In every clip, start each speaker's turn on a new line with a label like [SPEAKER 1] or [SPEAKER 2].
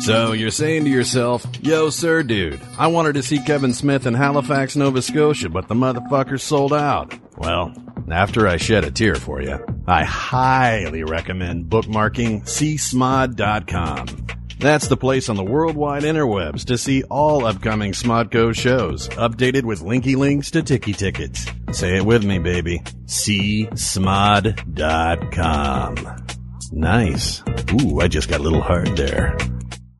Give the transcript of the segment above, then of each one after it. [SPEAKER 1] So you're saying to yourself, yo, sir, dude, I wanted to see Kevin Smith in Halifax, Nova Scotia, but the motherfucker sold out. Well, after I shed a tear for you, I highly recommend bookmarking csmod.com. That's the place on the worldwide interwebs to see all upcoming Smodco shows, updated with linky links to Tiki Tickets. Say it with me, baby. csmod.com. Nice. Ooh, I just got a little hard there.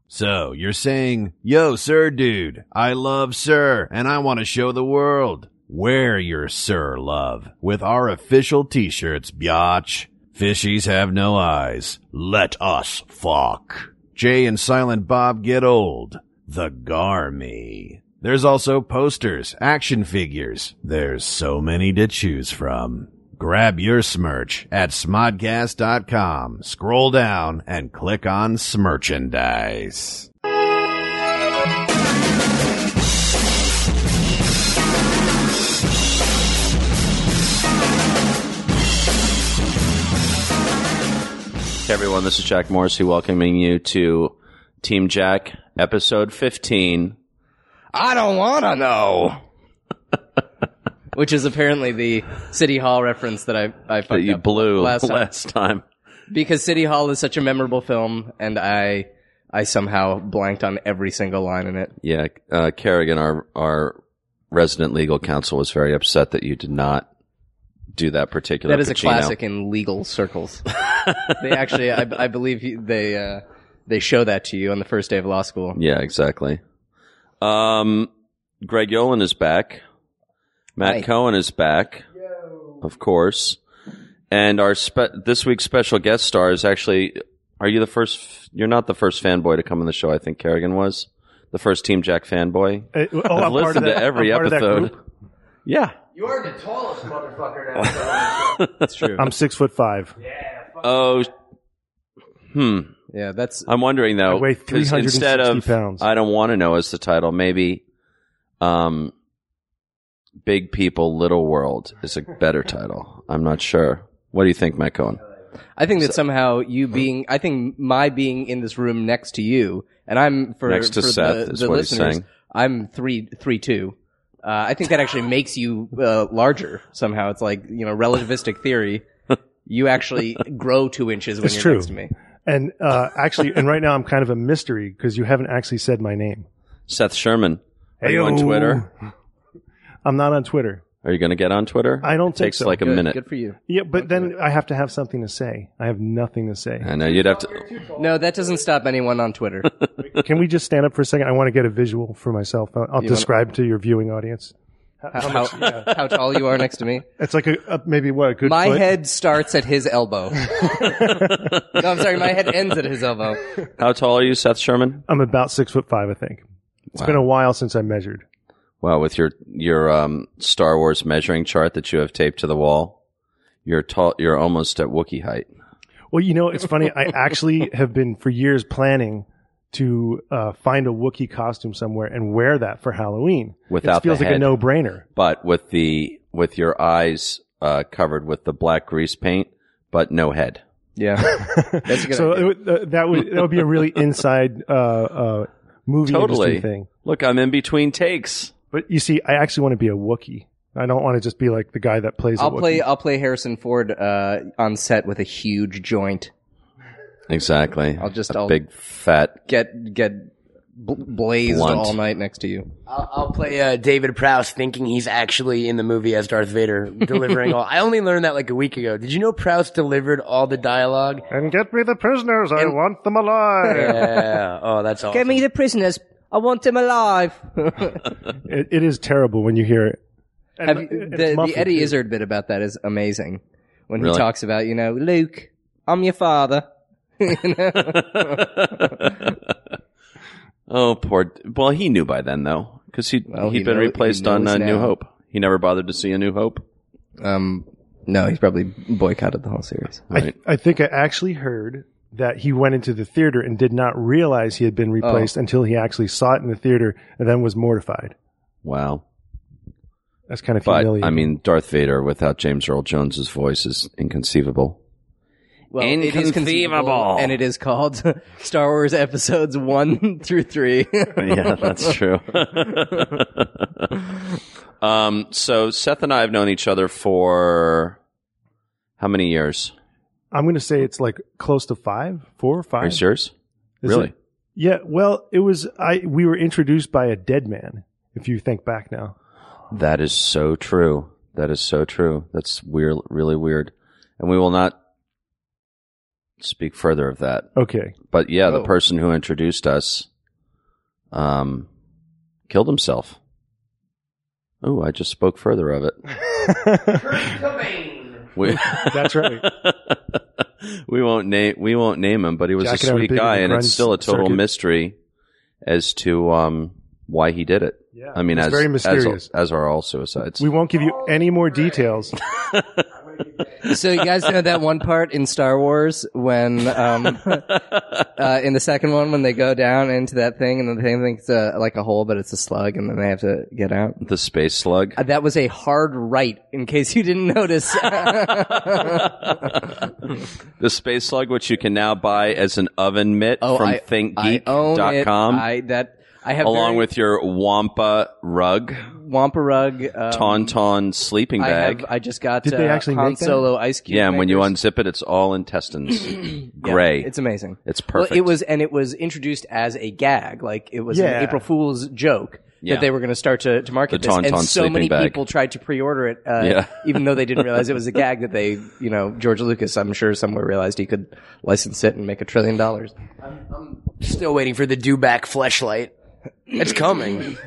[SPEAKER 1] So you're saying, yo, sir, dude, I love sir, and I want to show the world. Wear your sir love with our official t-shirts, biatch. Fishies have no eyes. Let us fuck. Jay and Silent Bob get old. The Garmy. There's also posters, action figures. There's so many to choose from. Grab your smirch at smodcast.com. Scroll down and click on smerchandise.
[SPEAKER 2] Hey everyone, this is Jack Morrissey welcoming you to Team Jack, episode 15.
[SPEAKER 3] I don't want to know. Which is apparently the City Hall reference that I, I
[SPEAKER 2] That
[SPEAKER 3] fucked
[SPEAKER 2] you
[SPEAKER 3] up
[SPEAKER 2] blew
[SPEAKER 3] last time.
[SPEAKER 2] time.
[SPEAKER 3] Because City Hall is such a memorable film, and I I somehow blanked on every single line in it.
[SPEAKER 2] Yeah, uh, Kerrigan, our, our resident legal counsel, was very upset that you did not do that particular
[SPEAKER 3] that is a
[SPEAKER 2] Pacino.
[SPEAKER 3] classic in legal circles. they actually, I, I believe you- they uh, they show that to you on the first day of law school.
[SPEAKER 2] Yeah, exactly. Um, Greg Yolen is back. Matt
[SPEAKER 3] Hi.
[SPEAKER 2] Cohen is back, of course. And our spe- this week's special guest star is actually. Are you the first? f- You're not the first fanboy to come on the show. I think Kerrigan was the first Team Jack fanboy.
[SPEAKER 4] Uh, oh,
[SPEAKER 2] I've
[SPEAKER 4] I'm part of
[SPEAKER 2] listened
[SPEAKER 4] that-
[SPEAKER 2] to every
[SPEAKER 4] I'm part of that
[SPEAKER 2] episode.
[SPEAKER 4] group.
[SPEAKER 2] Yeah.
[SPEAKER 5] You are the tallest motherfucker now.
[SPEAKER 3] That's true.
[SPEAKER 4] I'm six foot five.
[SPEAKER 2] Oh. Hmm.
[SPEAKER 3] yeah, that's
[SPEAKER 2] I'm wondering though.
[SPEAKER 4] I weigh
[SPEAKER 2] 'cause instead
[SPEAKER 4] 360
[SPEAKER 2] of
[SPEAKER 4] pounds.
[SPEAKER 2] I don't want to know is the title. Maybe, um, big people, little world is a better title. I'm not sure. What do you think, Matt Cohen?
[SPEAKER 3] I think that somehow you
[SPEAKER 2] uh-huh.
[SPEAKER 3] being, I think my being in this room next to you, and I'm for
[SPEAKER 2] Next to
[SPEAKER 3] for
[SPEAKER 2] Seth
[SPEAKER 3] the,
[SPEAKER 2] is
[SPEAKER 3] the
[SPEAKER 2] what he's
[SPEAKER 3] listeners,
[SPEAKER 2] saying.
[SPEAKER 3] I'm three three two. Uh, I think that actually makes you uh, larger somehow. It's like you know relativistic theory. You actually grow two inches when
[SPEAKER 4] It's
[SPEAKER 3] you're
[SPEAKER 4] true.
[SPEAKER 3] next to me.
[SPEAKER 4] And uh, actually, and right now I'm kind of a mystery because you haven't actually said my name.
[SPEAKER 2] Seth Sherman. Are you on
[SPEAKER 4] Heyo.
[SPEAKER 2] Twitter?
[SPEAKER 4] I'm not on Twitter.
[SPEAKER 2] Are you going to get on Twitter?
[SPEAKER 4] I don't
[SPEAKER 2] it
[SPEAKER 4] think
[SPEAKER 2] takes
[SPEAKER 4] so.
[SPEAKER 2] like a
[SPEAKER 3] Good,
[SPEAKER 2] minute.
[SPEAKER 3] Good for you.
[SPEAKER 4] Yeah, but then I have to have something to say. I have nothing to say.
[SPEAKER 2] I know you'd have to.
[SPEAKER 3] No, that doesn't stop anyone on Twitter.
[SPEAKER 4] Can we just stand up for a second? I want to get a visual for myself. I'll, I'll
[SPEAKER 3] You
[SPEAKER 4] describe to your viewing audience.
[SPEAKER 3] how, how, how tall you are next to me?
[SPEAKER 4] It's like a, a maybe what a good
[SPEAKER 3] My
[SPEAKER 4] foot?
[SPEAKER 3] head starts at his elbow. no, I'm sorry. My head ends at his elbow.
[SPEAKER 2] How tall are you, Seth Sherman?
[SPEAKER 4] I'm about six foot five, I think. It's been a while since I measured.
[SPEAKER 2] Wow, with your your um, Star Wars measuring chart that you have taped to the wall, you're tall. You're almost at Wookiee height.
[SPEAKER 4] Well, you know, it's funny. I actually have been for years planning to uh, find a Wookiee costume somewhere and wear that for Halloween.
[SPEAKER 2] Without
[SPEAKER 4] it feels
[SPEAKER 2] the
[SPEAKER 4] like a
[SPEAKER 2] head.
[SPEAKER 4] no-brainer.
[SPEAKER 2] but with the with your eyes uh, covered with the black grease paint, but no head.
[SPEAKER 3] Yeah, that's a good.
[SPEAKER 4] so
[SPEAKER 3] idea.
[SPEAKER 4] it would, uh, that would that would be a really inside uh, uh, movie
[SPEAKER 2] Totally.
[SPEAKER 4] industry thing.
[SPEAKER 2] Look, I'm in between takes.
[SPEAKER 4] But you see, I actually want to be a Wookiee. I don't want to just be like the guy that plays. a
[SPEAKER 3] I'll play.
[SPEAKER 4] Wookiee.
[SPEAKER 3] I'll play Harrison Ford uh, on set with a huge joint.
[SPEAKER 2] Exactly.
[SPEAKER 3] I'll just-
[SPEAKER 2] a
[SPEAKER 3] I'll-
[SPEAKER 2] big fat.
[SPEAKER 3] Get get bl- blazed
[SPEAKER 2] Blunt.
[SPEAKER 3] all night next to you.
[SPEAKER 5] I'll, I'll play uh, David Prowse thinking he's actually in the movie as Darth Vader, delivering all. I only learned that like a week ago. Did you know Prowse delivered all the dialogue?
[SPEAKER 4] and get me the prisoners. I want them alive.
[SPEAKER 5] Yeah. Oh, that's awesome.
[SPEAKER 3] the prisoners. I want them alive.
[SPEAKER 4] it, it is terrible when you hear it. And
[SPEAKER 3] Have you,
[SPEAKER 4] it's
[SPEAKER 3] the, the
[SPEAKER 4] muffled,
[SPEAKER 3] Eddie
[SPEAKER 4] too.
[SPEAKER 3] Izzard bit about that is amazing. When
[SPEAKER 2] Really?
[SPEAKER 3] he talks about, you know, Luke, I'm your father. You know?
[SPEAKER 2] Oh, poor. Well, he knew by then though, because he
[SPEAKER 3] Well,
[SPEAKER 2] he'd
[SPEAKER 3] he
[SPEAKER 2] been
[SPEAKER 3] know-
[SPEAKER 2] replaced
[SPEAKER 3] he
[SPEAKER 2] on
[SPEAKER 3] knows
[SPEAKER 2] uh, New
[SPEAKER 3] now.
[SPEAKER 2] Hope. He never bothered to see a New Hope.
[SPEAKER 3] um, no, he's probably boycotted the whole series.
[SPEAKER 4] I, I think I actually heard that he went into the theater and did not realize he had
[SPEAKER 2] Oh.
[SPEAKER 4] been replaced until he actually saw it in the theater and then was mortified.
[SPEAKER 2] Wow.
[SPEAKER 4] That's kind of
[SPEAKER 2] But
[SPEAKER 4] humiliating.
[SPEAKER 2] I mean, Darth Vader without James Earl Jones's voice is inconceivable.
[SPEAKER 3] Well, it is conceivable,
[SPEAKER 2] Inconceivable.
[SPEAKER 3] and it is called Star Wars episodes one through three.
[SPEAKER 2] yeah, that's true. um, so Seth and I have known each other for how many years?
[SPEAKER 4] I'm going to say it's like close to five, four or
[SPEAKER 2] Are
[SPEAKER 4] five.
[SPEAKER 2] you serious?
[SPEAKER 4] Is
[SPEAKER 2] really?
[SPEAKER 4] it- Yeah. Well, it was. I we were introduced by a dead man. If you think back now,
[SPEAKER 2] That is so true. That is so true. That's weird, really weird. And we will not speak further of that.
[SPEAKER 4] okay.
[SPEAKER 2] But yeah, the
[SPEAKER 3] Oh.
[SPEAKER 2] person who introduced us um, killed himself. Oh, I just spoke further of it. We,
[SPEAKER 4] That's right.
[SPEAKER 2] we won't name we won't name him, but he was
[SPEAKER 4] Jack
[SPEAKER 2] a
[SPEAKER 4] and I were
[SPEAKER 2] sweet
[SPEAKER 4] big
[SPEAKER 2] guy,
[SPEAKER 4] into
[SPEAKER 2] and
[SPEAKER 4] grunge
[SPEAKER 2] it's still a total
[SPEAKER 4] circuit.
[SPEAKER 2] mystery as to um, why he did it.
[SPEAKER 4] Yeah.
[SPEAKER 2] I mean,
[SPEAKER 4] It's
[SPEAKER 2] as
[SPEAKER 4] very
[SPEAKER 2] as-
[SPEAKER 4] mysterious.
[SPEAKER 2] as, are all suicides.
[SPEAKER 4] We won't give you any more details.
[SPEAKER 3] so you guys know that one part in Star Wars when, um, uh, in the second one when they go down into that thing and the thing thinks uh, like a hole, but it's a slug, and then they have to get out.
[SPEAKER 2] the space slug.
[SPEAKER 3] Uh, that was a hard right, in case you didn't notice.
[SPEAKER 2] The space slug, which you can now buy as an oven mitt
[SPEAKER 3] Oh,
[SPEAKER 2] from
[SPEAKER 3] I, I own it.
[SPEAKER 2] ThinkGeek.com,
[SPEAKER 3] I that I have
[SPEAKER 2] along
[SPEAKER 3] very-
[SPEAKER 2] with your Wampa rug,
[SPEAKER 3] Wampa Rug. Um,
[SPEAKER 2] Tauntaun sleeping
[SPEAKER 3] I
[SPEAKER 2] bag.
[SPEAKER 3] have. I just got.
[SPEAKER 4] Did they
[SPEAKER 3] uh,
[SPEAKER 4] actually
[SPEAKER 3] Han
[SPEAKER 4] make that?
[SPEAKER 3] Solo ice cube?
[SPEAKER 2] yeah, and when you
[SPEAKER 3] makers.
[SPEAKER 2] unzip it, it's all intestines.
[SPEAKER 3] Yeah,
[SPEAKER 2] Gray.
[SPEAKER 3] it's amazing.
[SPEAKER 2] it's perfect.
[SPEAKER 3] Well, it was, and it was introduced as a gag, like it was
[SPEAKER 4] Yeah.
[SPEAKER 3] an April Fool's joke
[SPEAKER 2] Yeah.
[SPEAKER 3] that they were going to start to, to market
[SPEAKER 2] The
[SPEAKER 3] this, and
[SPEAKER 2] Tauntaun
[SPEAKER 3] so many
[SPEAKER 2] sleeping bag.
[SPEAKER 3] people tried to pre-order it, uh,
[SPEAKER 2] Yeah.
[SPEAKER 3] even though they didn't realize it was a gag that they, you know, George Lucas, I'm sure somewhere realized he could license it and make a trillion dollars.
[SPEAKER 5] Still waiting for the do back fleshlight. It's coming.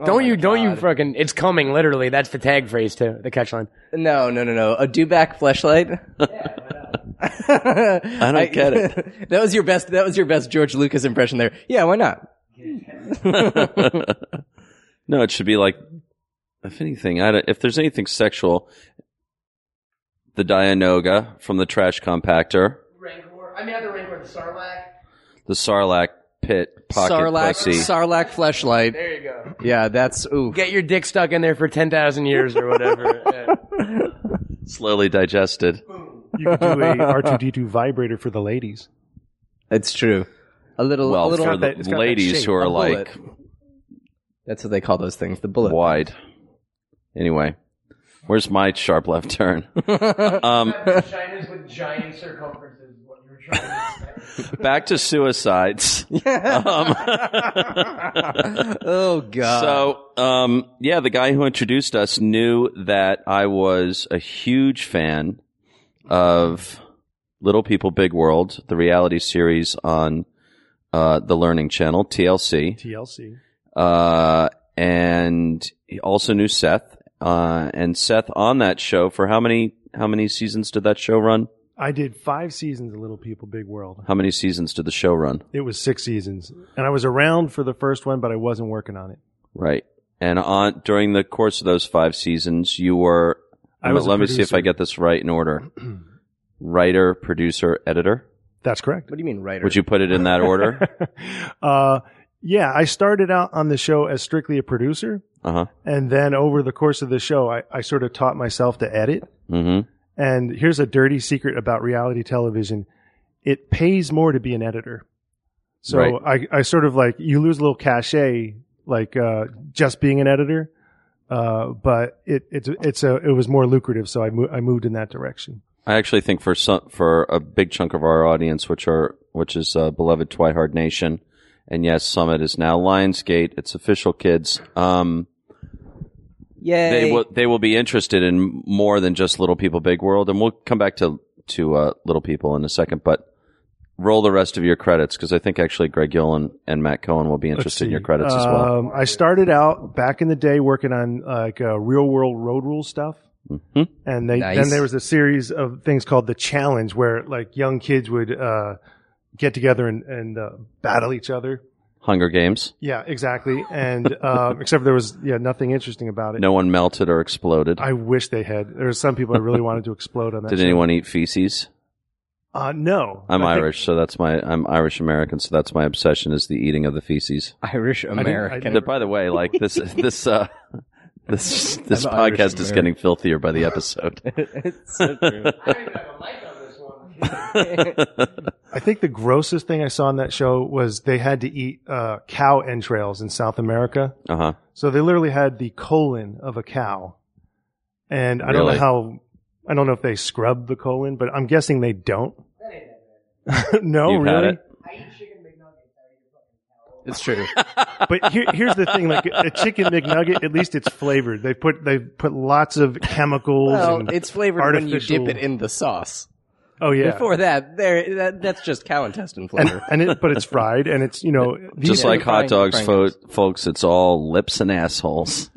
[SPEAKER 4] Oh
[SPEAKER 5] don't you? Don't you fucking? It's coming. Literally, that's the tag phrase to the catchline.
[SPEAKER 3] No, no, no, no, a do-back fleshlight. I
[SPEAKER 2] don't get it.
[SPEAKER 3] that was your best. That was your best George Lucas impression there. Yeah, why not?
[SPEAKER 2] no, it should be like, if anything, I don't, if there's anything sexual, the Dianoga from the trash compactor,
[SPEAKER 5] Rancor. I mean, not the Rancor, the Sarlacc.
[SPEAKER 2] the Sarlacc pit pocket
[SPEAKER 3] Sarlacc,
[SPEAKER 2] pussy.
[SPEAKER 3] Sarlacc fleshlight.
[SPEAKER 5] There you go.
[SPEAKER 3] Yeah, that's ooh.
[SPEAKER 5] Get your dick stuck in there for ten thousand years or whatever. Yeah.
[SPEAKER 2] slowly digested.
[SPEAKER 4] You could do a R2D2 vibrator for the ladies.
[SPEAKER 3] It's true. A little,
[SPEAKER 2] Well,
[SPEAKER 3] a little.
[SPEAKER 2] for
[SPEAKER 4] that- it's
[SPEAKER 2] the
[SPEAKER 4] got that
[SPEAKER 2] ladies
[SPEAKER 4] shape,
[SPEAKER 2] who are
[SPEAKER 3] a bullet.
[SPEAKER 2] like
[SPEAKER 3] That's what they call those things, the bullet.
[SPEAKER 2] wide. Anyway, where's my sharp left turn? um,
[SPEAKER 5] Vaginas with giant circumferences. What you're trying to
[SPEAKER 2] back to suicides. Um,
[SPEAKER 3] Oh god.
[SPEAKER 2] So, um, yeah, the guy who introduced us knew that I was a huge fan of Little People Big World, the reality series on uh, the Learning Channel, TLC.
[SPEAKER 4] TLC.
[SPEAKER 2] Uh, and he also knew Seth. Uh, and Seth on that show for how many how many seasons did that show run?
[SPEAKER 4] I did five seasons of Little People Big World.
[SPEAKER 2] How many seasons did the show run?
[SPEAKER 4] It was six seasons, and I was around for the first one, but I wasn't working on it.
[SPEAKER 2] Right. And on during the course of those five seasons, you were.
[SPEAKER 4] I was a
[SPEAKER 2] let me see if I
[SPEAKER 4] producer.
[SPEAKER 2] get this right in order. Writer, producer, editor.
[SPEAKER 4] That's correct.
[SPEAKER 3] what do you mean, writer?
[SPEAKER 2] Would you put it in that order?
[SPEAKER 4] uh, yeah, I started out on the show as strictly a producer,
[SPEAKER 2] uh huh.
[SPEAKER 4] and then over the course of the show, I, I sort of taught myself to edit.
[SPEAKER 2] Mm-hmm.
[SPEAKER 4] And here's a dirty secret about reality television: it pays more to be an editor. So I, I sort of like you lose a little cachet, like uh, just being an editor. Uh, but it, it's it's a it was more lucrative, so I mo- I moved in that direction.
[SPEAKER 2] I actually think for some for a big chunk of our audience, which are which is uh, beloved Twihard Nation, and yes, Summit is now Lionsgate. It's official, kids. Um,
[SPEAKER 3] Yay.
[SPEAKER 2] they will they will be interested in more than just Little People Big World, and we'll come back to to uh, Little People in a second. But roll the rest of your credits because I think actually Greg Gillen and Matt Cohen will be interested in your credits as well.
[SPEAKER 4] Um, I started out back in the day working on like uh, real world road rule stuff.
[SPEAKER 2] Mhm.
[SPEAKER 4] And they,
[SPEAKER 3] Nice.
[SPEAKER 4] then there was a series of things called the challenge where like young kids would, uh, get together and, and, uh, battle each other.
[SPEAKER 2] Hunger Games.
[SPEAKER 4] Yeah, exactly. And, uh, except there was, yeah, nothing interesting about it.
[SPEAKER 2] No one melted or exploded.
[SPEAKER 4] I wish they had. There were some people I really wanted to explode on that.
[SPEAKER 2] Did anyone eat feces?
[SPEAKER 4] Uh, no.
[SPEAKER 2] I'm
[SPEAKER 4] I think-
[SPEAKER 2] Irish, so that's my I'm Irish American, so that's my obsession is the eating of the feces.
[SPEAKER 3] Irish American.
[SPEAKER 4] I-
[SPEAKER 2] That, by the way, like this this uh this this
[SPEAKER 3] I'm Irish
[SPEAKER 2] podcast is
[SPEAKER 3] American.
[SPEAKER 2] getting filthier by the episode.
[SPEAKER 3] it's so true.
[SPEAKER 5] say. I don't even have a mic on this one.
[SPEAKER 4] I think the grossest thing I saw in that show was they had to eat uh, cow entrails in South America.
[SPEAKER 2] Uh huh.
[SPEAKER 4] So they literally had the colon of a cow. And I don't
[SPEAKER 2] Really?
[SPEAKER 4] know how, I don't know if they scrub the colon, but I'm guessing they don't. no,
[SPEAKER 2] You've
[SPEAKER 4] really?
[SPEAKER 2] had it.
[SPEAKER 3] It's true.
[SPEAKER 4] But here, here's the thing: like a chicken McNugget, at least it's flavored. They put they put lots of chemicals.
[SPEAKER 3] well,
[SPEAKER 4] and,
[SPEAKER 3] it's flavored when
[SPEAKER 4] artificial-
[SPEAKER 3] you dip it in the sauce.
[SPEAKER 4] oh yeah,
[SPEAKER 3] Before that, there that, that's just cow intestine
[SPEAKER 4] and,
[SPEAKER 3] flavor.
[SPEAKER 4] and it, but it's fried, and it's you know these-
[SPEAKER 2] Just
[SPEAKER 3] Yeah,
[SPEAKER 2] like
[SPEAKER 3] the
[SPEAKER 2] hot
[SPEAKER 3] frying-
[SPEAKER 2] dogs,
[SPEAKER 3] frying
[SPEAKER 2] fo- folks, it's all lips and assholes.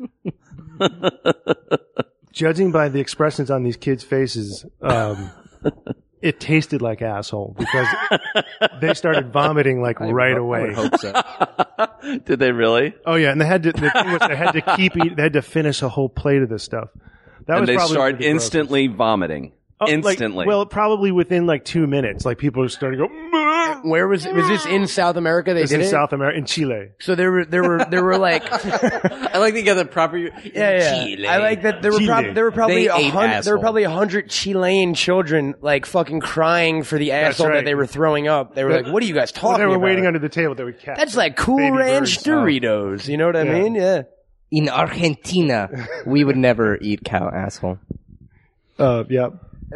[SPEAKER 4] judging by the expressions on these kids' faces. Um, It tasted like asshole because they started vomiting like right
[SPEAKER 3] I
[SPEAKER 4] away.
[SPEAKER 3] would hope so.
[SPEAKER 2] Did they really?
[SPEAKER 4] Oh yeah, and they had to the thing was they had to keep eat, they had to finish a whole plate of this stuff. That
[SPEAKER 2] and
[SPEAKER 4] was
[SPEAKER 2] they
[SPEAKER 4] probably
[SPEAKER 2] start
[SPEAKER 4] one of the grossest.
[SPEAKER 2] instantly vomiting.
[SPEAKER 4] Oh, like,
[SPEAKER 2] instantly.
[SPEAKER 4] well, probably within like two minutes, like people are starting to go.
[SPEAKER 5] Where was was this in South America? They
[SPEAKER 4] This
[SPEAKER 5] did
[SPEAKER 4] in
[SPEAKER 5] it.
[SPEAKER 4] South America, in Chile.
[SPEAKER 5] so there were there were there were like
[SPEAKER 3] I like to get the proper. Yeah,
[SPEAKER 5] yeah, yeah. I like that there were
[SPEAKER 4] Chile.
[SPEAKER 5] prob- there were probably
[SPEAKER 3] They
[SPEAKER 5] a
[SPEAKER 3] ate
[SPEAKER 5] hundred there were
[SPEAKER 3] asshole.
[SPEAKER 5] probably a hundred Chilean children like fucking crying for the asshole that
[SPEAKER 4] right.
[SPEAKER 5] they were throwing up. They were
[SPEAKER 4] That-
[SPEAKER 5] like, "What are you guys talking
[SPEAKER 4] Well, they were
[SPEAKER 5] about?"
[SPEAKER 4] waiting under the table. They would catch.
[SPEAKER 5] That's
[SPEAKER 4] the
[SPEAKER 5] like Cool
[SPEAKER 4] baby
[SPEAKER 5] Ranch
[SPEAKER 4] birds. Oh.
[SPEAKER 5] Doritos. You know what I
[SPEAKER 4] Yeah.
[SPEAKER 5] mean? Yeah.
[SPEAKER 3] In Argentina, we would never eat cow asshole.
[SPEAKER 4] Uh, yeah.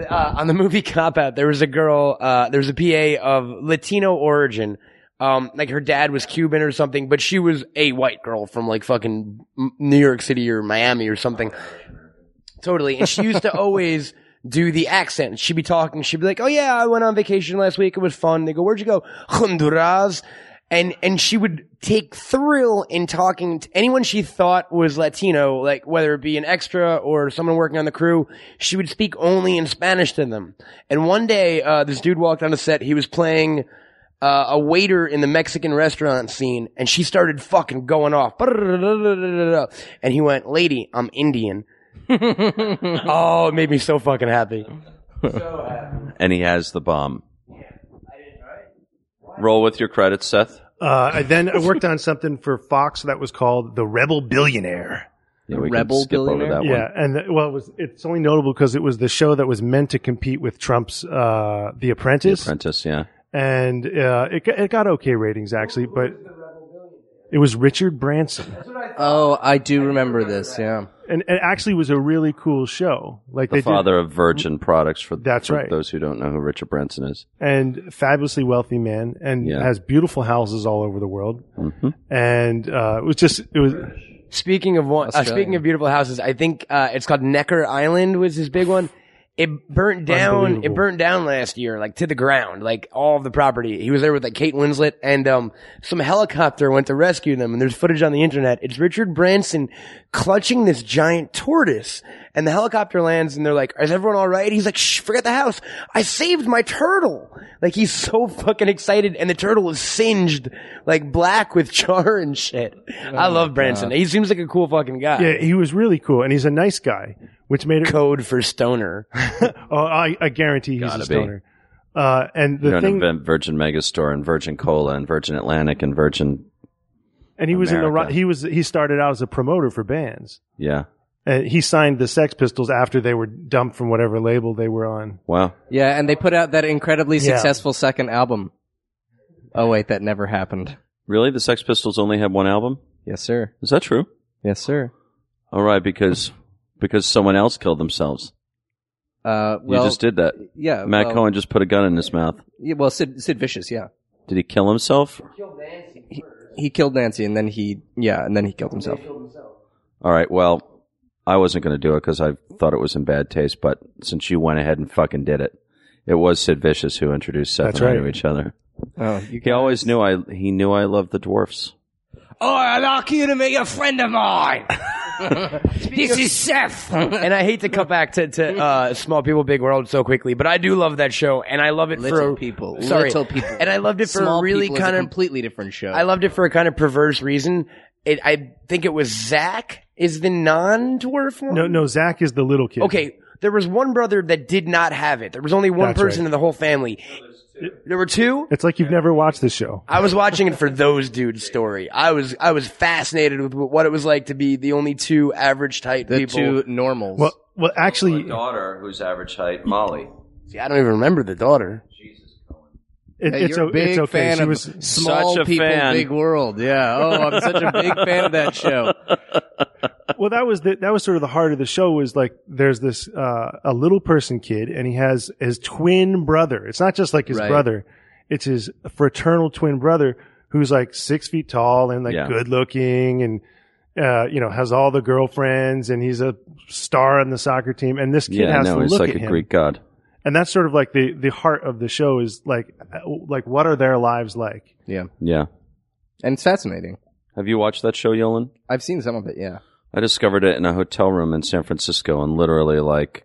[SPEAKER 5] uh, on the movie Cop Out, there was a girl, uh, there was a PA of Latino origin. Um, like her dad was Cuban or something, but she was a white girl from like fucking M- New York City or Miami or something. Totally. And she used to always do the accent. She'd be talking. She'd be like, Oh yeah, I went on vacation last week. It was fun. They go, Where'd you go? Honduras. And, and she would take thrill in talking to anyone she thought was Latino, like whether it be an extra or someone working on the crew, she would speak only in Spanish to them. And one day, uh, this dude walked on a set. He was playing, uh, a waiter in the Mexican restaurant scene, and she started fucking going off. And he went, "Lady, I'm Indian." oh, it made me so fucking happy.
[SPEAKER 2] and he has the bomb. Roll with your credits, Seth.
[SPEAKER 4] Uh, I then I worked on something for Fox that was called The Rebel Billionaire.
[SPEAKER 2] Yeah, we
[SPEAKER 3] Rebel
[SPEAKER 2] can skip over
[SPEAKER 3] billionaire?
[SPEAKER 2] that
[SPEAKER 4] yeah,
[SPEAKER 2] one.
[SPEAKER 4] and the, well, it was, it's only notable because it was the show that was meant to compete with Trump's uh, The
[SPEAKER 2] The
[SPEAKER 4] Apprentice,
[SPEAKER 2] Apprentice, yeah.
[SPEAKER 4] and uh, it got- it got okay ratings actually, but it was Richard Branson,
[SPEAKER 3] Oh, I do remember this. Yeah.
[SPEAKER 4] and it actually was a really cool show. Like
[SPEAKER 2] The
[SPEAKER 4] they
[SPEAKER 2] father of Virgin Products for,
[SPEAKER 4] That's
[SPEAKER 2] for
[SPEAKER 4] right.
[SPEAKER 2] those who don't know who Richard Branson is.
[SPEAKER 4] did, and fabulously wealthy man, and
[SPEAKER 2] Yeah. Mm-hmm.
[SPEAKER 4] has beautiful houses all over the world, and uh, it was just it was.
[SPEAKER 5] Speaking of one, uh,
[SPEAKER 3] Australian.
[SPEAKER 5] speaking of beautiful houses, I think uh, it's called Necker Island was his big one. It burnt down. It
[SPEAKER 4] Unbelievable.
[SPEAKER 5] burnt down last year, like to the ground, like all of the property. He was there with like Kate Winslet, and um, some helicopter went to rescue them. And there's footage on the internet. It's Richard Branson clutching this giant tortoise, and the helicopter lands, and they're like, "Is everyone all right?" He's like, "Shh, forget the house. I saved my turtle." Like he's so fucking excited, and the turtle is singed, like black with char and shit. I love Branson. He seems like a cool fucking guy.
[SPEAKER 4] Oh Yeah, he was really cool, and he's a nice guy, which made it.
[SPEAKER 5] Code for stoner.
[SPEAKER 4] Oh, I, I guarantee he's
[SPEAKER 2] Gotta
[SPEAKER 4] a
[SPEAKER 2] be.
[SPEAKER 4] stoner. Uh, and
[SPEAKER 2] You
[SPEAKER 4] the
[SPEAKER 2] don't
[SPEAKER 4] thing,
[SPEAKER 2] invent Virgin Megastore and Virgin Cola and Virgin Atlantic and Virgin,
[SPEAKER 4] and he was in the
[SPEAKER 2] America.
[SPEAKER 4] ro- he was he started out as a promoter for bands,
[SPEAKER 2] yeah.
[SPEAKER 4] and he signed the Sex Pistols after they were dumped from whatever label they were on.
[SPEAKER 2] Wow.
[SPEAKER 3] Yeah, and they put out that incredibly
[SPEAKER 4] Yeah.
[SPEAKER 3] successful second album. Oh wait, that never happened.
[SPEAKER 2] Really? The Sex Pistols only had one album?
[SPEAKER 3] Yes, sir.
[SPEAKER 2] Is that true?
[SPEAKER 3] Yes, sir.
[SPEAKER 2] All right, because because someone else killed themselves.
[SPEAKER 3] Uh,
[SPEAKER 2] You
[SPEAKER 3] well,
[SPEAKER 2] just did that.
[SPEAKER 3] yeah,
[SPEAKER 2] Matt
[SPEAKER 3] well,
[SPEAKER 2] Cohen just put a gun in his mouth.
[SPEAKER 3] Yeah, well, Sid, Sid Vicious, yeah,
[SPEAKER 2] Did he kill himself?
[SPEAKER 3] he killed Nancy, and then he, yeah, and then he killed himself.
[SPEAKER 2] All right. Well, I wasn't going to do it because I thought it was in bad taste, but since you went ahead and fucking did it, it was Sid Vicious who introduced Seth
[SPEAKER 4] That's
[SPEAKER 2] and I
[SPEAKER 4] right.
[SPEAKER 2] to each other.
[SPEAKER 3] Oh, you
[SPEAKER 2] He always knew I he knew I loved the dwarfs.
[SPEAKER 3] Oh, I'd like you to be a friend of mine. this is Seth.
[SPEAKER 5] and I hate to cut back to, to uh, Small People, Big World so quickly, but I do love that show, and I love it for
[SPEAKER 3] Little people,
[SPEAKER 5] Sorry,
[SPEAKER 3] little people,
[SPEAKER 5] and I loved it for
[SPEAKER 3] Small
[SPEAKER 5] a really
[SPEAKER 3] People is a
[SPEAKER 5] kind of.
[SPEAKER 3] completely different show.
[SPEAKER 5] I loved it for a kind of perverse reason. It, I think it was Zach is the non-dwarf one.
[SPEAKER 4] No, no, Zach is the little kid.
[SPEAKER 5] Okay, there was one brother that did not have it. There was only one
[SPEAKER 4] That's
[SPEAKER 5] person
[SPEAKER 4] right.
[SPEAKER 5] in the whole family. There were two.
[SPEAKER 4] It's like you've never watched this show.
[SPEAKER 5] I was watching it for those dudes' story. I was I was fascinated with what it was like to be the only two average type
[SPEAKER 3] the
[SPEAKER 5] people.
[SPEAKER 3] two normals. Oh
[SPEAKER 4] Well, well, actually,
[SPEAKER 2] daughter who's average height, Molly.
[SPEAKER 5] See, I don't even remember the daughter.
[SPEAKER 4] It,
[SPEAKER 3] Hey,
[SPEAKER 4] it's,
[SPEAKER 3] you're
[SPEAKER 4] o-
[SPEAKER 3] a big
[SPEAKER 4] it's okay.
[SPEAKER 3] fan
[SPEAKER 4] she
[SPEAKER 3] of
[SPEAKER 4] was
[SPEAKER 3] small
[SPEAKER 2] Such a
[SPEAKER 3] people,
[SPEAKER 2] fan.
[SPEAKER 3] big world. Yeah. Oh, I'm such a big fan of that show.
[SPEAKER 4] well that was the, that was sort of the heart of the show was like there's this uh, a little person kid and he has his twin brother it's not just like his
[SPEAKER 3] Right.
[SPEAKER 4] brother it's his fraternal twin brother who's like six feet tall and like
[SPEAKER 2] Yeah.
[SPEAKER 4] good looking and uh, you know has all the girlfriends and he's a star on the soccer team and this kid
[SPEAKER 2] Yeah,
[SPEAKER 4] has
[SPEAKER 2] no,
[SPEAKER 4] to
[SPEAKER 2] he's
[SPEAKER 4] look
[SPEAKER 2] like
[SPEAKER 4] at
[SPEAKER 2] a
[SPEAKER 4] him
[SPEAKER 2] Greek god.
[SPEAKER 4] and that's sort of like the the heart of the show is like uh, like what are their lives like
[SPEAKER 2] Yeah.
[SPEAKER 3] And it's fascinating.
[SPEAKER 2] Have you watched that show, Yolan?
[SPEAKER 3] I've seen some of it, yeah.
[SPEAKER 2] I discovered it in a hotel room in San Francisco and literally like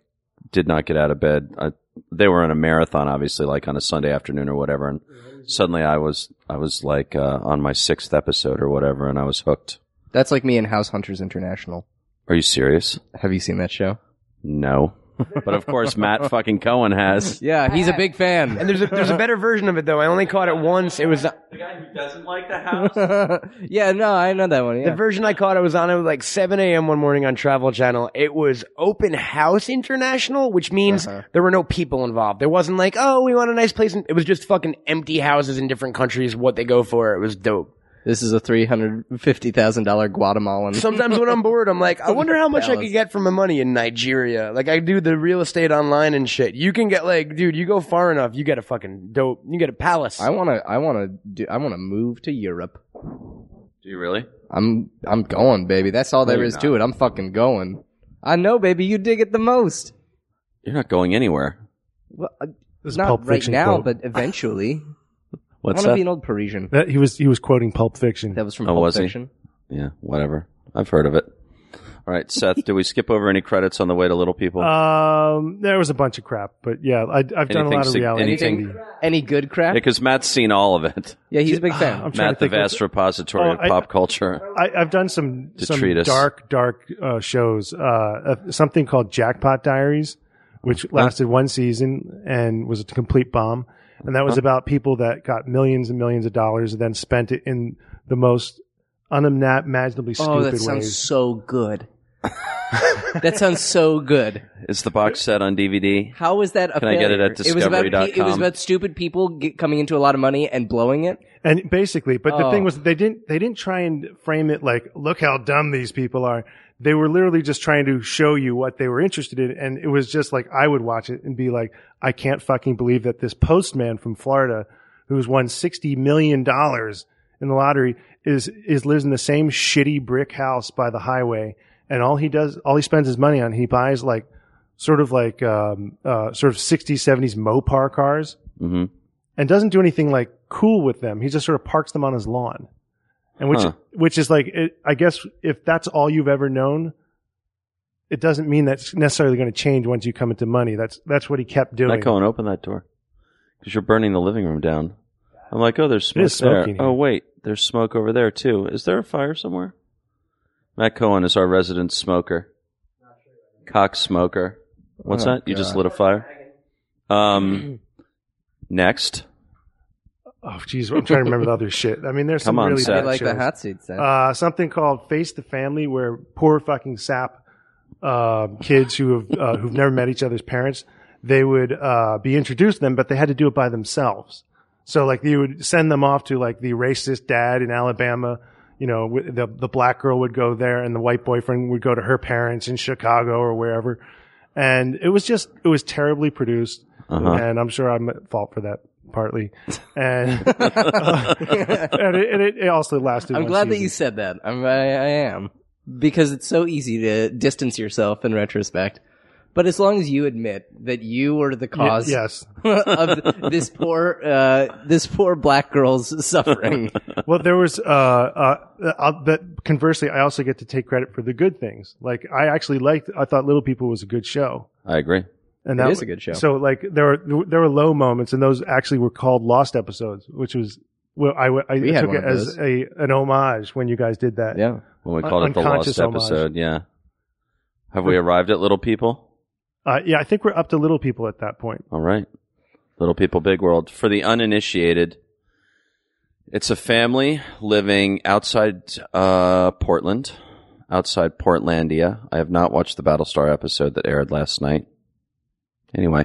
[SPEAKER 2] did not get out of bed. I, they were on a marathon, obviously, like on a Sunday afternoon or whatever. And suddenly I was, I was like uh, on my sixth episode or whatever, and I was hooked.
[SPEAKER 3] That's like me in House Hunters International.
[SPEAKER 2] Are you serious?
[SPEAKER 3] Have you seen that show?
[SPEAKER 2] No. but of course, Matt fucking Cohen has.
[SPEAKER 3] Yeah, he's a big fan.
[SPEAKER 5] And there's a, there's a better version of it though. I only caught it once. It was
[SPEAKER 2] The guy who doesn't like the house.
[SPEAKER 3] yeah, no, I know that one.
[SPEAKER 5] The
[SPEAKER 3] Yeah.
[SPEAKER 5] version I caught, I was on at like 7 a.m. one morning on Travel Channel. It was Open House International, which means
[SPEAKER 3] Uh-huh.
[SPEAKER 5] there were no people involved. There wasn't like, oh, we want a nice place. It was just fucking empty houses in different countries, what they go for. It was dope.
[SPEAKER 3] This is a three hundred fifty thousand dollar Guatemalan.
[SPEAKER 5] Sometimes when I'm bored, I'm like, I wonder how much I could get for my money in Nigeria. Like I do the real estate online and shit. You can get like, dude, you go far enough, you get a fucking dope, you get a palace.
[SPEAKER 3] I wanna, I wanna do, I wanna move to Europe.
[SPEAKER 2] Do you really?
[SPEAKER 3] I'm, I'm going, baby. That's all there
[SPEAKER 2] you're
[SPEAKER 3] is
[SPEAKER 2] not.
[SPEAKER 3] to it. I'm fucking going. I know, baby. You dig it the most.
[SPEAKER 2] You're not going anywhere.
[SPEAKER 3] Well, uh,
[SPEAKER 4] This is
[SPEAKER 3] not
[SPEAKER 4] Pulp
[SPEAKER 3] right
[SPEAKER 4] Fiction
[SPEAKER 3] now,
[SPEAKER 4] quote.
[SPEAKER 3] but eventually. I
[SPEAKER 2] What's
[SPEAKER 3] wanna
[SPEAKER 2] that?
[SPEAKER 3] be an old Parisian.
[SPEAKER 4] that he was he was quoting Pulp Fiction.
[SPEAKER 3] That was from
[SPEAKER 2] Oh,
[SPEAKER 3] Pulp
[SPEAKER 2] was he?
[SPEAKER 3] Fiction.
[SPEAKER 2] yeah, whatever. I've heard of it. All right, Seth, do we skip over any credits on the way to Little People?
[SPEAKER 4] Um, there was a bunch of crap, but yeah, I, I've done a
[SPEAKER 2] Anything
[SPEAKER 4] lot of
[SPEAKER 2] sig-
[SPEAKER 4] reality
[SPEAKER 2] anything-
[SPEAKER 4] TV.
[SPEAKER 3] Any good crap?
[SPEAKER 2] Because Matt's seen all of it.
[SPEAKER 3] Yeah, he's a big fan.
[SPEAKER 4] I'm trying
[SPEAKER 2] Matt,
[SPEAKER 4] to
[SPEAKER 2] the
[SPEAKER 4] think.
[SPEAKER 2] vast repository
[SPEAKER 4] Oh,
[SPEAKER 2] of
[SPEAKER 4] I-
[SPEAKER 2] pop culture.
[SPEAKER 4] I, I've done some some
[SPEAKER 2] Detritus.
[SPEAKER 4] dark, dark uh, shows. Uh, uh, something called Jackpot Diaries, which lasted one season and was a complete bomb. And that was about people that got millions and millions of dollars and then spent it in the most unimaginably stupid
[SPEAKER 3] oh, that
[SPEAKER 4] ways.
[SPEAKER 3] sounds so good. that sounds so good.
[SPEAKER 2] Is the box set on DVD?
[SPEAKER 3] How was that a
[SPEAKER 2] Can I get it
[SPEAKER 3] failure?
[SPEAKER 2] at
[SPEAKER 3] was about pe- It was
[SPEAKER 2] discovery.com?
[SPEAKER 3] about stupid people get, coming into a lot of money and blowing it.
[SPEAKER 4] And basically, but the
[SPEAKER 3] Oh.
[SPEAKER 4] thing was they didn't they didn't try and frame it like look how dumb these people are. They were literally just trying to show you what they were interested in and it was just like I would watch it and be like I can't fucking believe that this postman from Florida who's won 60 million dollars in the lottery is is lives in the same shitty brick house by the highway and all he does all he spends his money on he buys like sort of like um uh sort of 60s 70s Mopar cars
[SPEAKER 2] hmm
[SPEAKER 4] and doesn't do anything like cool with them. He just sort of parks them on his lawn, and which
[SPEAKER 2] Huh.
[SPEAKER 4] which is like it, I guess if that's all you've ever known, it doesn't mean that's necessarily going to change once you come into money. That's that's what he kept doing.
[SPEAKER 2] Matt Cohen, open that door. Because you're burning the living room down. I'm like, oh, there's
[SPEAKER 4] It
[SPEAKER 2] smoke
[SPEAKER 4] is
[SPEAKER 2] there.
[SPEAKER 4] smoky in here.
[SPEAKER 2] Oh, wait, there's smoke over there, too. Is there a fire somewhere? Matt Cohen is our resident smoker. Cock smoker. What's
[SPEAKER 3] Oh,
[SPEAKER 2] that? You just
[SPEAKER 3] God.
[SPEAKER 2] lit a fire? Um, next.
[SPEAKER 4] oh, jeez, I'm trying to remember the other shit. I mean, there's
[SPEAKER 2] Come
[SPEAKER 4] some
[SPEAKER 2] on,
[SPEAKER 4] really
[SPEAKER 2] Seth.
[SPEAKER 3] I
[SPEAKER 4] bad
[SPEAKER 3] like the
[SPEAKER 4] shows.
[SPEAKER 3] hot seat set.
[SPEAKER 4] Uh, something called Face the Family, where poor fucking sap uh, kids who have uh, who've never met each other's parents, they would uh, be introduced to them, but they had to do it by themselves. So like you would send them off to like the racist dad in Alabama. You know, wi- the the black girl would go there, and the white boyfriend would go to her parents in Chicago or wherever. And it was just it was terribly produced,
[SPEAKER 2] Uh-huh.
[SPEAKER 4] and I'm sure I'm at fault for that partly. And, uh, and, it, and it, it also lasted.
[SPEAKER 3] I'm
[SPEAKER 4] one
[SPEAKER 3] glad that
[SPEAKER 4] season.
[SPEAKER 3] you said that. I'm, I, I am because it's so easy to distance yourself in retrospect. But as long as you admit that you were the
[SPEAKER 4] Y-
[SPEAKER 3] cause
[SPEAKER 4] yes.
[SPEAKER 3] of this poor, uh, this poor black girl's suffering,
[SPEAKER 4] Well, there was, uh, uh, uh, but conversely, I also get to take credit for the good things. Like, I actually liked, I thought Little People was a good show.
[SPEAKER 2] I agree.
[SPEAKER 4] And
[SPEAKER 3] It
[SPEAKER 4] that
[SPEAKER 3] is a good show.
[SPEAKER 4] So, like, there were, there were low moments, and those actually were called lost episodes, which was, well, I, w- I
[SPEAKER 3] We had
[SPEAKER 4] took
[SPEAKER 3] one
[SPEAKER 4] it
[SPEAKER 3] of
[SPEAKER 4] as
[SPEAKER 3] those.
[SPEAKER 4] a, an homage when you guys did that.
[SPEAKER 3] yeah.
[SPEAKER 2] When we called it the
[SPEAKER 4] Unconscious
[SPEAKER 2] lost
[SPEAKER 4] homage.
[SPEAKER 2] episode, yeah. Have we arrived at Little People?
[SPEAKER 4] Uh, yeah, I think we're up to Little People at that point.
[SPEAKER 2] All right. Little People Big World. For the uninitiated, it's a family living outside uh, Portland, outside Portlandia. I have not watched the Battlestar episode that aired last night. Anyway,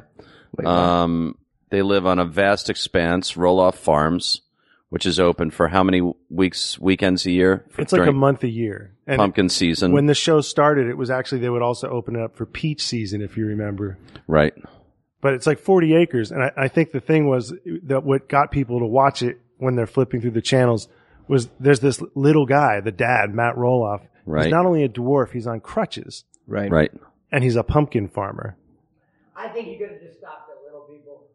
[SPEAKER 3] Like,
[SPEAKER 2] Um, they live on a vast expanse, roll off farms, which is open for how many weeks, weekends a year? For-
[SPEAKER 4] It's like a
[SPEAKER 2] during
[SPEAKER 4] month a year. And
[SPEAKER 2] pumpkin season.
[SPEAKER 4] when the show started, it was actually they would also open it up for peach season, if you remember.
[SPEAKER 2] right.
[SPEAKER 4] But it's like 40 acres, and I, I think the thing was that what got people to watch it when they're flipping through the channels was there's this little guy, the dad, Matt Roloff.
[SPEAKER 2] Right.
[SPEAKER 4] He's not only a dwarf, he's on crutches,
[SPEAKER 3] right.
[SPEAKER 2] Right.
[SPEAKER 4] and he's a pumpkin farmer.
[SPEAKER 6] I think you could have just stopped at little people.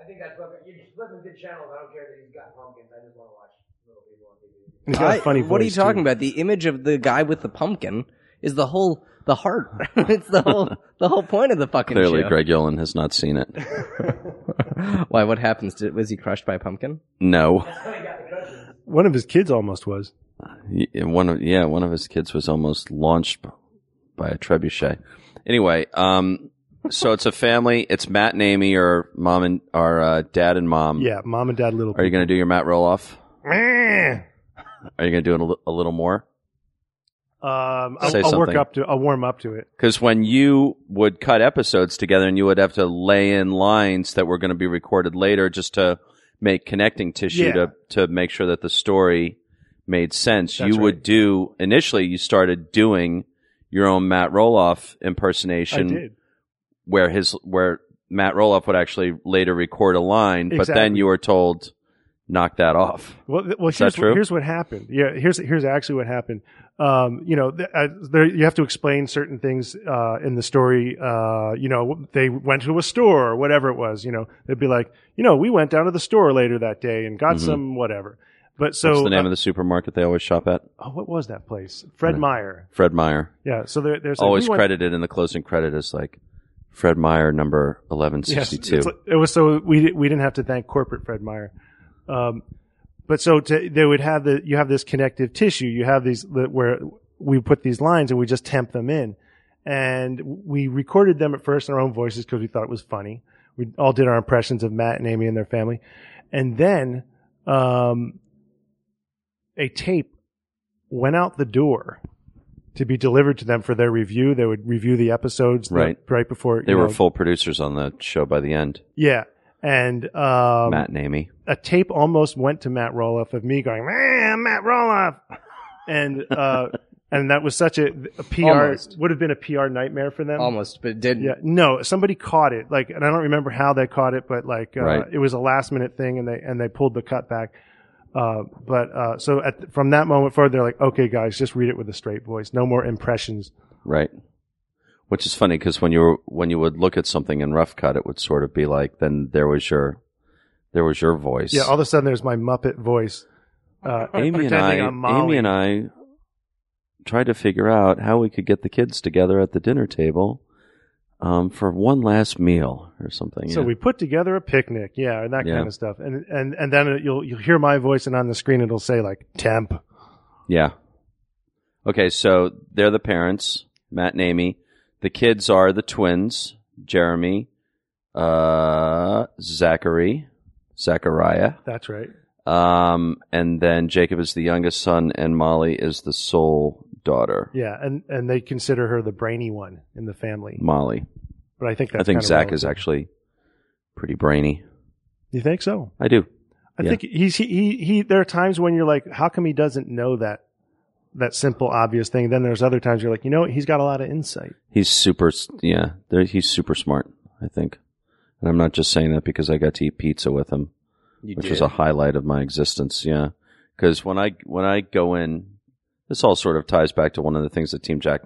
[SPEAKER 6] I think that's what you're just flipping good channels. I don't care that he's got pumpkins. I just want to watch little people on TV.
[SPEAKER 4] And he's got
[SPEAKER 3] I-
[SPEAKER 4] a funny
[SPEAKER 3] what are you
[SPEAKER 4] voice, too.
[SPEAKER 3] talking about? The image of the guy with the pumpkin is the whole the heart. it's the whole the whole point of the fucking
[SPEAKER 2] Clearly,
[SPEAKER 3] show.
[SPEAKER 2] Greg Yolen has not seen it.
[SPEAKER 3] Why? What happens? To, was he crushed by a pumpkin?
[SPEAKER 2] No.
[SPEAKER 4] One of his kids almost was.
[SPEAKER 2] Y- One of yeah, one of his kids was almost launched b- by a trebuchet. Anyway, um, so it's a family. It's Matt and Amy, or mom and or uh, dad and mom.
[SPEAKER 4] Yeah, mom and dad, little.
[SPEAKER 2] Are you going to do your Matt roll off?
[SPEAKER 4] Meh.
[SPEAKER 2] Are you going to do it a, li- a little more?
[SPEAKER 4] Um, I'll,
[SPEAKER 2] Say
[SPEAKER 4] I'll work
[SPEAKER 2] something.
[SPEAKER 4] up to. I'll warm up to it.
[SPEAKER 2] Because when you would cut episodes together and you would have to lay in lines that were going to be recorded later just to make connecting tissue
[SPEAKER 4] Yeah.
[SPEAKER 2] to, to make sure that the story made sense,
[SPEAKER 4] That's
[SPEAKER 2] you
[SPEAKER 4] right.
[SPEAKER 2] would do initially, you started doing your own Matt Roloff
[SPEAKER 4] I
[SPEAKER 2] impersonation
[SPEAKER 4] did.
[SPEAKER 2] where his, where Matt Roloff would actually later record a line, but then
[SPEAKER 4] Exactly.
[SPEAKER 2] you were told, knock that off.
[SPEAKER 4] Well, th- well,
[SPEAKER 2] Is that
[SPEAKER 4] here's,
[SPEAKER 2] true?
[SPEAKER 4] here's what happened. Yeah, here's here's actually what happened. Um, you know, th- uh, there, you have to explain certain things uh, in the story. Uh, you know, they went to a store or whatever it was. You know, they'd be like, you know, we went down to the store later that day and got
[SPEAKER 2] Mhm.
[SPEAKER 4] some whatever. But so,
[SPEAKER 2] What's the name
[SPEAKER 4] uh,
[SPEAKER 2] of the supermarket they always shop at?
[SPEAKER 4] oh, what was that place? Fred
[SPEAKER 2] Right.
[SPEAKER 4] Meyer.
[SPEAKER 2] Fred Meyer.
[SPEAKER 4] Yeah. So there, there's
[SPEAKER 2] always
[SPEAKER 4] like, we went-
[SPEAKER 2] credited in the closing credit as like Fred Meyer number eleven
[SPEAKER 4] Yes,
[SPEAKER 2] sixty two.
[SPEAKER 4] it's like- it was so we di- we didn't have to thank corporate Fred Meyer, um, but so to, they would have the you have this connective tissue. You have these the- where we put these lines and we just temp them in, and we recorded them at first in our own voices because we thought it was funny. We all did our impressions of Matt and Amy and their family, and then um, a tape went out the door. To be delivered to them for their review, they would review the episodes the-
[SPEAKER 2] Right.
[SPEAKER 4] right before
[SPEAKER 2] They
[SPEAKER 4] you
[SPEAKER 2] were
[SPEAKER 4] know,
[SPEAKER 2] full producers on the show by the end.
[SPEAKER 4] yeah. And um,
[SPEAKER 2] Matt and Amy.
[SPEAKER 4] a tape almost went to Matt Roloff of me going, man, Matt Roloff. And, uh, and that was such a, a PR,
[SPEAKER 3] Almost.
[SPEAKER 4] would have been a PR nightmare for them.
[SPEAKER 3] Almost, but it didn't.
[SPEAKER 4] Yeah. No, somebody caught it. Like, and I don't remember how they caught it, but like, uh,
[SPEAKER 2] Right.
[SPEAKER 4] it was a last minute thing and they, and they pulled the cut back. Uh, but, uh, so at, from that moment forward, they're like, okay, guys, just read it with a straight voice. No more impressions.
[SPEAKER 2] Right. Which is funny because when you were, when you would look at something in rough cut, it would sort of be like then there was your there was your voice.
[SPEAKER 4] Yeah. All of a sudden there's my Muppet voice. Uh,
[SPEAKER 2] Amy and I
[SPEAKER 4] pretending I'm
[SPEAKER 2] Amy
[SPEAKER 4] Molly.
[SPEAKER 2] and I tried to figure out how we could get the kids together at the dinner table um, for one last meal or something.
[SPEAKER 4] So
[SPEAKER 2] yeah.
[SPEAKER 4] we put together a picnic, yeah, and that
[SPEAKER 2] Yeah.
[SPEAKER 4] kind of stuff, and and and then it- you'll you'll hear my voice, and on the screen it'll say like temp.
[SPEAKER 2] Yeah. Okay, so they're the parents, Matt and Amy. The kids are the twins, Jeremy, uh, Zachary, Zachariah,
[SPEAKER 4] That's right.
[SPEAKER 2] um, and then Jacob is the youngest son, and Molly is the sole daughter,
[SPEAKER 4] Yeah, and and they consider her the brainy one in the family,
[SPEAKER 2] Molly.
[SPEAKER 4] but I think that's
[SPEAKER 2] I think
[SPEAKER 4] kinda
[SPEAKER 2] Zach is
[SPEAKER 4] relative.
[SPEAKER 2] actually pretty brainy.
[SPEAKER 4] You think so?
[SPEAKER 2] I do.
[SPEAKER 4] I
[SPEAKER 2] Yeah.
[SPEAKER 4] think he's he, he he. There are times when you're like, how come he doesn't know that that simple obvious thing? Then there's other times you're like, you know, what? he's got a lot of insight.
[SPEAKER 2] He's super. s- Yeah, they're- he's super smart. I think, and I'm not just saying that because I got to eat pizza with him.
[SPEAKER 3] You
[SPEAKER 2] which
[SPEAKER 3] did.
[SPEAKER 2] was a highlight of my existence. Yeah, because when I when I go in, this all sort of ties back to one of the things that Team Jack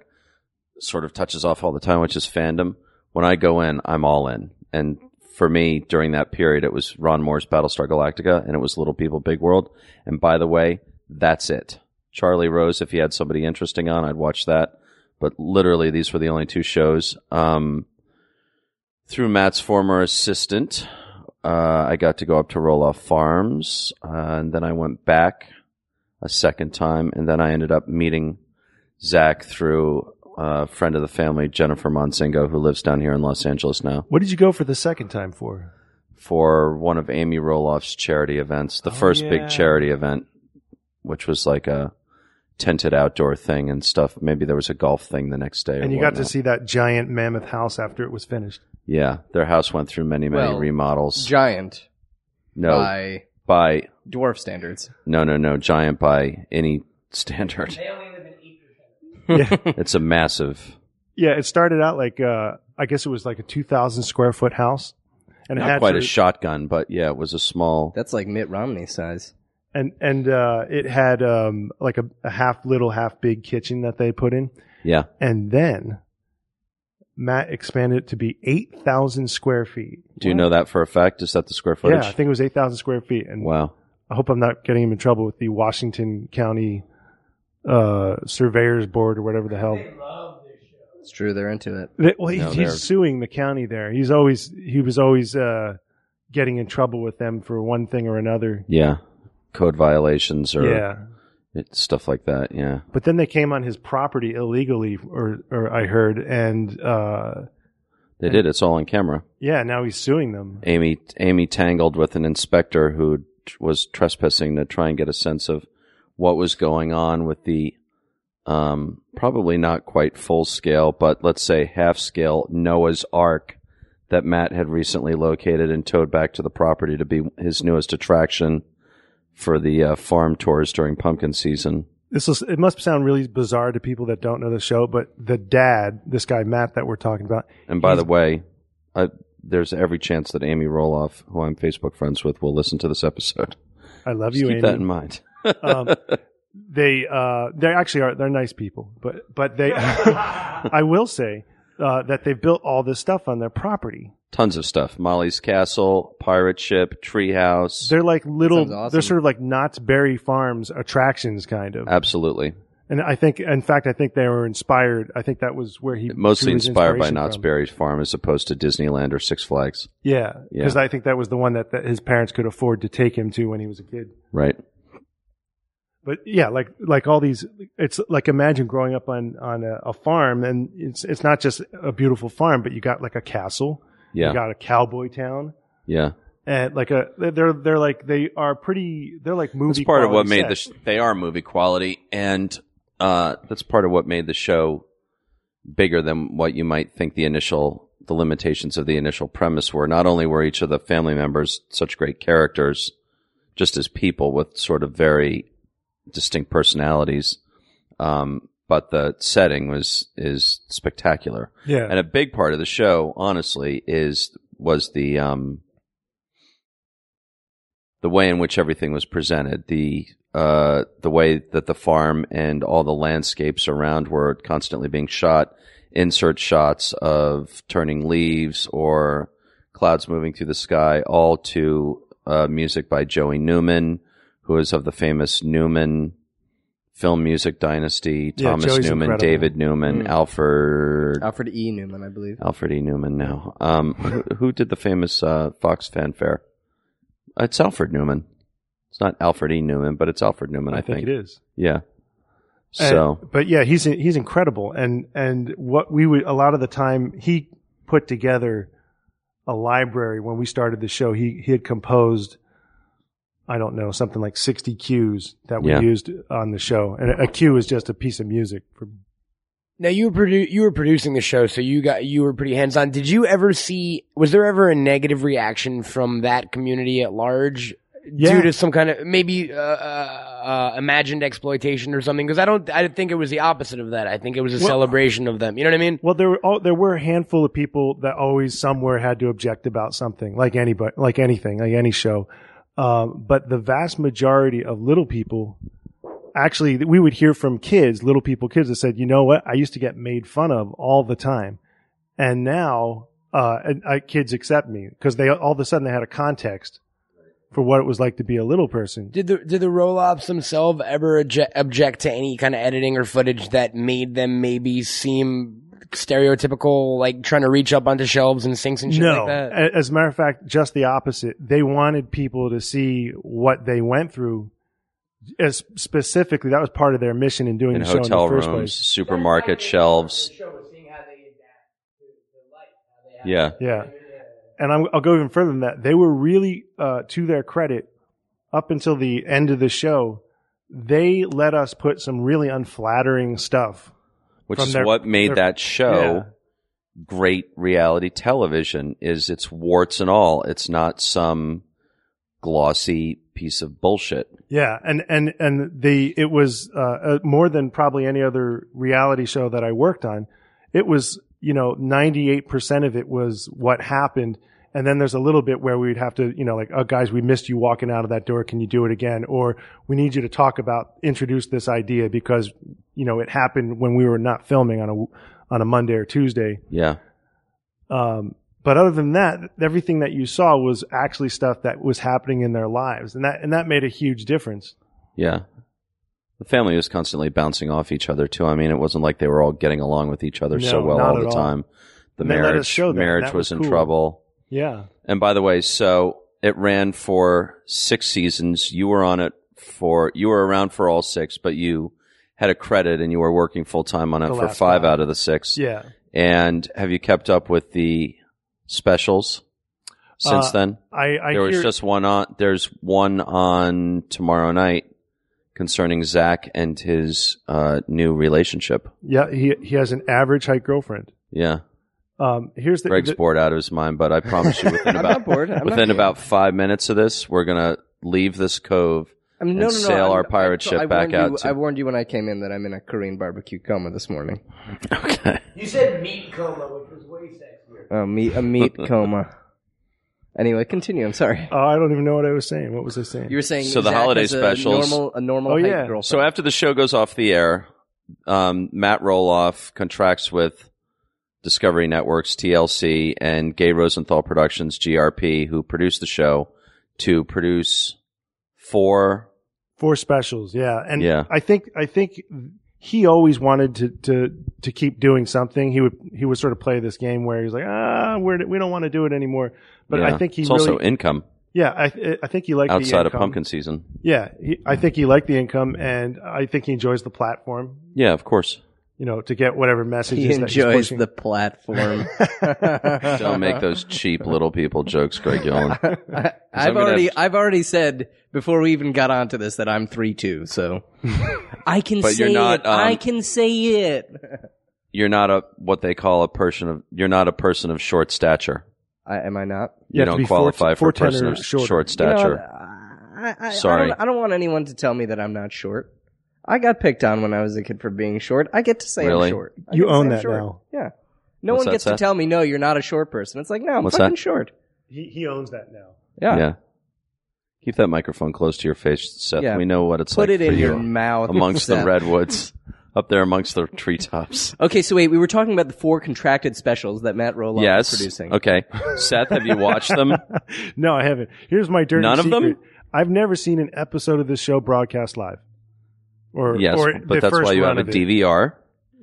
[SPEAKER 2] sort of touches off all the time, which is fandom. When I go in, I'm all in, and for me during that period, it was Ron Moore's Battlestar Galactica, and it was Little People, Big World. And by the way, that's it. Charlie Rose, if he had somebody interesting on, I'd watch that. But literally, these were the only two shows. Um, through Matt's former assistant, uh, I got to go up to Roloff Farms, uh, and then I went back a second time, and then I ended up meeting Zach through a friend of the family, Jennifer Monsingo, who lives down here in Los Angeles now,
[SPEAKER 4] What did you go for the second time for?
[SPEAKER 2] for one of Amy Roloff's charity events, the
[SPEAKER 4] Oh,
[SPEAKER 2] first
[SPEAKER 4] yeah.
[SPEAKER 2] big charity event, which was like a tented outdoor thing and stuff. Maybe there was a golf thing the next day. or
[SPEAKER 4] And you got to
[SPEAKER 2] whatnot.
[SPEAKER 4] see that giant mammoth house after it was finished.
[SPEAKER 2] Yeah, their house went through many, many
[SPEAKER 3] Well,
[SPEAKER 2] remodels.
[SPEAKER 3] Giant
[SPEAKER 2] no,
[SPEAKER 3] by
[SPEAKER 2] by
[SPEAKER 3] dwarf standards.
[SPEAKER 2] no, no, no, giant by any standard.
[SPEAKER 6] They only live in eight percent.
[SPEAKER 2] it's a massive.
[SPEAKER 4] Yeah, it started out like uh, I guess it was like a two thousand square foot house, and it
[SPEAKER 2] Not
[SPEAKER 4] had
[SPEAKER 2] quite a
[SPEAKER 4] sort of-
[SPEAKER 2] shotgun, but yeah, it was a small.
[SPEAKER 3] That's like Mitt Romney size.
[SPEAKER 4] and and uh, it had um, like a, a half little, half big kitchen that they put in,
[SPEAKER 2] Yeah,
[SPEAKER 4] and then Matt expanded it to be eight thousand square feet.
[SPEAKER 2] do you know that for a fact? Is that the square footage?
[SPEAKER 4] Yeah, I think it was eight thousand square feet, and
[SPEAKER 2] Wow.
[SPEAKER 4] I hope I'm not getting him in trouble with the Washington County uh, Surveyors Board or whatever the hell.
[SPEAKER 3] It's true. They're into it.
[SPEAKER 4] They- Well, he-
[SPEAKER 2] No, they're-
[SPEAKER 4] he's suing the county there. He's always he was always uh, getting in trouble with them for one thing or another.
[SPEAKER 2] Yeah, code violations or
[SPEAKER 4] Yeah,
[SPEAKER 2] it- stuff like that. Yeah,
[SPEAKER 4] but then they came on his property illegally, or or I heard, and uh,
[SPEAKER 2] they did. It's all on camera.
[SPEAKER 4] yeah, now he's suing them.
[SPEAKER 2] Amy Amy tangled with an inspector who t- was trespassing to try and get a sense of what was going on with the um, probably not quite full scale, but let's say half scale Noah's Ark that Matt had recently located and towed back to the property to be his newest attraction for the uh, farm tours during pumpkin season.
[SPEAKER 4] This is it must sound really bizarre to people that don't know the show, but the dad, this guy Matt that we're talking about,
[SPEAKER 2] And by
[SPEAKER 4] He's-
[SPEAKER 2] the way, I, there's every chance that Amy Roloff, who I'm Facebook friends with, will listen to this episode.
[SPEAKER 4] I love
[SPEAKER 2] Just
[SPEAKER 4] you,
[SPEAKER 2] keep
[SPEAKER 4] Amy.
[SPEAKER 2] that in mind.
[SPEAKER 4] um, they uh, they actually are they're nice people, but but they I will say uh, that they built all this stuff on their property.
[SPEAKER 2] Tons of stuff: Molly's Castle, pirate ship, treehouse.
[SPEAKER 4] They're like little
[SPEAKER 3] Sounds awesome.
[SPEAKER 4] they're sort of like Knott's Berry Farms attractions kind
[SPEAKER 2] Uh,
[SPEAKER 4] of.
[SPEAKER 2] Absolutely,
[SPEAKER 4] and I think in fact I think they were inspired. I think that was where he
[SPEAKER 2] mostly
[SPEAKER 4] drew his
[SPEAKER 2] inspired by
[SPEAKER 4] inspiration
[SPEAKER 2] Knott's
[SPEAKER 4] from.
[SPEAKER 2] Berry Farm as opposed to Disneyland or Six Flags.
[SPEAKER 4] Yeah,
[SPEAKER 2] Yeah.
[SPEAKER 4] because I think that was the one that, that his parents could afford to take him to when he was a kid.
[SPEAKER 2] Right?
[SPEAKER 4] but yeah, like like all these, it's like imagine growing up on on a, a farm, and it's it's not just a beautiful farm, but you got like a castle,
[SPEAKER 2] Yeah,
[SPEAKER 4] you got a cowboy town,
[SPEAKER 2] yeah.
[SPEAKER 4] and like a they're they're like they are pretty, they're like movie.
[SPEAKER 2] That's part of what
[SPEAKER 4] quality
[SPEAKER 2] made the
[SPEAKER 4] sets.
[SPEAKER 2] sh- they are movie quality, and uh, that's part of what made the show bigger than what you might think the initial the limitations of the initial premise were. Not only were each of the family members such great characters, just as people with sort of very distinct personalities, um, but the setting was is spectacular.
[SPEAKER 4] yeah,
[SPEAKER 2] And a big part of the show, honestly, is was the um the way in which everything was presented, the uh the way that the farm and all the landscapes around were constantly being shot, insert shots of turning leaves or clouds moving through the sky, all to uh, music by Joey Newman, who is of the famous Newman film music dynasty.
[SPEAKER 4] Yeah,
[SPEAKER 2] Thomas
[SPEAKER 4] Joey's
[SPEAKER 2] Newman,
[SPEAKER 4] incredible.
[SPEAKER 2] David Newman,
[SPEAKER 3] Mm.
[SPEAKER 2] Alfred
[SPEAKER 3] Alfred E. Newman, I believe.
[SPEAKER 2] Alfred E. Newman now. Um, who, who did the famous uh, Fox fanfare? It's Alfred Newman. It's not Alfred E. Newman, but it's Alfred Newman, I,
[SPEAKER 4] I think it is.
[SPEAKER 2] Yeah.
[SPEAKER 4] And-
[SPEAKER 2] So,
[SPEAKER 4] but yeah, he's he's incredible, and and what we would a lot of the time he put together a library when we started the show. He he had composed, I don't know, something like sixty cues that we
[SPEAKER 2] Yeah.
[SPEAKER 4] used on the show, and a cue is just a piece of music. For,
[SPEAKER 5] Now you were produ- you were producing the show, so you got you were pretty hands on. Did you ever see? Was there ever a negative reaction from that community at large
[SPEAKER 4] yeah,
[SPEAKER 5] due to some kind of maybe uh, uh, uh, imagined exploitation or something? Because I don't, I think it was the opposite of that. I think it was a
[SPEAKER 4] Well-
[SPEAKER 5] celebration of them. You know what I mean?
[SPEAKER 4] well, there were all, there were a handful of people that always somewhere had to object about something, like anybody, like anything, like any show. Um, but the vast majority of little people actually we would hear from kids, little people, kids that said, "You know what? I used to get made fun of all the time, and now uh, and, uh, kids accept me because they all of a sudden they had a context for what it was like to be a little person."
[SPEAKER 5] Did the did the Roloffs themselves ever obje- object to any kind of editing or footage that made them maybe seem stereotypical, like trying to reach up onto shelves and sinks and shit
[SPEAKER 4] no,
[SPEAKER 5] like that?
[SPEAKER 4] A- as a matter of fact, just the opposite. They wanted people to see what they went through. As specifically, that was part of their mission in doing
[SPEAKER 2] in
[SPEAKER 4] the show
[SPEAKER 2] hotel
[SPEAKER 4] in the
[SPEAKER 2] rooms,
[SPEAKER 4] first place.
[SPEAKER 2] supermarket shelves.
[SPEAKER 6] The show was seeing how they adapt to, to life. How they have
[SPEAKER 2] Yeah.
[SPEAKER 4] Yeah, and I'm, I'll go even further than that. They were really, uh, to their credit, up until the end of the show, they let us put some really unflattering stuff
[SPEAKER 2] Which
[SPEAKER 4] From
[SPEAKER 2] is
[SPEAKER 4] their-
[SPEAKER 2] what made
[SPEAKER 4] their-
[SPEAKER 2] that show
[SPEAKER 4] Yeah.
[SPEAKER 2] great reality television is it's warts and all. It's not some glossy piece of bullshit.
[SPEAKER 4] Yeah, and and and the it was uh, uh, more than probably any other reality show that I worked on. It was you know ninety eight percent of it was what happened, and then there's a little bit where we'd have to you know like oh guys we missed you walking out of that door can you do it again or we need you to talk about introduce this idea because you know it happened when we were not filming on a on a Monday or Tuesday.
[SPEAKER 2] Yeah.
[SPEAKER 4] Um, but other than that, everything that you saw was actually stuff that was happening in their lives, and that and that made a huge difference.
[SPEAKER 2] Yeah. The family was constantly bouncing off each other too. I mean, it wasn't like they were all getting along with each other so
[SPEAKER 4] No,
[SPEAKER 2] well
[SPEAKER 4] not
[SPEAKER 2] all
[SPEAKER 4] at
[SPEAKER 2] the
[SPEAKER 4] all.
[SPEAKER 2] time. The
[SPEAKER 4] And they let us
[SPEAKER 2] marriage
[SPEAKER 4] show that, and
[SPEAKER 2] marriage
[SPEAKER 4] that
[SPEAKER 2] was,
[SPEAKER 4] was
[SPEAKER 2] in
[SPEAKER 4] cool.
[SPEAKER 2] trouble.
[SPEAKER 4] Yeah,
[SPEAKER 2] And by the way, so it ran for six seasons. You were on it for you were around for all six, but you had a credit and you were working full time on it
[SPEAKER 4] The
[SPEAKER 2] for
[SPEAKER 4] last
[SPEAKER 2] five
[SPEAKER 4] five.
[SPEAKER 2] out of the six.
[SPEAKER 4] yeah.
[SPEAKER 2] And have you kept up with the specials since
[SPEAKER 4] Uh,
[SPEAKER 2] then?
[SPEAKER 4] I, I
[SPEAKER 2] there was
[SPEAKER 4] hear-
[SPEAKER 2] just one on. There's one on tomorrow night concerning Zach and his uh, new relationship.
[SPEAKER 4] yeah. He he has an average height girlfriend.
[SPEAKER 2] Yeah,
[SPEAKER 4] Um, here's the,
[SPEAKER 2] Greg's
[SPEAKER 4] the-
[SPEAKER 2] bored out of his mind, but I promise you, within
[SPEAKER 3] I'm
[SPEAKER 2] about
[SPEAKER 3] not bored. I'm
[SPEAKER 2] within
[SPEAKER 3] not,
[SPEAKER 2] about five minutes of this, we're gonna leave this cove.
[SPEAKER 3] I mean, no, no, no,
[SPEAKER 2] and sail
[SPEAKER 3] I'm-
[SPEAKER 2] our pirate
[SPEAKER 3] I-
[SPEAKER 2] ship
[SPEAKER 3] I
[SPEAKER 2] back
[SPEAKER 3] warned
[SPEAKER 2] out
[SPEAKER 3] you-
[SPEAKER 2] to-
[SPEAKER 3] I warned you when I came in that I'm in a Korean barbecue coma this morning.
[SPEAKER 2] Okay.
[SPEAKER 6] You said meat coma, which was way sexier.
[SPEAKER 3] A meat, Uh, a meat coma. Anyway, continue. I'm sorry.
[SPEAKER 4] oh, I don't even know what I was saying. What was I saying?
[SPEAKER 3] You were saying
[SPEAKER 2] So the
[SPEAKER 3] Zach
[SPEAKER 2] holiday
[SPEAKER 3] has a
[SPEAKER 2] specials-
[SPEAKER 3] normal, a normal
[SPEAKER 4] Oh,
[SPEAKER 3] height
[SPEAKER 4] yeah.
[SPEAKER 3] girlfriend.
[SPEAKER 2] So after the show goes off the air, um, Matt Roloff contracts with Discovery Networks, TLC, and Gay Rosenthal Productions, GRP, who produced the show, to produce four.
[SPEAKER 4] Four specials, yeah. And
[SPEAKER 2] Yeah.
[SPEAKER 4] I think I think he always wanted to to to keep doing something. He would he would sort of play this game where he's like, ah, we're, we don't want to do it anymore. But
[SPEAKER 2] yeah.
[SPEAKER 4] I think he
[SPEAKER 2] it's
[SPEAKER 4] really,
[SPEAKER 2] also income
[SPEAKER 4] yeah, I I think he liked
[SPEAKER 2] outside
[SPEAKER 4] the
[SPEAKER 2] of
[SPEAKER 4] income.
[SPEAKER 2] pumpkin season.
[SPEAKER 4] Yeah, he, I think he liked the income, and I think he enjoys the platform.
[SPEAKER 2] Yeah, of course.
[SPEAKER 4] You know, to get whatever messages
[SPEAKER 3] he
[SPEAKER 4] that
[SPEAKER 3] enjoys
[SPEAKER 4] he's pushing.
[SPEAKER 3] the platform.
[SPEAKER 2] Don't make those cheap little people jokes, Greg Yolen. I'm
[SPEAKER 3] I've
[SPEAKER 2] gonna-
[SPEAKER 3] already, I've already said before we even got onto this that I'm three two. So I can
[SPEAKER 2] But
[SPEAKER 3] say
[SPEAKER 2] you're not,
[SPEAKER 3] it. I
[SPEAKER 2] um,
[SPEAKER 3] can say it.
[SPEAKER 2] You're not a what they call a person of. You're not a person of short stature.
[SPEAKER 3] I, am I not?
[SPEAKER 2] You,
[SPEAKER 4] You have to be
[SPEAKER 2] don't
[SPEAKER 4] four-
[SPEAKER 2] qualify for a
[SPEAKER 4] 410
[SPEAKER 2] person
[SPEAKER 4] or
[SPEAKER 2] of
[SPEAKER 4] shorter.
[SPEAKER 2] short
[SPEAKER 3] You know,
[SPEAKER 2] stature.
[SPEAKER 3] I, I, I
[SPEAKER 2] Sorry.
[SPEAKER 3] don't, I don't want anyone to tell me that I'm not short. I got picked on when I was a kid for being short. I get to say
[SPEAKER 2] Really?
[SPEAKER 3] I'm short. I get
[SPEAKER 4] You
[SPEAKER 3] to say
[SPEAKER 4] own
[SPEAKER 3] I'm
[SPEAKER 4] that
[SPEAKER 3] short.
[SPEAKER 4] now.
[SPEAKER 3] Yeah. No
[SPEAKER 2] What's
[SPEAKER 3] one
[SPEAKER 2] that,
[SPEAKER 3] gets
[SPEAKER 2] Seth?
[SPEAKER 3] to tell me no, you're not a short person. It's like no, I'm
[SPEAKER 2] What's
[SPEAKER 3] fucking
[SPEAKER 2] that?
[SPEAKER 3] short.
[SPEAKER 4] he, he owns that now.
[SPEAKER 3] Yeah.
[SPEAKER 2] Yeah. Keep that microphone close to your face, Seth.
[SPEAKER 3] Yeah.
[SPEAKER 2] We know what it's
[SPEAKER 3] Put
[SPEAKER 2] like
[SPEAKER 3] it
[SPEAKER 2] for
[SPEAKER 3] in
[SPEAKER 2] you
[SPEAKER 3] your mouth
[SPEAKER 2] amongst the
[SPEAKER 3] Seth.
[SPEAKER 2] redwoods, up there amongst the treetops.
[SPEAKER 3] Okay, so wait, we were talking about the four contracted specials that Matt Roloff
[SPEAKER 2] yes.
[SPEAKER 3] is producing.
[SPEAKER 2] Okay. Seth, have you watched them?
[SPEAKER 4] no, I haven't. Here's my dirty
[SPEAKER 2] None of them?
[SPEAKER 4] secret. I've never seen an episode of this show broadcast live. Or
[SPEAKER 2] yes,
[SPEAKER 4] or the
[SPEAKER 2] but that's
[SPEAKER 4] first
[SPEAKER 2] why you
[SPEAKER 4] run
[SPEAKER 2] have a
[SPEAKER 4] of it.
[SPEAKER 2] DVR.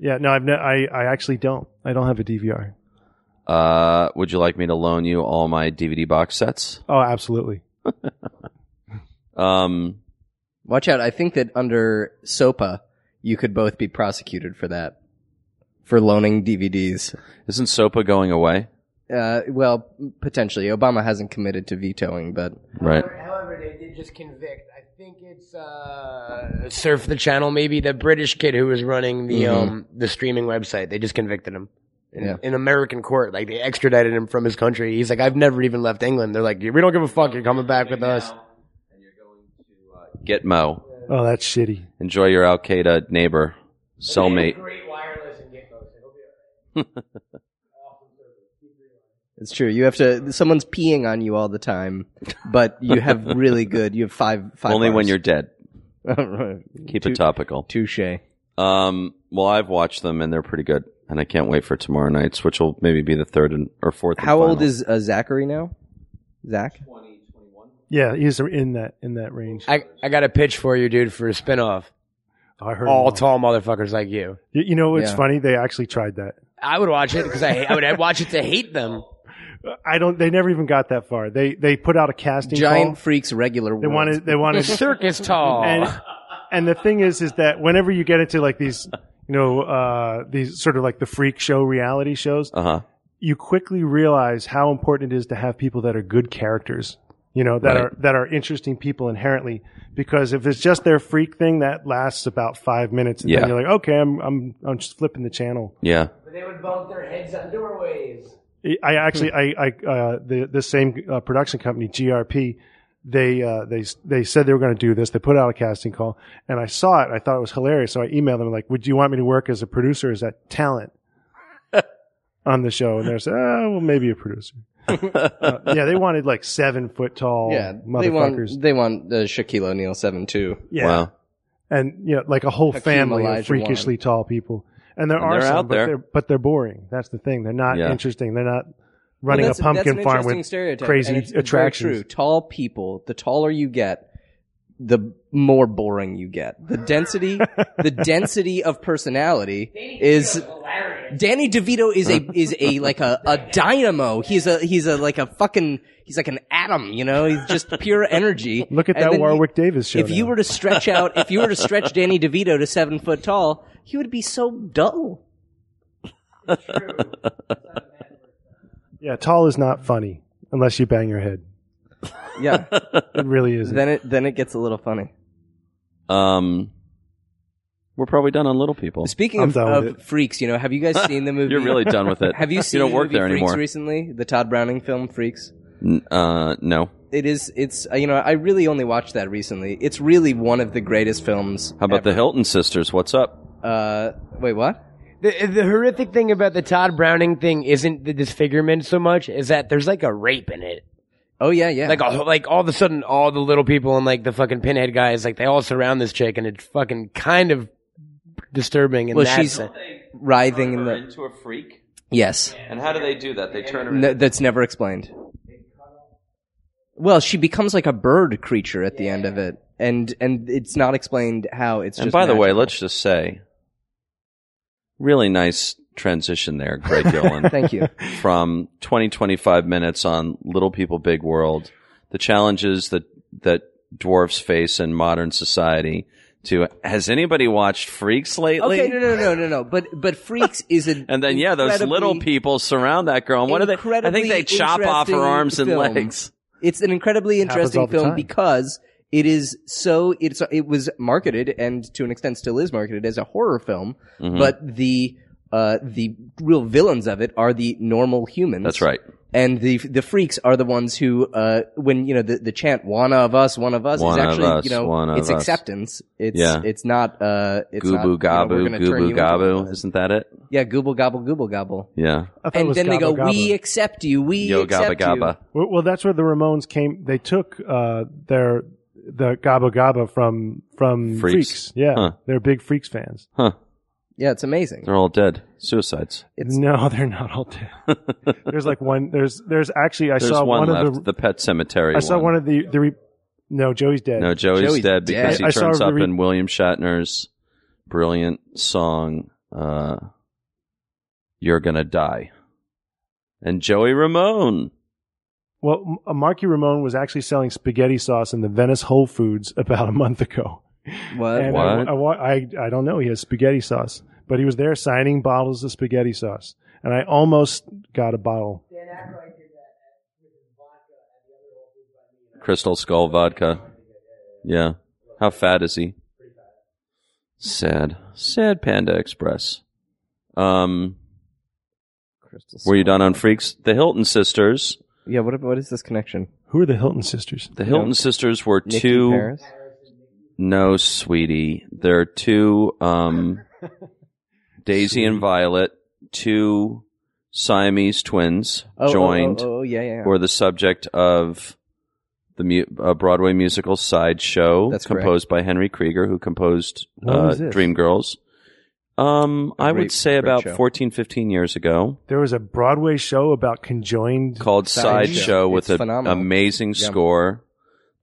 [SPEAKER 4] Yeah, no, I've ne- I I actually don't. I don't have a DVR.
[SPEAKER 2] Uh, would you like me to loan you all my DVD box sets?
[SPEAKER 4] Oh, absolutely.
[SPEAKER 2] Um,
[SPEAKER 3] Watch out. I think that under SOPA, you could both be prosecuted for that. For loaning DVDs.
[SPEAKER 2] isn't SOPA going away?
[SPEAKER 3] Uh, well, potentially. Obama hasn't committed to vetoing, but
[SPEAKER 2] Right.
[SPEAKER 6] However, however, they did just convict. I think it's uh,
[SPEAKER 5] Surf the channel, maybe the British kid who was running the
[SPEAKER 3] Mhm.
[SPEAKER 5] um the streaming website. They just convicted him in,
[SPEAKER 3] Yeah.
[SPEAKER 5] in American court. Like they extradited him from his country. He's like, I've never even left England. They're like, we don't give a fuck. You're coming back with us.
[SPEAKER 2] Gitmo.
[SPEAKER 4] Oh, that's shitty.
[SPEAKER 2] Enjoy your Al Qaeda neighbor, cellmate.
[SPEAKER 6] great wireless and get most. It'll be all right.
[SPEAKER 3] it's true. You have to, someone's peeing on you all the time, but you have really good, you have five, five.
[SPEAKER 2] Only when
[SPEAKER 3] bars.
[SPEAKER 2] you're dead. Keep
[SPEAKER 3] Tou-
[SPEAKER 2] it topical.
[SPEAKER 3] Touche.
[SPEAKER 2] Um, well, I've watched them and they're pretty good, and I can't wait for tomorrow night's, which will maybe be the third and, or fourth. and
[SPEAKER 3] How old
[SPEAKER 2] final.
[SPEAKER 3] is uh, Zachary now? Zach?
[SPEAKER 4] Yeah, he's in that in that range.
[SPEAKER 5] I I got a pitch for you, dude, for a spinoff.
[SPEAKER 4] Oh, I heard
[SPEAKER 5] All
[SPEAKER 4] him.
[SPEAKER 5] tall motherfuckers like you.
[SPEAKER 4] You, you know what's
[SPEAKER 3] Yeah.
[SPEAKER 4] funny? They actually tried that.
[SPEAKER 5] I would watch it because I I would watch it to hate them.
[SPEAKER 4] I don't. They never even got that far. They they put out a casting
[SPEAKER 3] Giant
[SPEAKER 4] call.
[SPEAKER 3] Freaks regular
[SPEAKER 4] They wanted they wanted
[SPEAKER 5] Circus tall.
[SPEAKER 4] and and the thing is is that whenever you get into like these you know uh these sort of like the freak show reality shows
[SPEAKER 2] Uh huh.
[SPEAKER 4] you quickly realize how important it is to have people that are good characters you know, that
[SPEAKER 2] Right.
[SPEAKER 4] are that are interesting people inherently. Because if it's just their freak thing, that lasts about five minutes, and
[SPEAKER 2] Yeah.
[SPEAKER 4] then you're like, okay, I'm I'm I'm just flipping the channel.
[SPEAKER 2] Yeah.
[SPEAKER 6] But they would bump their heads on doorways.
[SPEAKER 4] I actually, I,
[SPEAKER 3] Hmm.
[SPEAKER 4] I uh, the the same uh, production company, GRP, they uh, they they said they were going to do this. They put out a casting call, and I saw it. I thought it was hilarious, so I emailed them like, "Would you want me to work as a producer? or Is that talent on the show?" And they're saying, oh, "Well, maybe a producer." Uh, yeah, they wanted like seven foot tall
[SPEAKER 3] yeah, they
[SPEAKER 4] motherfuckers,
[SPEAKER 3] want they want uh, Shaquille O'Neal seven two.
[SPEAKER 4] yeah,
[SPEAKER 2] Wow.
[SPEAKER 4] and you know, like a whole
[SPEAKER 3] Hakeem
[SPEAKER 4] family
[SPEAKER 3] Olajuwon.
[SPEAKER 4] of freakishly tall people. And there
[SPEAKER 2] And
[SPEAKER 4] are
[SPEAKER 2] they're
[SPEAKER 4] some,
[SPEAKER 2] out
[SPEAKER 4] but
[SPEAKER 2] there.
[SPEAKER 4] they're but they're boring. That's the thing. They're not
[SPEAKER 2] Yeah.
[SPEAKER 4] interesting. They're not running a pumpkin farm with crazy attractions.
[SPEAKER 3] True, tall people. The taller you get, the more boring you get. The density, the density of personality is.
[SPEAKER 6] Hilarious.
[SPEAKER 3] Danny DeVito is a is a like a, a dynamo. He's a he's a like a fucking he's like an atom. You know, he's just pure energy.
[SPEAKER 4] Look at
[SPEAKER 3] And
[SPEAKER 4] that
[SPEAKER 3] then you-
[SPEAKER 4] Warwick Davis show.
[SPEAKER 3] If you
[SPEAKER 4] now.
[SPEAKER 3] were to stretch out, if you were to stretch Danny DeVito to seven foot tall, he would be so dull.
[SPEAKER 4] yeah, tall is not funny unless you bang your head.
[SPEAKER 3] Yeah.
[SPEAKER 4] It really isn't.
[SPEAKER 3] then it then it gets a little funny.
[SPEAKER 2] Um, we're probably done on little people.
[SPEAKER 3] Speaking
[SPEAKER 4] I'm
[SPEAKER 3] of,
[SPEAKER 4] down with
[SPEAKER 3] of freaks, you know, have you guys seen the movie?
[SPEAKER 2] You're really done with it.
[SPEAKER 3] Have you seen
[SPEAKER 2] You don't
[SPEAKER 3] the
[SPEAKER 2] work
[SPEAKER 3] movie
[SPEAKER 2] there
[SPEAKER 3] Freaks
[SPEAKER 2] anymore.
[SPEAKER 3] recently? The Todd Browning film Freaks.
[SPEAKER 2] N- uh, no.
[SPEAKER 3] It is. It's uh, you know I really only watched that recently. It's really one of the greatest films.
[SPEAKER 2] How about the Hilton sisters? What's up?
[SPEAKER 3] the? Uh, wait, what?
[SPEAKER 5] The, the horrific thing about the Todd Browning thing isn't the disfigurement so much is that there's like a rape in it.
[SPEAKER 3] Oh yeah, yeah.
[SPEAKER 5] Like, all, like all of a sudden, all the little people and like the fucking pinhead guys, like they all surround this chick, and it's fucking kind of disturbing. And
[SPEAKER 3] well,
[SPEAKER 5] that
[SPEAKER 3] she's
[SPEAKER 5] sense.
[SPEAKER 3] writhing in the.
[SPEAKER 2] a freak?
[SPEAKER 3] Yes,
[SPEAKER 2] And how do they do that? They turn her.
[SPEAKER 3] no, that's never explained. Well, she becomes like a bird creature at the end of it, and and it's not explained how. It's
[SPEAKER 2] and
[SPEAKER 3] just
[SPEAKER 2] by the way,
[SPEAKER 3] magical.
[SPEAKER 2] let's just say, really nice transition there, Greg Gillen.
[SPEAKER 3] thank you.
[SPEAKER 2] from 20, 25 minutes on Little People, Big World, the challenges that, that dwarfs face in modern society to, has anybody watched Freaks lately?
[SPEAKER 3] Okay, no, no, no, no, no. But but Freaks is a
[SPEAKER 2] And then, yeah, those little
[SPEAKER 3] incredibly-
[SPEAKER 2] people surround that girl. And what do they? I think they
[SPEAKER 3] incredibly
[SPEAKER 2] chop off her
[SPEAKER 3] interesting
[SPEAKER 2] arms and
[SPEAKER 3] film.
[SPEAKER 2] legs.
[SPEAKER 3] It's an incredibly
[SPEAKER 4] Happens all
[SPEAKER 3] interesting
[SPEAKER 4] the
[SPEAKER 3] film
[SPEAKER 4] time.
[SPEAKER 3] because it is so it's it was marketed and to an extent still is marketed as a horror film,
[SPEAKER 2] Mm-hmm.
[SPEAKER 3] but the uh, the real villains of it are the normal humans.
[SPEAKER 2] That's right.
[SPEAKER 3] And the the freaks are the ones who, uh, when you know the, the chant "one of us, one of us"
[SPEAKER 2] One
[SPEAKER 3] is
[SPEAKER 2] of
[SPEAKER 3] actually
[SPEAKER 2] us,
[SPEAKER 3] you know
[SPEAKER 2] one of
[SPEAKER 3] it's
[SPEAKER 2] us.
[SPEAKER 3] acceptance. It's
[SPEAKER 2] Yeah.
[SPEAKER 3] it's not uh it's not,
[SPEAKER 2] Goobu
[SPEAKER 3] you
[SPEAKER 2] gabu,
[SPEAKER 3] know, we're gonna turn you
[SPEAKER 2] goobu
[SPEAKER 3] into one of
[SPEAKER 2] gabu.
[SPEAKER 3] us.
[SPEAKER 2] Isn't that it?
[SPEAKER 3] Yeah, gooble gobble gooble gobble.
[SPEAKER 2] Yeah.
[SPEAKER 4] I thought it
[SPEAKER 3] And
[SPEAKER 4] was
[SPEAKER 3] then they go,
[SPEAKER 4] Gabba Gabba.
[SPEAKER 3] "We accept you. We
[SPEAKER 2] Yo gaba
[SPEAKER 3] accept
[SPEAKER 2] gaba.
[SPEAKER 3] you."
[SPEAKER 4] Well, well, that's where the Ramones came. They took uh, their the Gabba Gabba from from
[SPEAKER 2] Freaks.
[SPEAKER 4] Freaks. Yeah,
[SPEAKER 2] Huh.
[SPEAKER 4] they're big Freaks fans.
[SPEAKER 2] Huh.
[SPEAKER 3] Yeah, it's amazing.
[SPEAKER 2] They're all dead. Suicides.
[SPEAKER 3] It's-
[SPEAKER 4] no, they're not all dead. there's like one. There's there's actually I
[SPEAKER 2] There's
[SPEAKER 4] saw
[SPEAKER 2] one,
[SPEAKER 4] one,
[SPEAKER 2] left.
[SPEAKER 4] of the,
[SPEAKER 2] the pet cemetery.
[SPEAKER 4] I saw one.
[SPEAKER 2] one
[SPEAKER 4] of the the. Re, no, Joey's dead.
[SPEAKER 2] No, Joey's,
[SPEAKER 3] Joey's
[SPEAKER 2] dead because
[SPEAKER 3] dead.
[SPEAKER 2] he
[SPEAKER 4] I- I saw
[SPEAKER 2] turns
[SPEAKER 4] the
[SPEAKER 2] up
[SPEAKER 4] re-
[SPEAKER 2] in William Shatner's uh, brilliant song, uh, You're Gonna Die. And Joey Ramone.
[SPEAKER 4] Well, M- uh, Marky Ramone was actually selling spaghetti sauce in the Venice Whole Foods about a month ago.
[SPEAKER 3] What?
[SPEAKER 4] And
[SPEAKER 2] What?
[SPEAKER 4] I, I, wa- I, I don't know. He has spaghetti sauce, but he was there signing bottles of spaghetti sauce. And I almost got a bottle.
[SPEAKER 6] Dan Aykroyd did that at Mrs. Vodka at the other old dude by me.
[SPEAKER 2] Crystal Skull Vodka. Yeah. How fat is he? Sad. Sad Panda Express. Um, were you done on Freaks? The Hilton sisters.
[SPEAKER 3] Yeah. What? What is this connection?
[SPEAKER 4] Who are the Hilton sisters?
[SPEAKER 2] The Hilton sisters were
[SPEAKER 3] Nikki
[SPEAKER 2] two.
[SPEAKER 3] Paris? Oh,
[SPEAKER 2] No, sweetie. There are two um, Daisy and Violet, two Siamese twins
[SPEAKER 3] Oh,
[SPEAKER 2] joined,
[SPEAKER 3] Oh, oh, oh, yeah, yeah. yeah.
[SPEAKER 2] who are the subject of the mu- uh, Broadway musical Sideshow,
[SPEAKER 3] That's correct.
[SPEAKER 2] composed by Henry Krieger, who composed
[SPEAKER 4] When
[SPEAKER 2] uh,
[SPEAKER 4] was this?
[SPEAKER 2] Dreamgirls. Um, I would
[SPEAKER 3] Great-
[SPEAKER 2] say
[SPEAKER 3] great
[SPEAKER 2] about
[SPEAKER 3] show.
[SPEAKER 2] fourteen, fifteen 14, 15 years ago,
[SPEAKER 4] There was a Broadway show about conjoined.
[SPEAKER 2] called
[SPEAKER 3] Sideshow.
[SPEAKER 2] Sideshow with
[SPEAKER 3] It's
[SPEAKER 2] an
[SPEAKER 3] phenomenal.
[SPEAKER 2] amazing score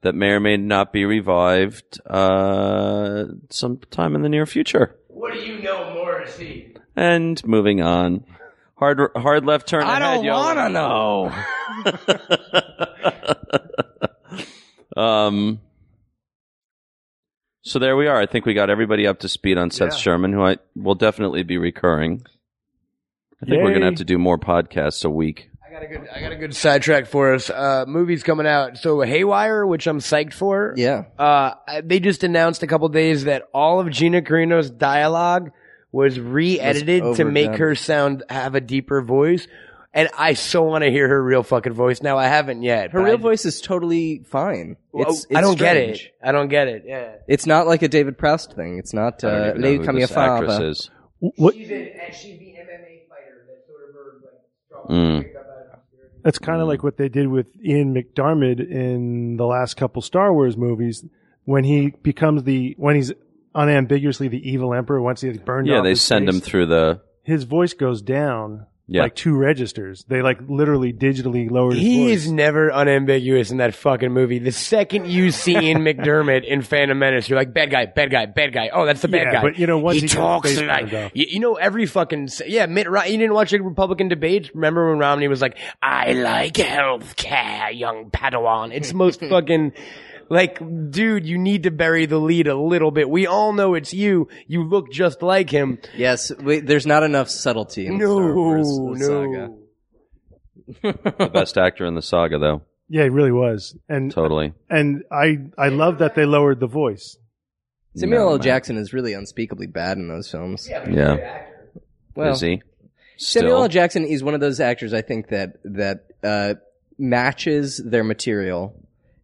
[SPEAKER 2] that may or may not be revived uh, sometime in the near future.
[SPEAKER 6] What do you know, Morrissey?
[SPEAKER 2] And moving on. Hard, hard left turn.
[SPEAKER 3] I
[SPEAKER 2] ahead,
[SPEAKER 3] don't want to know.
[SPEAKER 2] know. Um, so there we are. I think we got everybody up to speed on Seth
[SPEAKER 4] Yeah.
[SPEAKER 2] Sherman, who I will definitely be recurring. I think we're
[SPEAKER 4] Yay.
[SPEAKER 2] going to have to do more podcasts a week.
[SPEAKER 6] I got
[SPEAKER 5] got a good, I got a good sidetrack for us. Uh, movies coming out. So Haywire, which I'm psyched for.
[SPEAKER 3] Yeah.
[SPEAKER 5] Uh, I- they just announced a couple days that all of Gina Carino's dialogue was re-edited
[SPEAKER 3] Was
[SPEAKER 5] to make
[SPEAKER 3] overdone.
[SPEAKER 5] her sound have a deeper voice, and I so want to hear her real fucking voice. Now I haven't yet.
[SPEAKER 3] Her
[SPEAKER 5] but
[SPEAKER 3] real
[SPEAKER 5] I,
[SPEAKER 3] voice is totally fine.
[SPEAKER 5] Well,
[SPEAKER 3] It's,
[SPEAKER 5] I
[SPEAKER 3] it's
[SPEAKER 5] don't get it.
[SPEAKER 3] strange.
[SPEAKER 5] I don't get it. Yeah.
[SPEAKER 3] It's not like a David Proust thing. It's not
[SPEAKER 2] I don't
[SPEAKER 3] uh,
[SPEAKER 2] even know
[SPEAKER 3] Lady
[SPEAKER 2] who
[SPEAKER 3] Come Your
[SPEAKER 2] this actress
[SPEAKER 3] Father.
[SPEAKER 2] is.
[SPEAKER 4] What?
[SPEAKER 6] She's an, and she's the MMA fighter that Soderbergh like strong
[SPEAKER 2] Mm.
[SPEAKER 6] picked up out of obscurity.
[SPEAKER 4] That's kind of like what they did with Ian McDiarmid in the last couple Star Wars movies when he becomes the when he's unambiguously the evil emperor once he's burned.
[SPEAKER 2] Yeah,
[SPEAKER 4] off
[SPEAKER 2] they
[SPEAKER 4] his
[SPEAKER 2] send
[SPEAKER 4] face,
[SPEAKER 2] him through the.
[SPEAKER 4] His voice goes down
[SPEAKER 2] Yeah.
[SPEAKER 4] like two registers. They like literally digitally lowered. His
[SPEAKER 5] He
[SPEAKER 4] voice.
[SPEAKER 5] is never unambiguous in that fucking movie. The second you see Ian McDermott in Phantom Menace, you're like, bad guy, bad guy, bad guy. Oh, that's the bad
[SPEAKER 4] Yeah,
[SPEAKER 5] guy.
[SPEAKER 4] but you know, once
[SPEAKER 5] he,
[SPEAKER 4] he gets
[SPEAKER 5] talks
[SPEAKER 4] his face
[SPEAKER 5] like,
[SPEAKER 4] turned off.
[SPEAKER 5] you, you know, every fucking, s- yeah, Mitt Romney, you didn't watch the Republican debates? Remember when Romney was like, I like healthcare, young Padawan. It's most fucking, like, dude, you need to bury the lead a little bit. We all know it's you. You look just like him.
[SPEAKER 3] Yes, we, there's not enough subtlety in the
[SPEAKER 5] No,
[SPEAKER 3] Star Wars
[SPEAKER 5] no.
[SPEAKER 3] saga.
[SPEAKER 2] the best actor in the saga, though.
[SPEAKER 4] Yeah, he really was. And
[SPEAKER 2] Totally.
[SPEAKER 4] and I I love that they lowered the voice.
[SPEAKER 3] Samuel
[SPEAKER 2] No,
[SPEAKER 3] L.
[SPEAKER 2] man.
[SPEAKER 3] Jackson is really unspeakably bad in those films.
[SPEAKER 6] Yeah, but
[SPEAKER 2] Yeah.
[SPEAKER 6] yeah. Good actor.
[SPEAKER 3] well,
[SPEAKER 2] is he?
[SPEAKER 3] Samuel L.
[SPEAKER 2] Still.
[SPEAKER 3] Jackson is one of those actors I think that that uh, matches their material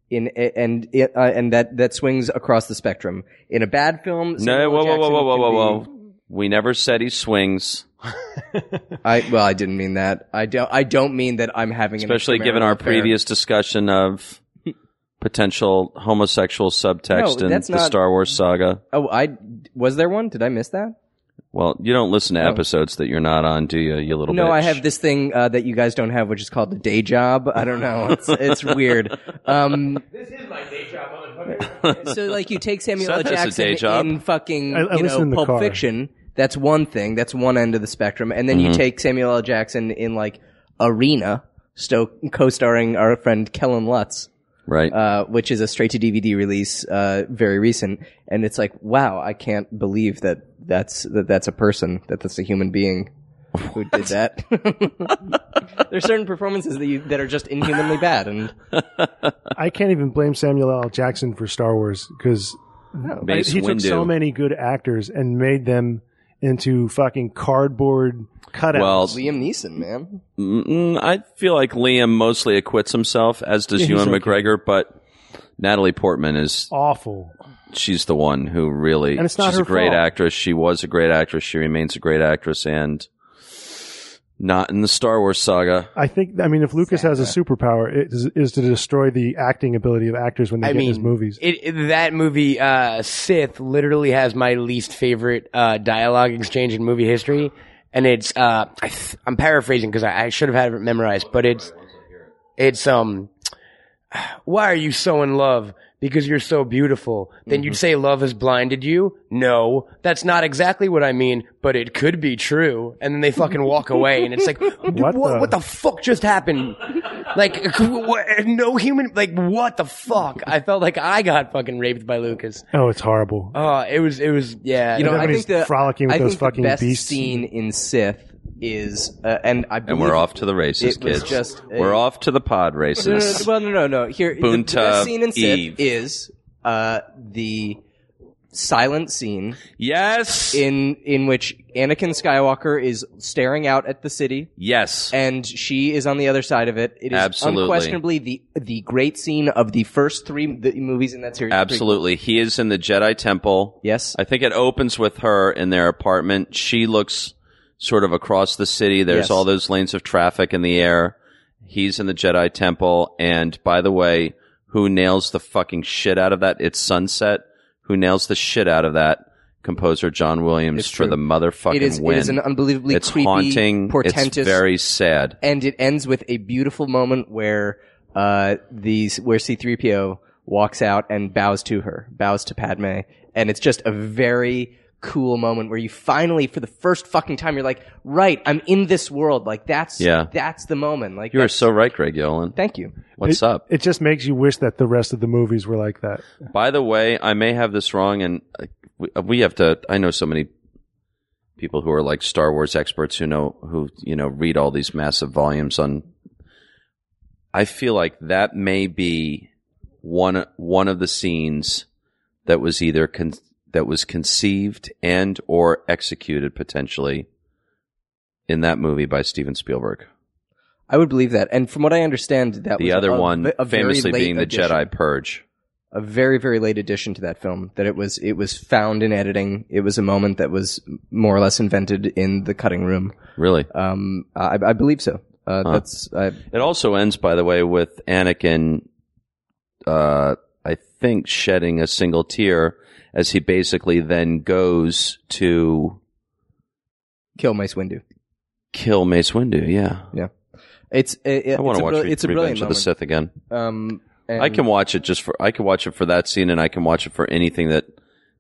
[SPEAKER 3] in and uh, and that that swings across the spectrum. In a bad film,
[SPEAKER 2] No,
[SPEAKER 3] Samuel
[SPEAKER 2] whoa,
[SPEAKER 3] L.
[SPEAKER 2] whoa, whoa,
[SPEAKER 3] Jackson
[SPEAKER 2] whoa, whoa, whoa,
[SPEAKER 3] can
[SPEAKER 2] whoa.
[SPEAKER 3] be-
[SPEAKER 2] We never said he swings,
[SPEAKER 3] I well, I didn't mean that. I don't. I don't mean that I'm having, an
[SPEAKER 2] especially
[SPEAKER 3] extramarital
[SPEAKER 2] given our
[SPEAKER 3] affair.
[SPEAKER 2] previous discussion of potential homosexual subtext
[SPEAKER 3] No,
[SPEAKER 2] in
[SPEAKER 3] that's
[SPEAKER 2] the
[SPEAKER 3] not-
[SPEAKER 2] Star Wars saga.
[SPEAKER 3] Oh, I was there one. Did I miss that?
[SPEAKER 2] Well, you don't listen to episodes that you're not on, do you? You little
[SPEAKER 3] No,
[SPEAKER 2] bitch.
[SPEAKER 3] I have this thing uh, that you guys don't have, which is called a day job. I don't know. It's it's weird. Um,
[SPEAKER 6] This is my day job, motherfucker.
[SPEAKER 3] so like you take Samuel
[SPEAKER 2] Seth
[SPEAKER 3] L.
[SPEAKER 2] has a
[SPEAKER 3] Jackson
[SPEAKER 2] day job.
[SPEAKER 3] in fucking
[SPEAKER 4] I- I
[SPEAKER 3] you
[SPEAKER 4] listen
[SPEAKER 3] know
[SPEAKER 4] in the
[SPEAKER 3] Pulp
[SPEAKER 4] car.
[SPEAKER 3] Fiction. That's one thing. That's one end of the spectrum. And then
[SPEAKER 2] Mm-hmm.
[SPEAKER 3] you take Samuel L. Jackson in like Arena, sto- co-starring our friend Kellen Lutz.
[SPEAKER 2] right.
[SPEAKER 3] uh, which is a straight to DVD release, uh, very recent. And it's like, wow, I can't believe that that's that that's a person, that that's a human being who did that. There's certain performances that you, that are just inhumanly bad, and
[SPEAKER 4] I can't even blame Samuel L. Jackson for Star Wars because
[SPEAKER 2] Mace
[SPEAKER 4] he took
[SPEAKER 2] Windu.
[SPEAKER 4] so many good actors and made them into fucking cardboard cutouts.
[SPEAKER 2] well,
[SPEAKER 3] Liam Neeson, man,
[SPEAKER 2] mm, I feel like Liam mostly acquits himself, as does
[SPEAKER 4] Yeah, he's
[SPEAKER 2] Ewan
[SPEAKER 4] okay.
[SPEAKER 2] McGregor, but Natalie Portman is
[SPEAKER 4] awful.
[SPEAKER 2] she's the one who really
[SPEAKER 4] And it's not
[SPEAKER 2] she's a
[SPEAKER 4] her
[SPEAKER 2] great
[SPEAKER 4] fault.
[SPEAKER 2] actress. She was a great actress. She remains a great actress and not in the Star Wars saga.
[SPEAKER 4] I think. I mean, if Lucas has a superpower, it is, is to destroy the acting ability of actors when they
[SPEAKER 5] I
[SPEAKER 4] get in
[SPEAKER 5] mean,
[SPEAKER 4] his movies.
[SPEAKER 5] It, it- that movie, uh, Sith, literally has my least favorite uh, dialogue exchange in movie history, and it's uh, I th- I'm paraphrasing because I, I should have had it memorized, but it's it's um, why are you so in love? Because you're so beautiful. Then
[SPEAKER 3] Mm-hmm.
[SPEAKER 5] you'd say love has blinded you. No, that's not exactly what I mean, but it could be true. And then they fucking walk away, and it's like, what,
[SPEAKER 4] What
[SPEAKER 5] what,
[SPEAKER 4] the-
[SPEAKER 5] the fuck just happened? like, what, no human, like, what the fuck? I felt like I got fucking raped by Lucas.
[SPEAKER 4] oh, it's horrible.
[SPEAKER 5] Oh,
[SPEAKER 3] Uh,
[SPEAKER 5] it was, it was, yeah.
[SPEAKER 3] you know,
[SPEAKER 4] then
[SPEAKER 3] I
[SPEAKER 4] when
[SPEAKER 3] think
[SPEAKER 4] he's
[SPEAKER 3] the
[SPEAKER 4] frolicking with
[SPEAKER 3] I
[SPEAKER 4] those
[SPEAKER 3] think
[SPEAKER 4] fucking
[SPEAKER 3] the best
[SPEAKER 4] beasts.
[SPEAKER 3] scene in Sith is, uh, and I
[SPEAKER 2] And
[SPEAKER 3] believe
[SPEAKER 2] we're off to the races,
[SPEAKER 3] it was
[SPEAKER 2] kids.
[SPEAKER 3] just a-
[SPEAKER 2] we're off to the pod
[SPEAKER 3] No, no,
[SPEAKER 2] races.
[SPEAKER 3] no, well, no, no, no. Here, the, the
[SPEAKER 2] Bunta
[SPEAKER 3] best scene in Sith
[SPEAKER 2] Eve.
[SPEAKER 3] is uh, the silent scene
[SPEAKER 2] Yes.
[SPEAKER 3] in in which Anakin Skywalker is staring out at the city,
[SPEAKER 2] yes.
[SPEAKER 3] and she is on the other side of it. It is
[SPEAKER 2] Absolutely.
[SPEAKER 3] unquestionably the the great scene of the first three m- the movies in that series.
[SPEAKER 2] Absolutely. He is in the Jedi Temple.
[SPEAKER 3] Yes.
[SPEAKER 2] I think it opens with her in their apartment. She looks sort of across the city. There's
[SPEAKER 3] Yes.
[SPEAKER 2] all those lanes of traffic in the air. He's in the Jedi Temple. And by the way, who nails the fucking shit out of that? It's sunset. Who nails the shit out of that? Composer John Williams
[SPEAKER 3] It's
[SPEAKER 2] for
[SPEAKER 3] true.
[SPEAKER 2] the motherfucking
[SPEAKER 3] It is,
[SPEAKER 2] win.
[SPEAKER 3] it is an unbelievably
[SPEAKER 2] it's
[SPEAKER 3] creepy,
[SPEAKER 2] haunting.
[SPEAKER 3] portentous,
[SPEAKER 2] It's very sad.
[SPEAKER 3] and it ends with a beautiful moment where uh these where C3PO walks out and bows to her, bows to Padme, and it's just a very cool moment where you finally for the first fucking time you're like, right, I'm in this world. Like that's
[SPEAKER 2] Yeah.
[SPEAKER 3] that's the moment. Like
[SPEAKER 2] You are
[SPEAKER 3] that's-
[SPEAKER 2] so right, Greg Yolen.
[SPEAKER 3] Thank you.
[SPEAKER 2] What's
[SPEAKER 4] it,
[SPEAKER 2] up?
[SPEAKER 4] It just makes you wish that the rest of the movies were like that.
[SPEAKER 2] By the way, I may have this wrong, and uh, we- we have to. I know so many people who are like Star Wars experts who know who you know read all these massive volumes on I feel like that may be one one of the scenes that was either con- that was conceived and or executed potentially in that movie by Steven Spielberg.
[SPEAKER 3] I would believe that. And from what I understand, that
[SPEAKER 2] The
[SPEAKER 3] was
[SPEAKER 2] other
[SPEAKER 3] a-
[SPEAKER 2] one
[SPEAKER 3] a very
[SPEAKER 2] famously
[SPEAKER 3] late
[SPEAKER 2] being the
[SPEAKER 3] addition-
[SPEAKER 2] Jedi Purge.
[SPEAKER 3] a very very late addition to that film. That it was it was found in editing. It was a moment that was more or less invented in the cutting room.
[SPEAKER 2] Really?
[SPEAKER 3] Um, I, I believe so. Uh, That's I,
[SPEAKER 2] It also ends, by the way, with Anakin, uh, I think, shedding a single tear as he basically then goes to
[SPEAKER 3] kill Mace Windu.
[SPEAKER 2] kill Mace Windu. Yeah,
[SPEAKER 3] It's it, it-
[SPEAKER 2] I want
[SPEAKER 3] it's
[SPEAKER 2] to
[SPEAKER 3] a
[SPEAKER 2] watch
[SPEAKER 3] bril-
[SPEAKER 2] Re-
[SPEAKER 3] it's a
[SPEAKER 2] Revenge
[SPEAKER 3] brilliant
[SPEAKER 2] of the
[SPEAKER 3] moment.
[SPEAKER 2] Sith again.
[SPEAKER 3] Um, and
[SPEAKER 2] I can watch it just for I can watch it for that scene, and I can watch it for anything that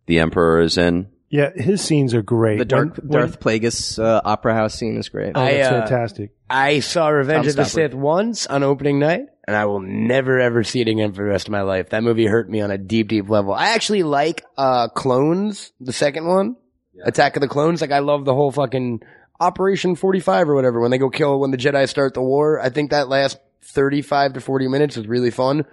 [SPEAKER 2] the Emperor is in.
[SPEAKER 4] Yeah, his scenes are great.
[SPEAKER 3] the Darth,
[SPEAKER 4] When- when-
[SPEAKER 3] Darth Plagueis uh, opera house scene is great.
[SPEAKER 4] oh, that's
[SPEAKER 5] I, uh,
[SPEAKER 4] fantastic.
[SPEAKER 5] I saw Revenge
[SPEAKER 3] Tom
[SPEAKER 5] of the
[SPEAKER 3] Stoppard.
[SPEAKER 5] Sith once on opening night, and I will never ever see it again for the rest of my life. That movie hurt me on a deep, deep level. I actually like uh Clones, the second one, Attack of the Clones. Like I love the whole fucking Operation Forty Five or whatever. When they go kill, when the Jedi start the war, I think that last thirty five to forty minutes was really fun.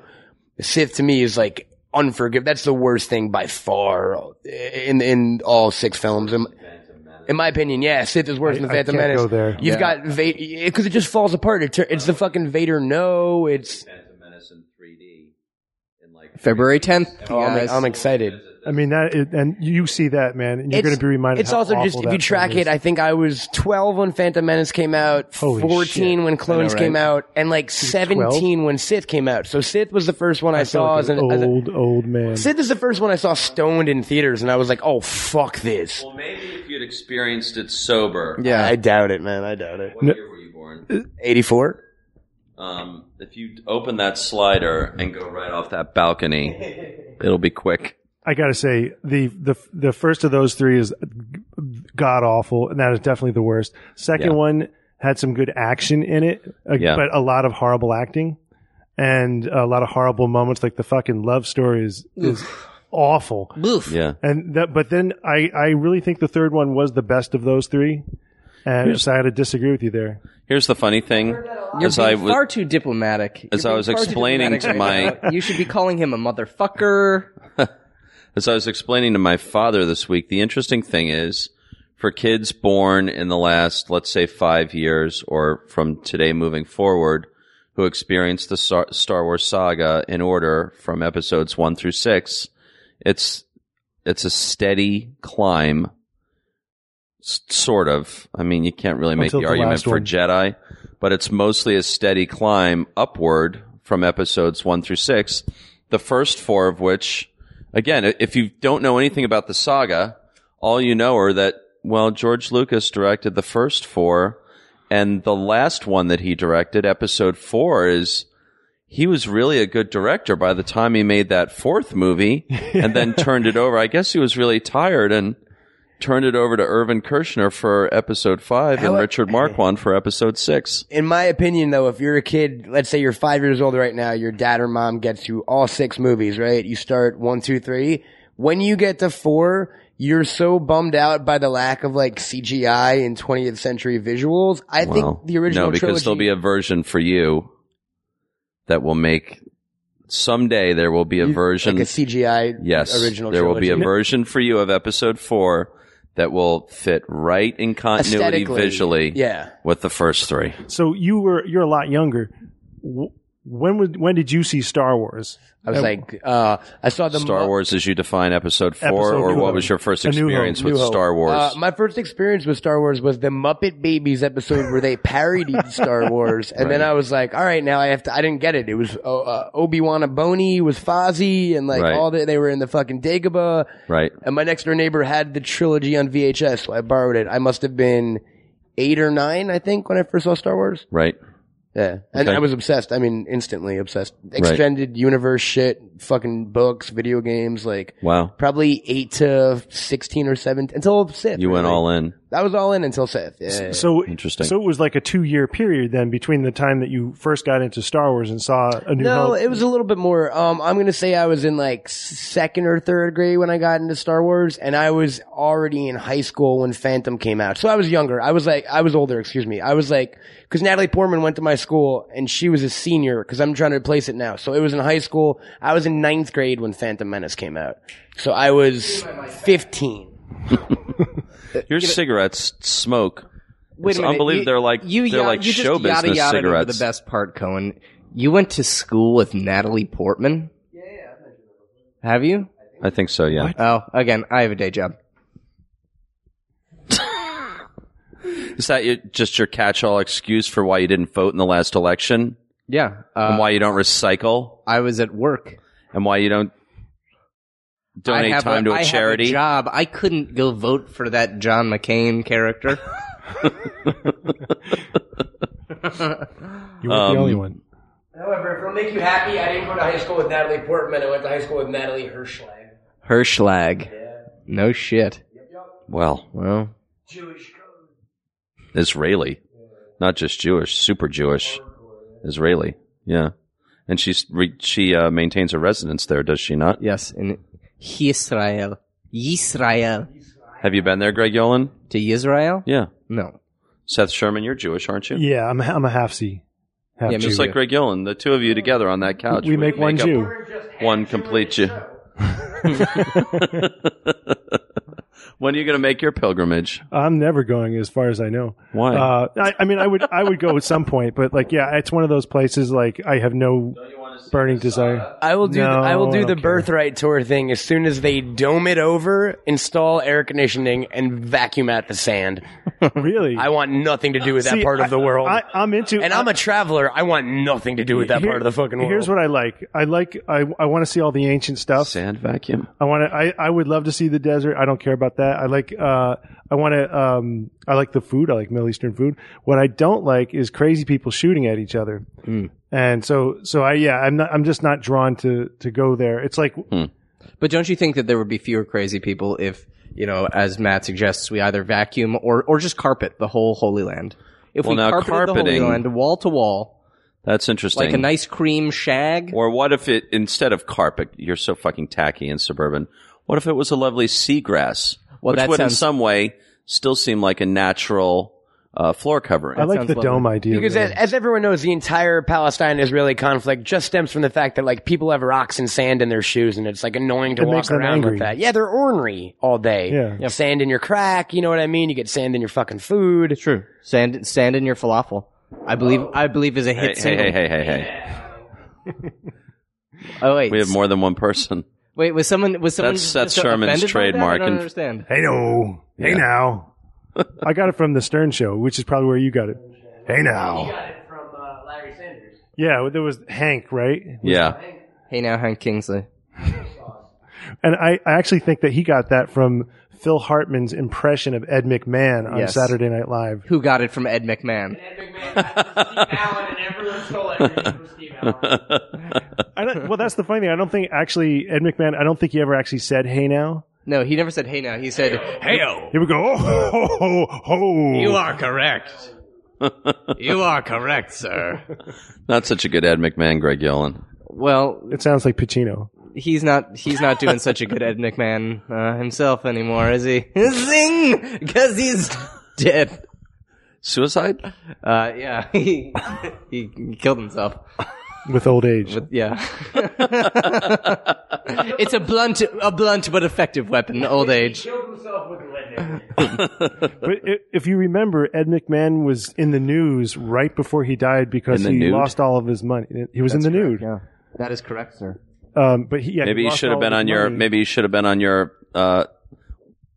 [SPEAKER 5] The Sith to me is like unforgivable. That's the worst thing by far in in all six films. In, in my opinion, yeah, Sith is worse than the
[SPEAKER 4] I
[SPEAKER 5] Phantom
[SPEAKER 4] can't
[SPEAKER 5] Menace.
[SPEAKER 4] go there.
[SPEAKER 5] You've got Vader because it just falls apart. It, tur- it's the fucking Vader. No, it's.
[SPEAKER 2] Phantom Menace in 3D. In like
[SPEAKER 3] February tenth.
[SPEAKER 5] Oh, I'm, I'm excited.
[SPEAKER 4] I mean that, is, and you see that man, and you're
[SPEAKER 5] It's-
[SPEAKER 4] going to be reminded.
[SPEAKER 5] It's
[SPEAKER 4] how
[SPEAKER 5] also
[SPEAKER 4] awful
[SPEAKER 5] just if
[SPEAKER 4] that
[SPEAKER 5] you track
[SPEAKER 4] film is.
[SPEAKER 5] it. I think I was 12 when Phantom Menace came out,
[SPEAKER 4] Holy
[SPEAKER 5] 14 when Clones
[SPEAKER 3] right?
[SPEAKER 5] came out, and like 17 when Sith came out. So Sith was the first one I,
[SPEAKER 4] feel
[SPEAKER 5] saw
[SPEAKER 4] like
[SPEAKER 5] as
[SPEAKER 4] an
[SPEAKER 5] an. as a-
[SPEAKER 4] old old man.
[SPEAKER 5] Sith is the first one I saw stoned in theaters, and I was like, "Oh fuck this!"
[SPEAKER 2] Well, maybe if you'd experienced it sober.
[SPEAKER 3] Yeah.
[SPEAKER 5] I doubt it, man. I doubt it.
[SPEAKER 2] What year were you born?
[SPEAKER 5] 84.
[SPEAKER 2] Um, if you open that slider and go right off that balcony, it'll be quick.
[SPEAKER 4] I got to say the the the first of those three is god awful, and that is definitely the worst. Second
[SPEAKER 2] Yeah.
[SPEAKER 4] one had some good action in it, uh,
[SPEAKER 2] Yeah.
[SPEAKER 4] but a lot of horrible acting and a lot of horrible moments. Like the fucking love story is is awful.
[SPEAKER 2] Yeah.
[SPEAKER 4] And that, but then I I really think the third one was the best of those three, and so I had to disagree with you there.
[SPEAKER 2] Here's the funny thing. As
[SPEAKER 3] You're
[SPEAKER 2] I
[SPEAKER 3] being far
[SPEAKER 2] was,
[SPEAKER 3] too diplomatic.
[SPEAKER 2] As
[SPEAKER 3] You're
[SPEAKER 2] I
[SPEAKER 3] being
[SPEAKER 2] was
[SPEAKER 3] far too
[SPEAKER 2] explaining
[SPEAKER 3] diplomatic
[SPEAKER 2] to
[SPEAKER 3] right now. you should be calling him a motherfucker.
[SPEAKER 2] as I was explaining to my father this week, the interesting thing is for kids born in the last, let's say, five years or from today moving forward, who experienced the Star Star Wars saga in order from episodes one through six, it's it's a steady climb, s- sort of. I mean, you can't really make
[SPEAKER 4] Until
[SPEAKER 2] the
[SPEAKER 4] the
[SPEAKER 2] argument
[SPEAKER 4] last
[SPEAKER 2] for
[SPEAKER 4] one.
[SPEAKER 2] Jedi, but it's mostly a steady climb upward from episodes one through six. The first four of which, again, i- if you don't know anything about the saga, all you know are that well, George Lucas directed the first four, and the last one that he directed, episode four, is he was really a good director by the time he made that fourth movie and then turned it over. I guess he was really tired and turned it over to Irvin Kershner for episode five and
[SPEAKER 5] How-
[SPEAKER 2] Richard Marquand for episode six.
[SPEAKER 5] in my opinion, though, if you're a kid, let's say you're five years old right now, your dad or mom gets you all six movies, right? You start one, two, three. When you get to four, you're so bummed out by the lack of like CGI and 20th century visuals. I
[SPEAKER 2] Wow.
[SPEAKER 5] think the original
[SPEAKER 2] No, because
[SPEAKER 5] trilogy.
[SPEAKER 2] there'll be a version for you that will make someday there will be a version
[SPEAKER 5] like a CGI
[SPEAKER 2] Yes,
[SPEAKER 5] original
[SPEAKER 2] there will be a
[SPEAKER 5] trilogy.
[SPEAKER 2] version for you of episode four that will fit right in continuity
[SPEAKER 5] Aesthetically,
[SPEAKER 2] visually
[SPEAKER 5] Yeah.
[SPEAKER 2] with the first three.
[SPEAKER 4] So you were you're a lot younger. Wh- When was when did you see Star Wars?
[SPEAKER 5] I was like, uh, I saw the
[SPEAKER 2] Star
[SPEAKER 5] mo-
[SPEAKER 2] Wars as you define episode four,
[SPEAKER 4] Episode
[SPEAKER 2] or
[SPEAKER 4] New
[SPEAKER 2] what
[SPEAKER 4] Hope.
[SPEAKER 2] was your first
[SPEAKER 4] A New Hope,
[SPEAKER 2] experience
[SPEAKER 4] New
[SPEAKER 2] with
[SPEAKER 4] Hope.
[SPEAKER 2] Star Wars?
[SPEAKER 5] Uh, my first experience with Star Wars was the Muppet Babies episode where they parodied Star Wars, and then I was like, "All right, now I have to." I didn't get it. It was uh, uh, Obi Wan Aboni was Fozzie, and like
[SPEAKER 2] Right.
[SPEAKER 5] all the, they were in the fucking Dagobah.
[SPEAKER 2] right.
[SPEAKER 5] And my next door neighbor had the trilogy on VHS, so I borrowed it. I must have been eight or nine, I think, when I first saw Star Wars.
[SPEAKER 2] Right.
[SPEAKER 5] Yeah, and
[SPEAKER 2] Okay.
[SPEAKER 5] I was obsessed. I mean, instantly obsessed. Extended universe shit, fucking books, video games, like.
[SPEAKER 2] Wow.
[SPEAKER 5] Probably eight to sixteen or seventeen until Sith.
[SPEAKER 2] You went
[SPEAKER 5] really.
[SPEAKER 2] all in.
[SPEAKER 5] I was all in until Sith. Yeah.
[SPEAKER 4] So
[SPEAKER 2] Interesting.
[SPEAKER 4] So it was like a two year period then between the time that you first got into Star Wars and saw A New
[SPEAKER 5] no,
[SPEAKER 4] Hope.
[SPEAKER 5] it was a little bit more. Um, I'm gonna say I was in like second or third grade when I got into Star Wars, and I was already in high school when Phantom came out. So I was younger. I was like, I was older. Excuse me. I was like, because Natalie Portman went to my school and she was a senior because I'm trying to replace it now. So it was in high school. I was in ninth grade when Phantom Menace came out. So I was 15.
[SPEAKER 2] Your cigarettes smoke.
[SPEAKER 3] Wait
[SPEAKER 2] it's
[SPEAKER 3] a minute.
[SPEAKER 2] unbelievable.
[SPEAKER 3] You-
[SPEAKER 2] they're like
[SPEAKER 3] you
[SPEAKER 2] they're
[SPEAKER 3] yada-
[SPEAKER 2] like
[SPEAKER 3] you
[SPEAKER 2] show
[SPEAKER 3] just yada
[SPEAKER 2] business
[SPEAKER 3] yada over
[SPEAKER 2] cigarettes.
[SPEAKER 3] The best part, Cohen. You went to school with Natalie Portman. Yeah, yeah. Have you?
[SPEAKER 2] I think so. Yeah.
[SPEAKER 3] Oh, again, I have a day job.
[SPEAKER 2] Is that your, just your catch-all excuse for why you didn't vote in the last election
[SPEAKER 3] Yeah, uh,
[SPEAKER 2] and why you don't recycle
[SPEAKER 3] I was at work.
[SPEAKER 2] and why you don't
[SPEAKER 3] I
[SPEAKER 2] donate
[SPEAKER 3] have
[SPEAKER 2] time to
[SPEAKER 3] I
[SPEAKER 2] a
[SPEAKER 3] have
[SPEAKER 2] charity?
[SPEAKER 3] job. I couldn't go vote for that John McCain character.
[SPEAKER 4] You weren't
[SPEAKER 2] Um,
[SPEAKER 4] the only one.
[SPEAKER 6] However, if it'll make you happy, I didn't go to high school with Natalie Portman. I went to high school with Natalie Hirschlag.
[SPEAKER 3] Herschlag. No shit.
[SPEAKER 2] well,
[SPEAKER 3] Well,
[SPEAKER 6] Jewish code.
[SPEAKER 2] Israeli, not just Jewish, super Jewish, Israeli. Yeah, and she's re- she uh, maintains her residence there, does she not?
[SPEAKER 3] yes, in Israel, Israel
[SPEAKER 2] Have you been there, Greg Yolen?
[SPEAKER 3] to Israel.
[SPEAKER 2] Yeah,
[SPEAKER 3] No,
[SPEAKER 2] Seth Sherman, you're Jewish, aren't you?
[SPEAKER 4] Yeah, I'm I'm a half C. Half
[SPEAKER 3] Yeah, me
[SPEAKER 4] Jew.
[SPEAKER 2] Just like Greg Yolen, the two of you together on that couch.
[SPEAKER 4] we make one
[SPEAKER 2] up
[SPEAKER 4] Jew.
[SPEAKER 2] One complete Jew. when are you going to make your pilgrimage?
[SPEAKER 4] I'm never going as far as I know.
[SPEAKER 2] Why?
[SPEAKER 4] Uh, I, I mean, I would I would go at some point, but like, yeah, it's one of those places like I have no burning desire.
[SPEAKER 5] I will do.
[SPEAKER 4] No,
[SPEAKER 5] the, I will
[SPEAKER 4] I
[SPEAKER 5] do the
[SPEAKER 4] don't care.
[SPEAKER 5] birthright tour thing as soon as they dome it over, install air conditioning, and vacuum out the sand.
[SPEAKER 4] really,
[SPEAKER 5] I want nothing to do with that
[SPEAKER 4] See,
[SPEAKER 5] part of the world.
[SPEAKER 4] I, I'm into.
[SPEAKER 5] and I'm a traveler. I want nothing to do with that
[SPEAKER 4] here-
[SPEAKER 5] part of the fucking world.
[SPEAKER 4] Here's what I like. I like. I, I want to see all the ancient stuff.
[SPEAKER 2] Sand vacuum.
[SPEAKER 4] I want to. I, I would love to see the desert. I don't care about that. I like. Uh, I want to. Um, I like the food. I like Middle Eastern food. What I don't like is crazy people shooting at each other.
[SPEAKER 3] Hmm.
[SPEAKER 4] And so, so I yeah, I'm not. I'm just not drawn to to go there. It's like
[SPEAKER 3] Hmm. but don't you think that there would be fewer crazy people if you know, as Matt suggests, we either vacuum or or just carpet the whole Holy Land. If
[SPEAKER 2] Well,
[SPEAKER 3] we
[SPEAKER 2] now,
[SPEAKER 3] carpeted the Holy
[SPEAKER 2] carpeting-
[SPEAKER 3] Land wall to wall,
[SPEAKER 2] That's interesting.
[SPEAKER 3] like a nice cream shag,
[SPEAKER 2] Or what if it instead of carpet, you're so fucking tacky and suburban. What if it was a lovely seagrass,
[SPEAKER 3] Well,
[SPEAKER 2] which
[SPEAKER 3] that
[SPEAKER 2] would in
[SPEAKER 3] sounds-
[SPEAKER 2] some way still seem like a natural uh, floor covering?
[SPEAKER 4] I like
[SPEAKER 3] sounds
[SPEAKER 4] the
[SPEAKER 3] lovely.
[SPEAKER 4] dome idea.
[SPEAKER 5] Because
[SPEAKER 4] man.
[SPEAKER 5] as, as everyone knows, the entire Palestine-Israeli conflict just stems from the fact that like people have rocks and sand in their shoes, and it's like annoying to
[SPEAKER 4] It
[SPEAKER 5] walk
[SPEAKER 4] makes them
[SPEAKER 5] around
[SPEAKER 4] angry.
[SPEAKER 5] with that. Yeah, they're ornery all day.
[SPEAKER 4] Yeah.
[SPEAKER 5] sand in your crack. You know what I mean? You get sand in your fucking food.
[SPEAKER 3] True. Sand, sand in your falafel. I believe, I believe is a
[SPEAKER 2] Oh. hey,
[SPEAKER 3] hit
[SPEAKER 2] hey,
[SPEAKER 3] single.
[SPEAKER 2] hey, hey, hey, hey!
[SPEAKER 3] Oh wait,
[SPEAKER 2] We have more than one person.
[SPEAKER 3] Wait, was someone was someone
[SPEAKER 2] That's Seth
[SPEAKER 3] just
[SPEAKER 2] Sherman's
[SPEAKER 3] offended by that?
[SPEAKER 2] trademark
[SPEAKER 3] I don't
[SPEAKER 2] and-
[SPEAKER 3] understand.
[SPEAKER 4] Hey no. Hey now. I got it from the Stern Show, which is probably where you got it. Hey now.
[SPEAKER 6] Got it from uh, Larry Sanders.
[SPEAKER 4] Yeah, well, there was Hank, right?
[SPEAKER 2] Yeah,
[SPEAKER 3] Hey now, Hank Kingsley.
[SPEAKER 4] And I, I actually think that he got that from Phil Hartman's impression of Ed McMahon on
[SPEAKER 3] Yes.
[SPEAKER 4] Saturday Night Live.
[SPEAKER 3] Who got it from Ed McMahon?
[SPEAKER 6] Ed McMahon got it from Steve Allen, and everyone stole it from Steve Allen.
[SPEAKER 4] I don't, well, that's the funny thing. I don't think actually Ed McMahon. I don't think he ever actually said "Hey now."
[SPEAKER 3] No, he never said hey now. He said
[SPEAKER 4] Here we go. Oh, ho, ho, ho, ho.
[SPEAKER 3] are correct. you are correct, sir.
[SPEAKER 2] not such a good Ed McMahon, Greg Yolen.
[SPEAKER 3] Well,
[SPEAKER 4] It sounds like Pacino.
[SPEAKER 3] he's not he's not doing such a good Ed McMahon uh, himself anymore, is he? Zing, because he's dead.
[SPEAKER 2] Suicide?
[SPEAKER 3] Uh, yeah, he he killed himself.
[SPEAKER 4] with old age.
[SPEAKER 3] Yeah. it's a blunt, a blunt but effective weapon. Old age.
[SPEAKER 6] Killed himself with lead.
[SPEAKER 4] But i- if you remember, Ed McMahon was in the news right before he died because
[SPEAKER 2] In the
[SPEAKER 4] he
[SPEAKER 2] nude?
[SPEAKER 4] lost all of his money. He was in the nude.
[SPEAKER 3] That is correct, sir.
[SPEAKER 4] Um, but he, yeah,
[SPEAKER 2] Maybe you
[SPEAKER 4] lost
[SPEAKER 2] should have
[SPEAKER 4] all
[SPEAKER 2] been
[SPEAKER 4] his
[SPEAKER 2] on your.
[SPEAKER 4] money.
[SPEAKER 2] Maybe you should have been on your. Uh,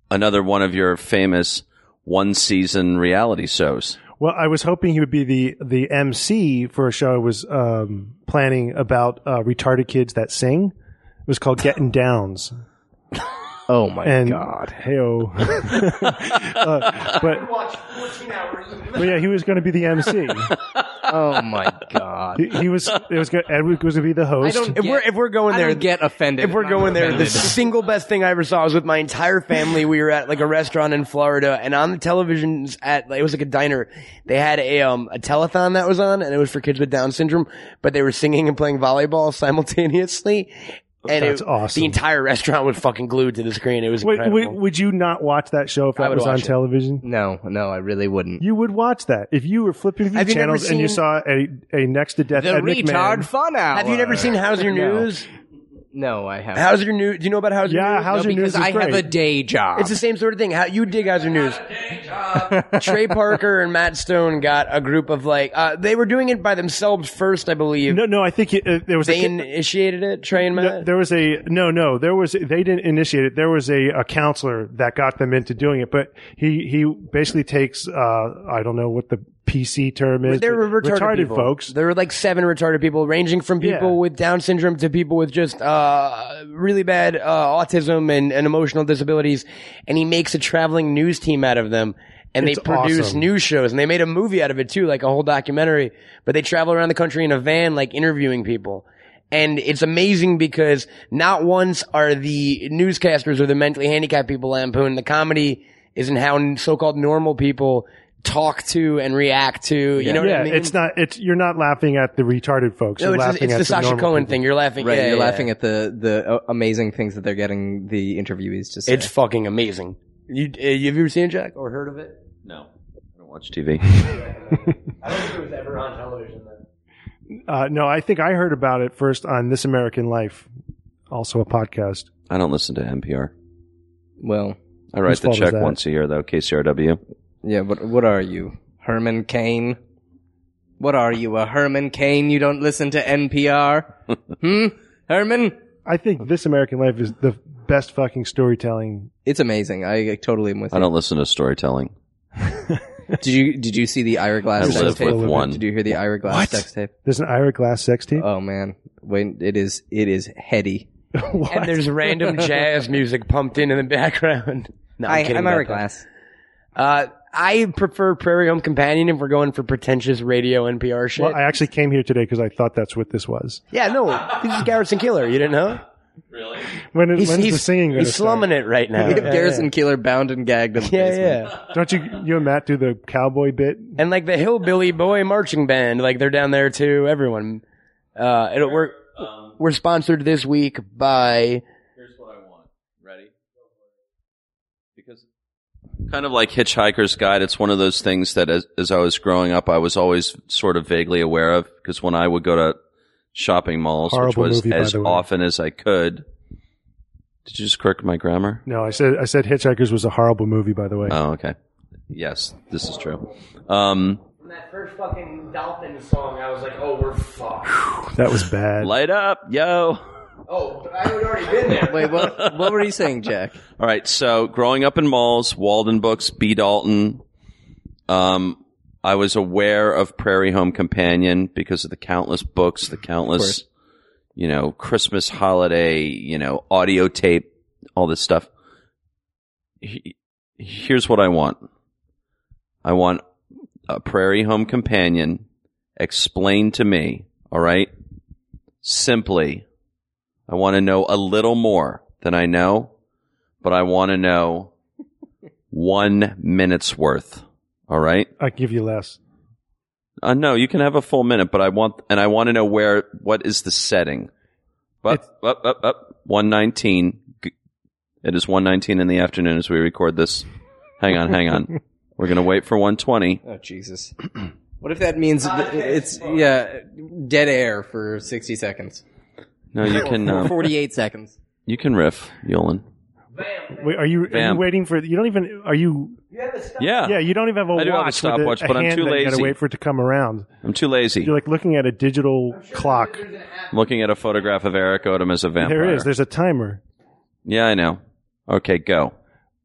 [SPEAKER 2] another one of your famous one season reality shows.
[SPEAKER 4] Well, I was hoping he would be the the MC for a show I was um, planning about uh, retarded kids that sing. It was called Getting Downs.
[SPEAKER 3] Oh my
[SPEAKER 4] And
[SPEAKER 3] god.
[SPEAKER 4] heyo. Uh, but
[SPEAKER 6] Watch 14 hours.
[SPEAKER 4] but yeah, he was going to be the MC.
[SPEAKER 3] Oh my god.
[SPEAKER 4] He, he was it was gonna, Ed was going to be the host.
[SPEAKER 5] If we're if we're going
[SPEAKER 3] I
[SPEAKER 5] there,
[SPEAKER 3] don't get offended.
[SPEAKER 5] if we're
[SPEAKER 3] I'm
[SPEAKER 5] going there, the
[SPEAKER 3] offended.
[SPEAKER 5] single best thing I ever saw was with my entire family. We were at like a restaurant in Florida, and on the televisions at like, it was like a diner. They had a um a telethon that was on, and it was for kids with Down syndrome, but they were singing and playing volleyball simultaneously. and
[SPEAKER 4] That's
[SPEAKER 5] it,
[SPEAKER 4] awesome.
[SPEAKER 5] the entire restaurant was fucking glued to the screen. It was
[SPEAKER 4] Wait,
[SPEAKER 5] incredible.
[SPEAKER 4] wait, would you not watch that show if
[SPEAKER 5] I
[SPEAKER 4] that
[SPEAKER 5] would
[SPEAKER 4] was on
[SPEAKER 5] watch it.
[SPEAKER 4] television?
[SPEAKER 3] No, no, I really wouldn't.
[SPEAKER 4] You would watch that if you were flipping through
[SPEAKER 5] Have you never
[SPEAKER 4] channels and you
[SPEAKER 5] seen-
[SPEAKER 4] saw a, a next to death
[SPEAKER 3] The
[SPEAKER 4] Ed
[SPEAKER 3] retard
[SPEAKER 4] McMahon.
[SPEAKER 3] fun hour.
[SPEAKER 5] Have you never seen How's Your
[SPEAKER 3] No.
[SPEAKER 5] News?
[SPEAKER 3] No, I haven't.
[SPEAKER 5] How's Your News? Do you know about How's Your
[SPEAKER 4] Yeah,
[SPEAKER 5] News?
[SPEAKER 4] how's
[SPEAKER 3] no,
[SPEAKER 4] your news?
[SPEAKER 3] because
[SPEAKER 4] Is
[SPEAKER 3] I have
[SPEAKER 4] great.
[SPEAKER 3] a day job.
[SPEAKER 5] It's the same sort of thing. How you dig How's Your News? Trey Parker and Matt Stone got a group of like uh, they were doing it by themselves first, I believe.
[SPEAKER 4] No, no, I think it, uh, there was a
[SPEAKER 5] They
[SPEAKER 4] kid-
[SPEAKER 5] initiated it. Trey and
[SPEAKER 4] No,
[SPEAKER 5] Matt.
[SPEAKER 4] there was a no, no. There was they didn't initiate it. There was a, a counselor that got them into doing it, but he he basically takes uh I don't know what the PC term is.
[SPEAKER 5] They were
[SPEAKER 4] but
[SPEAKER 5] retarded, people.
[SPEAKER 4] folks.
[SPEAKER 5] There were like seven retarded people, ranging from people
[SPEAKER 4] Yeah.
[SPEAKER 5] with Down syndrome to people with just uh, really bad uh, autism and, and emotional disabilities. And he makes a traveling news team out of them. And
[SPEAKER 4] It's
[SPEAKER 5] they produce
[SPEAKER 4] awesome.
[SPEAKER 5] news shows. And they made a movie out of it too, like a whole documentary. But they travel around the country in a van, like interviewing people. And it's amazing because not once are the newscasters or the mentally handicapped people lampooned. The comedy is in how so-called normal people talk to and react to. You know what
[SPEAKER 4] yeah,
[SPEAKER 5] I mean?
[SPEAKER 4] it's not. It's you're not laughing at the retarded folks.
[SPEAKER 5] No,
[SPEAKER 4] you're
[SPEAKER 5] it's,
[SPEAKER 4] laughing
[SPEAKER 5] it's
[SPEAKER 4] at
[SPEAKER 5] the Sasha
[SPEAKER 4] normal
[SPEAKER 5] Cohen
[SPEAKER 4] people.
[SPEAKER 5] thing. You're laughing,
[SPEAKER 3] right.
[SPEAKER 5] yeah,
[SPEAKER 3] you're
[SPEAKER 5] yeah,
[SPEAKER 3] laughing
[SPEAKER 5] yeah.
[SPEAKER 3] at the the uh, amazing things that they're getting the interviewees to say.
[SPEAKER 5] It's fucking amazing. You uh, you- have you ever seen it, Jack or heard of it?
[SPEAKER 2] No, I don't watch TV.
[SPEAKER 6] I don't think it was ever on television then.
[SPEAKER 4] Uh, no, I think I heard about it first on This American Life, also a podcast.
[SPEAKER 2] I don't listen to NPR.
[SPEAKER 3] well,
[SPEAKER 2] I write
[SPEAKER 4] Whose
[SPEAKER 2] the
[SPEAKER 4] fault is
[SPEAKER 2] check
[SPEAKER 4] that?
[SPEAKER 2] once a year though. KCRW.
[SPEAKER 3] yeah. What what are you, Herman Cain? What are you, a Herman Cain? You don't listen to NPR, hmm? Herman,
[SPEAKER 4] I think This American Life is the best fucking storytelling.
[SPEAKER 3] it's amazing. I, I totally am with
[SPEAKER 2] I
[SPEAKER 3] you.
[SPEAKER 2] don't listen to storytelling.
[SPEAKER 3] Did you did you see the Ira Glass
[SPEAKER 2] I
[SPEAKER 3] sex
[SPEAKER 2] live
[SPEAKER 3] tape?
[SPEAKER 2] with one.
[SPEAKER 3] Did you hear the Ira Glass sex tape?
[SPEAKER 4] There's an Ira Glass sex
[SPEAKER 5] Uh,
[SPEAKER 4] tape.
[SPEAKER 3] Oh man, wait, it is it is heady.
[SPEAKER 4] What?
[SPEAKER 5] And there's random jazz music pumped in in the background. No, I'm,
[SPEAKER 3] I,
[SPEAKER 5] kidding
[SPEAKER 3] I'm
[SPEAKER 5] about
[SPEAKER 3] Ira
[SPEAKER 5] that.
[SPEAKER 3] Glass.
[SPEAKER 5] Uh, I prefer Prairie Home Companion if we're going for pretentious radio NPR shit.
[SPEAKER 4] Well, I actually came here today because I thought that's what this was.
[SPEAKER 5] yeah, no, this is Garrison Killer. You didn't know?
[SPEAKER 4] When is,
[SPEAKER 5] He's,
[SPEAKER 4] when's
[SPEAKER 5] he's
[SPEAKER 4] the singing? gonna
[SPEAKER 5] He's
[SPEAKER 4] start?
[SPEAKER 5] slumming it right now.
[SPEAKER 3] Made up
[SPEAKER 5] Yeah,
[SPEAKER 3] Garrison Keeler bound and gagged in the
[SPEAKER 5] Yeah, yeah.
[SPEAKER 3] basement.
[SPEAKER 5] yeah.
[SPEAKER 4] Don't you you and Matt do the cowboy bit?
[SPEAKER 5] And like the Hillbilly Boy Marching Band, like they're down there too. Everyone. Uh, it'll, we're we're sponsored this week by
[SPEAKER 2] Um, Here's what I want. Ready? Because kind of like Hitchhiker's Guide, it's one of those things that as, as I was growing up, I was always sort of vaguely aware of because when I would go to shopping malls,
[SPEAKER 4] Horrible
[SPEAKER 2] which was
[SPEAKER 4] movie, by
[SPEAKER 2] as
[SPEAKER 4] the way.
[SPEAKER 2] often as I could. Did you just correct my grammar?
[SPEAKER 4] No, I said I said Hitchhikers was a horrible movie. By the way,
[SPEAKER 2] Oh, okay. Yes, this is true. Um,
[SPEAKER 6] From that first fucking Dalton song, I was like, oh, we're fucked.
[SPEAKER 4] that was bad.
[SPEAKER 2] light up, yo.
[SPEAKER 6] oh, but I had already been there.
[SPEAKER 3] Wait, what what were you saying, Jack?
[SPEAKER 2] All right. So growing up in malls, Walden Books, B. Dalton, um, I was aware of Prairie Home Companion because of the countless books, the countless, you know, Christmas holiday, you know, audio tape, all this stuff. He- Here's what I want. I want a Prairie Home Companion explained to me. All right. Simply, I want to know a little more than I know but I want to know one minute's worth. All right.
[SPEAKER 4] I can give you less.
[SPEAKER 2] Uh, no, you can have a full minute, but I want, and I want to know where, what is the setting? Up, up, up, up. 119. G- It is 119 in the afternoon as we record this. Hang on, hang on. We're going to wait for 120.
[SPEAKER 3] Oh Jesus. What if that means that it's yeah dead air for sixty seconds,
[SPEAKER 2] No, you can, uh,
[SPEAKER 3] forty eight seconds?
[SPEAKER 2] you can riff, Yolan.
[SPEAKER 4] Wait, are you, are
[SPEAKER 2] Bam.
[SPEAKER 4] you waiting for? You don't even. Are you?
[SPEAKER 2] Yeah.
[SPEAKER 4] Yeah, you don't even have a
[SPEAKER 2] I do have a
[SPEAKER 4] watch. with
[SPEAKER 2] stopwatch,
[SPEAKER 4] a
[SPEAKER 2] but I'm
[SPEAKER 4] hand
[SPEAKER 2] too
[SPEAKER 4] that You gotta
[SPEAKER 2] lazy.
[SPEAKER 4] wait for it to come around.
[SPEAKER 2] I'm too lazy.
[SPEAKER 4] You're like looking at a digital clock.
[SPEAKER 2] I'm looking at a photograph of Eric Odom as a vampire.
[SPEAKER 4] There is. There's a timer.
[SPEAKER 2] yeah, I know. Okay, go.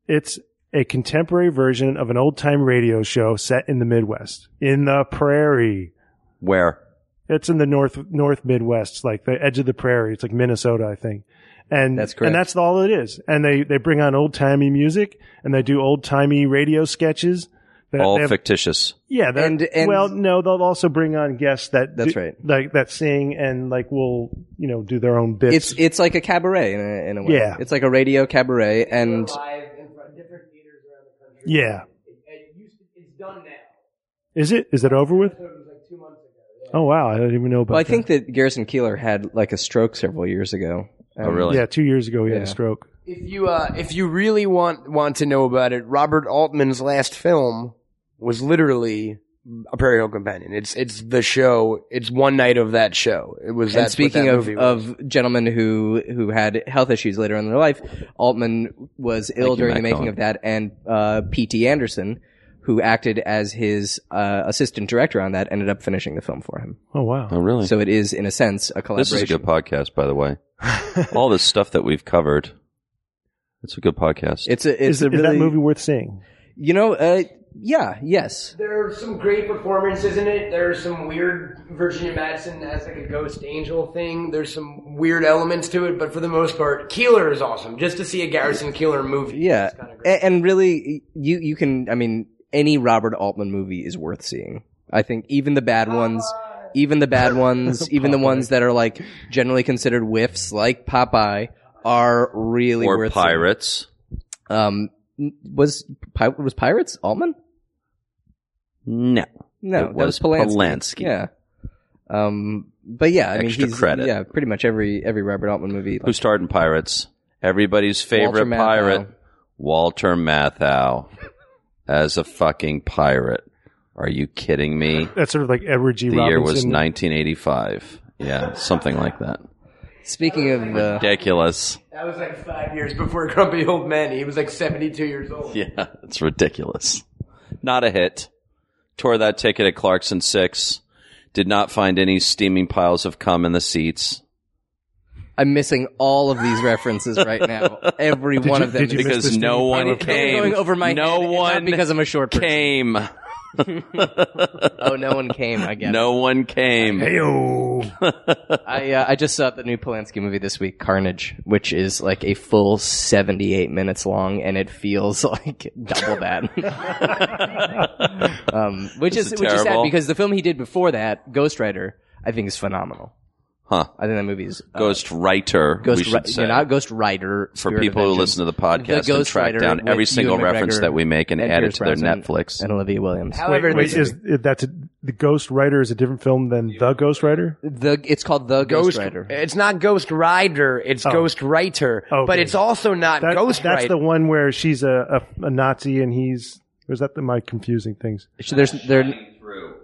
[SPEAKER 4] It's a contemporary version of an old time radio show set in the Midwest, in the prairie.
[SPEAKER 2] Where?
[SPEAKER 4] It's in the north north Midwest, like the edge of the prairie. It's like Minnesota, I think. And
[SPEAKER 3] That's correct.
[SPEAKER 4] And that's all it is. And they they bring on old timey music and they do old timey radio sketches. That
[SPEAKER 2] All
[SPEAKER 4] they have-
[SPEAKER 2] fictitious.
[SPEAKER 4] yeah, they're-
[SPEAKER 3] And- and-
[SPEAKER 4] well, no, they'll also bring on guests that
[SPEAKER 3] That's
[SPEAKER 4] do-
[SPEAKER 3] right.
[SPEAKER 4] like that sing and like will you know do their own bits.
[SPEAKER 3] It's it's like a cabaret in a, in a way.
[SPEAKER 4] Yeah.
[SPEAKER 3] it's like a radio cabaret, and
[SPEAKER 6] Live in front of different theaters around the country.
[SPEAKER 4] yeah,
[SPEAKER 6] It, it used to, it's done now.
[SPEAKER 4] is it is it over with?
[SPEAKER 6] So it was like two months ago.
[SPEAKER 4] Oh wow, I didn't even know about.
[SPEAKER 3] well, I
[SPEAKER 4] that.
[SPEAKER 3] think that Garrison Keeler had like a stroke several years ago, Um,
[SPEAKER 2] Oh, really?
[SPEAKER 4] Yeah, two years ago he had
[SPEAKER 3] Yeah.
[SPEAKER 4] a stroke.
[SPEAKER 5] If you uh, if you really want want to know about it, Robert Altman's last film was literally a Prairie Companion. It's it's the show. It's one night of that show. It was
[SPEAKER 3] And
[SPEAKER 5] that's what
[SPEAKER 3] speaking
[SPEAKER 5] that
[SPEAKER 3] of,
[SPEAKER 5] movie was.
[SPEAKER 3] of gentlemen who, who had health issues later in their life, Altman was ill
[SPEAKER 2] you,
[SPEAKER 3] during
[SPEAKER 2] Matt
[SPEAKER 3] the making
[SPEAKER 2] Cohen.
[SPEAKER 3] of that, and uh, P.T. Anderson, who acted as his uh, assistant director on that, ended up finishing the film for him.
[SPEAKER 4] Oh wow.
[SPEAKER 2] Oh, really?
[SPEAKER 3] So it is, in a sense, a
[SPEAKER 2] this
[SPEAKER 3] collaboration.
[SPEAKER 2] is a good podcast, by the way. All this stuff that we've covered. It's a good podcast.
[SPEAKER 3] It's a it's
[SPEAKER 4] Is,
[SPEAKER 3] a
[SPEAKER 4] is
[SPEAKER 3] really
[SPEAKER 4] that movie worth seeing?
[SPEAKER 3] you know uh, yeah yes
[SPEAKER 6] There are some great performances in it. There's some weird Virginia Madsen as like a ghost angel thing. There's some weird elements to it, but for the most part, Keeler is awesome. Just to see a Garrison Keeler movie.
[SPEAKER 3] yeah
[SPEAKER 6] is kinda great.
[SPEAKER 3] and, and really you you can I mean any Robert Altman movie is worth seeing I think even the
[SPEAKER 6] Ah.
[SPEAKER 3] bad ones even the bad ones even the ones that are like generally considered whiffs like Popeye are really
[SPEAKER 2] or
[SPEAKER 3] worth seeing.
[SPEAKER 2] Pirates.
[SPEAKER 3] um n- was Pi- was Pirates Altman
[SPEAKER 2] No.
[SPEAKER 3] no
[SPEAKER 2] It
[SPEAKER 3] that was
[SPEAKER 2] was
[SPEAKER 3] Polanski.
[SPEAKER 2] Polanski.
[SPEAKER 3] yeah um but yeah I mean
[SPEAKER 2] Extra
[SPEAKER 3] he's
[SPEAKER 2] credit.
[SPEAKER 3] yeah pretty much every every Robert Altman movie
[SPEAKER 2] Who starred in Pirates? Everybody's favorite
[SPEAKER 3] Walter Matthau.
[SPEAKER 2] pirate, Walter Matthau, as a fucking pirate. Are you kidding me?
[SPEAKER 4] That's sort of like Edward G.
[SPEAKER 2] The
[SPEAKER 4] Robinson.
[SPEAKER 2] year was 1985. Yeah, something like that.
[SPEAKER 3] speaking of uh,
[SPEAKER 2] Ridiculous.
[SPEAKER 6] That was like five years before Grumpy Old Men. He was like 72 years old.
[SPEAKER 2] Yeah, it's ridiculous. Not a hit. Tore that ticket at Clarkson 6. Did not find any steaming piles of cum in the seats.
[SPEAKER 3] I'm missing all of these references right now. Every one
[SPEAKER 4] you-
[SPEAKER 3] of them.
[SPEAKER 4] did you
[SPEAKER 3] is
[SPEAKER 4] miss
[SPEAKER 2] Because
[SPEAKER 4] the
[SPEAKER 2] no
[SPEAKER 4] steaming pile
[SPEAKER 2] one
[SPEAKER 4] of cum?
[SPEAKER 2] came.
[SPEAKER 3] going over my
[SPEAKER 2] no
[SPEAKER 3] head, and
[SPEAKER 2] one
[SPEAKER 3] not because I'm a short person.
[SPEAKER 2] came.
[SPEAKER 3] Oh, no one came. I guess.
[SPEAKER 2] No one came.
[SPEAKER 4] Heyo.
[SPEAKER 3] I uh, I just saw the new Polanski movie this week, Carnage, which is like a full 78 minutes long, and it feels like double that. um, which is
[SPEAKER 2] it
[SPEAKER 3] which is sad
[SPEAKER 2] terrible?
[SPEAKER 3] because the film he did before that, Ghost Rider, I think is phenomenal.
[SPEAKER 2] Huh.
[SPEAKER 3] I think that movie is uh,
[SPEAKER 2] Ghost Writer.
[SPEAKER 3] Ghost
[SPEAKER 2] we should
[SPEAKER 3] Ri-
[SPEAKER 2] say.
[SPEAKER 3] you're not Ghost Rider.
[SPEAKER 2] for people who listen to the podcast
[SPEAKER 3] The
[SPEAKER 2] and
[SPEAKER 3] Ghost
[SPEAKER 2] track
[SPEAKER 3] Rider
[SPEAKER 2] down
[SPEAKER 3] with
[SPEAKER 2] every single
[SPEAKER 3] Ewan
[SPEAKER 2] reference
[SPEAKER 3] McGregor
[SPEAKER 2] that we make and,
[SPEAKER 3] and
[SPEAKER 2] add it
[SPEAKER 3] Pierce
[SPEAKER 2] to their
[SPEAKER 3] Brosnan
[SPEAKER 2] Netflix.
[SPEAKER 3] and Olivia Williams.
[SPEAKER 6] However,
[SPEAKER 4] Wait,
[SPEAKER 6] this
[SPEAKER 4] is that's a, the Ghost Rider is a different film than the Ghost Rider?
[SPEAKER 3] The it's called the Ghost, Rider.
[SPEAKER 5] It's not Ghost Rider. It's Ghost Writer.
[SPEAKER 4] Oh. Okay.
[SPEAKER 5] But it's also not
[SPEAKER 4] That-
[SPEAKER 5] Ghost
[SPEAKER 4] that's
[SPEAKER 5] Rider.
[SPEAKER 4] the one where she's a, a, a Nazi and he's. Or is that the, my confusing things?
[SPEAKER 3] So there's there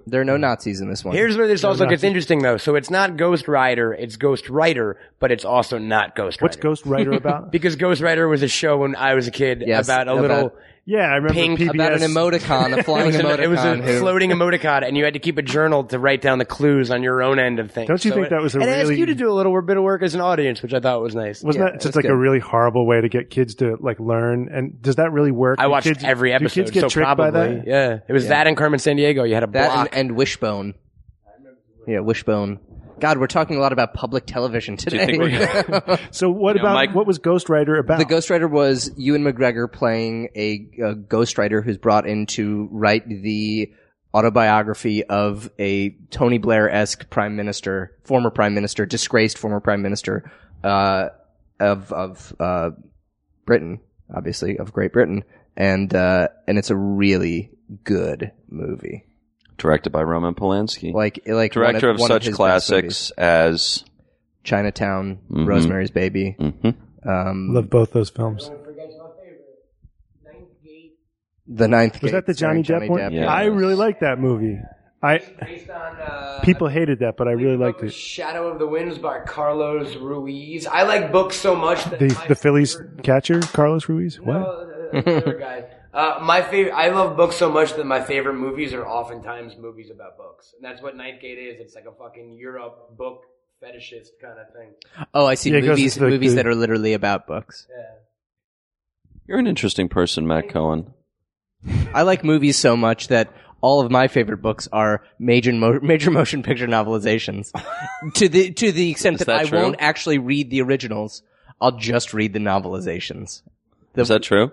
[SPEAKER 3] there are no Nazis in this one.
[SPEAKER 5] Here's where this also gets interesting, though. So it's not Ghost Rider. It's Ghost Writer, but it's also not Ghost Rider.
[SPEAKER 4] What's Ghost Rider about?
[SPEAKER 5] because Ghost Rider was a show when I was a kid
[SPEAKER 3] Yes,
[SPEAKER 5] about a
[SPEAKER 3] about-
[SPEAKER 5] little.
[SPEAKER 4] yeah, I remember
[SPEAKER 5] Pink
[SPEAKER 4] PBS.
[SPEAKER 3] about an emoticon, a flying
[SPEAKER 5] It was
[SPEAKER 3] emoticon.
[SPEAKER 5] an- it was a
[SPEAKER 3] who-
[SPEAKER 5] floating emoticon, and you had to keep a journal to write down the clues on your own end of things.
[SPEAKER 4] Don't you think
[SPEAKER 5] it-
[SPEAKER 4] that was a
[SPEAKER 5] and it asked
[SPEAKER 4] really-
[SPEAKER 5] you to do a little bit of work as an audience, which I thought was nice.
[SPEAKER 4] Wasn't
[SPEAKER 3] Yeah,
[SPEAKER 4] that
[SPEAKER 3] it
[SPEAKER 4] just
[SPEAKER 3] was
[SPEAKER 4] like a
[SPEAKER 3] good.
[SPEAKER 4] really horrible way to get kids to like learn? And does that really work?
[SPEAKER 5] I
[SPEAKER 4] Do
[SPEAKER 5] watched
[SPEAKER 4] kids-
[SPEAKER 5] every episode.
[SPEAKER 4] Do kids get
[SPEAKER 5] so
[SPEAKER 4] tricked
[SPEAKER 5] probably,
[SPEAKER 4] by that?
[SPEAKER 5] Yeah, it was that in Carmen San Diego. You had a
[SPEAKER 3] that
[SPEAKER 5] block.
[SPEAKER 3] and, and Wishbone. Yeah, Wishbone. God, we're talking a lot about public television today.
[SPEAKER 2] think we're
[SPEAKER 4] So what about
[SPEAKER 2] Mike-
[SPEAKER 4] what was Ghost Rider about?
[SPEAKER 3] the Ghost Rider was Ewan McGregor playing a, a Ghost Rider who's brought in to write the autobiography of a Tony Blair esque prime minister, former prime minister, disgraced former prime minister uh, of of uh, Britain, obviously of Great Britain, and uh, and it's a really good movie.
[SPEAKER 2] Directed by Roman Polanski.
[SPEAKER 3] Like like
[SPEAKER 2] Director of,
[SPEAKER 3] one of, one
[SPEAKER 2] such
[SPEAKER 3] his best
[SPEAKER 2] classics
[SPEAKER 3] movies.
[SPEAKER 2] Mm-hmm. as.
[SPEAKER 3] Chinatown, Rosemary's Baby.
[SPEAKER 2] Mhm.
[SPEAKER 3] Um,
[SPEAKER 4] Love both those films.
[SPEAKER 3] the ninth
[SPEAKER 4] Was that the
[SPEAKER 3] Gate, starring
[SPEAKER 4] Johnny Depp one?
[SPEAKER 2] Yeah.
[SPEAKER 4] I really liked that movie. I
[SPEAKER 6] Based on uh,
[SPEAKER 4] people hated that, but I really liked
[SPEAKER 6] book was
[SPEAKER 4] it.
[SPEAKER 6] Shadow of the Winds by Carlos Ruiz. I like books so much that
[SPEAKER 4] The
[SPEAKER 6] my
[SPEAKER 4] the Phillies catcher Carlos Ruiz. What?
[SPEAKER 6] No, uh, the other guy. Uh, my favorite. I love books so much that my favorite movies are oftentimes movies about books, and that's what Ninth Gate is. It's like a fucking Europe book fetishist kind of thing.
[SPEAKER 3] Oh, I see.
[SPEAKER 4] Yeah, it goes
[SPEAKER 3] movies,
[SPEAKER 4] into the-
[SPEAKER 3] movies
[SPEAKER 4] the-
[SPEAKER 3] that are literally about books.
[SPEAKER 2] You're an interesting person, Matt Cohen.
[SPEAKER 3] I like movies so much that all of my favorite books are major mo- major motion picture novelizations. to the to the extent that,
[SPEAKER 2] that
[SPEAKER 3] I
[SPEAKER 2] true?
[SPEAKER 3] won't actually read the originals, I'll just read the novelizations.
[SPEAKER 2] Is that true?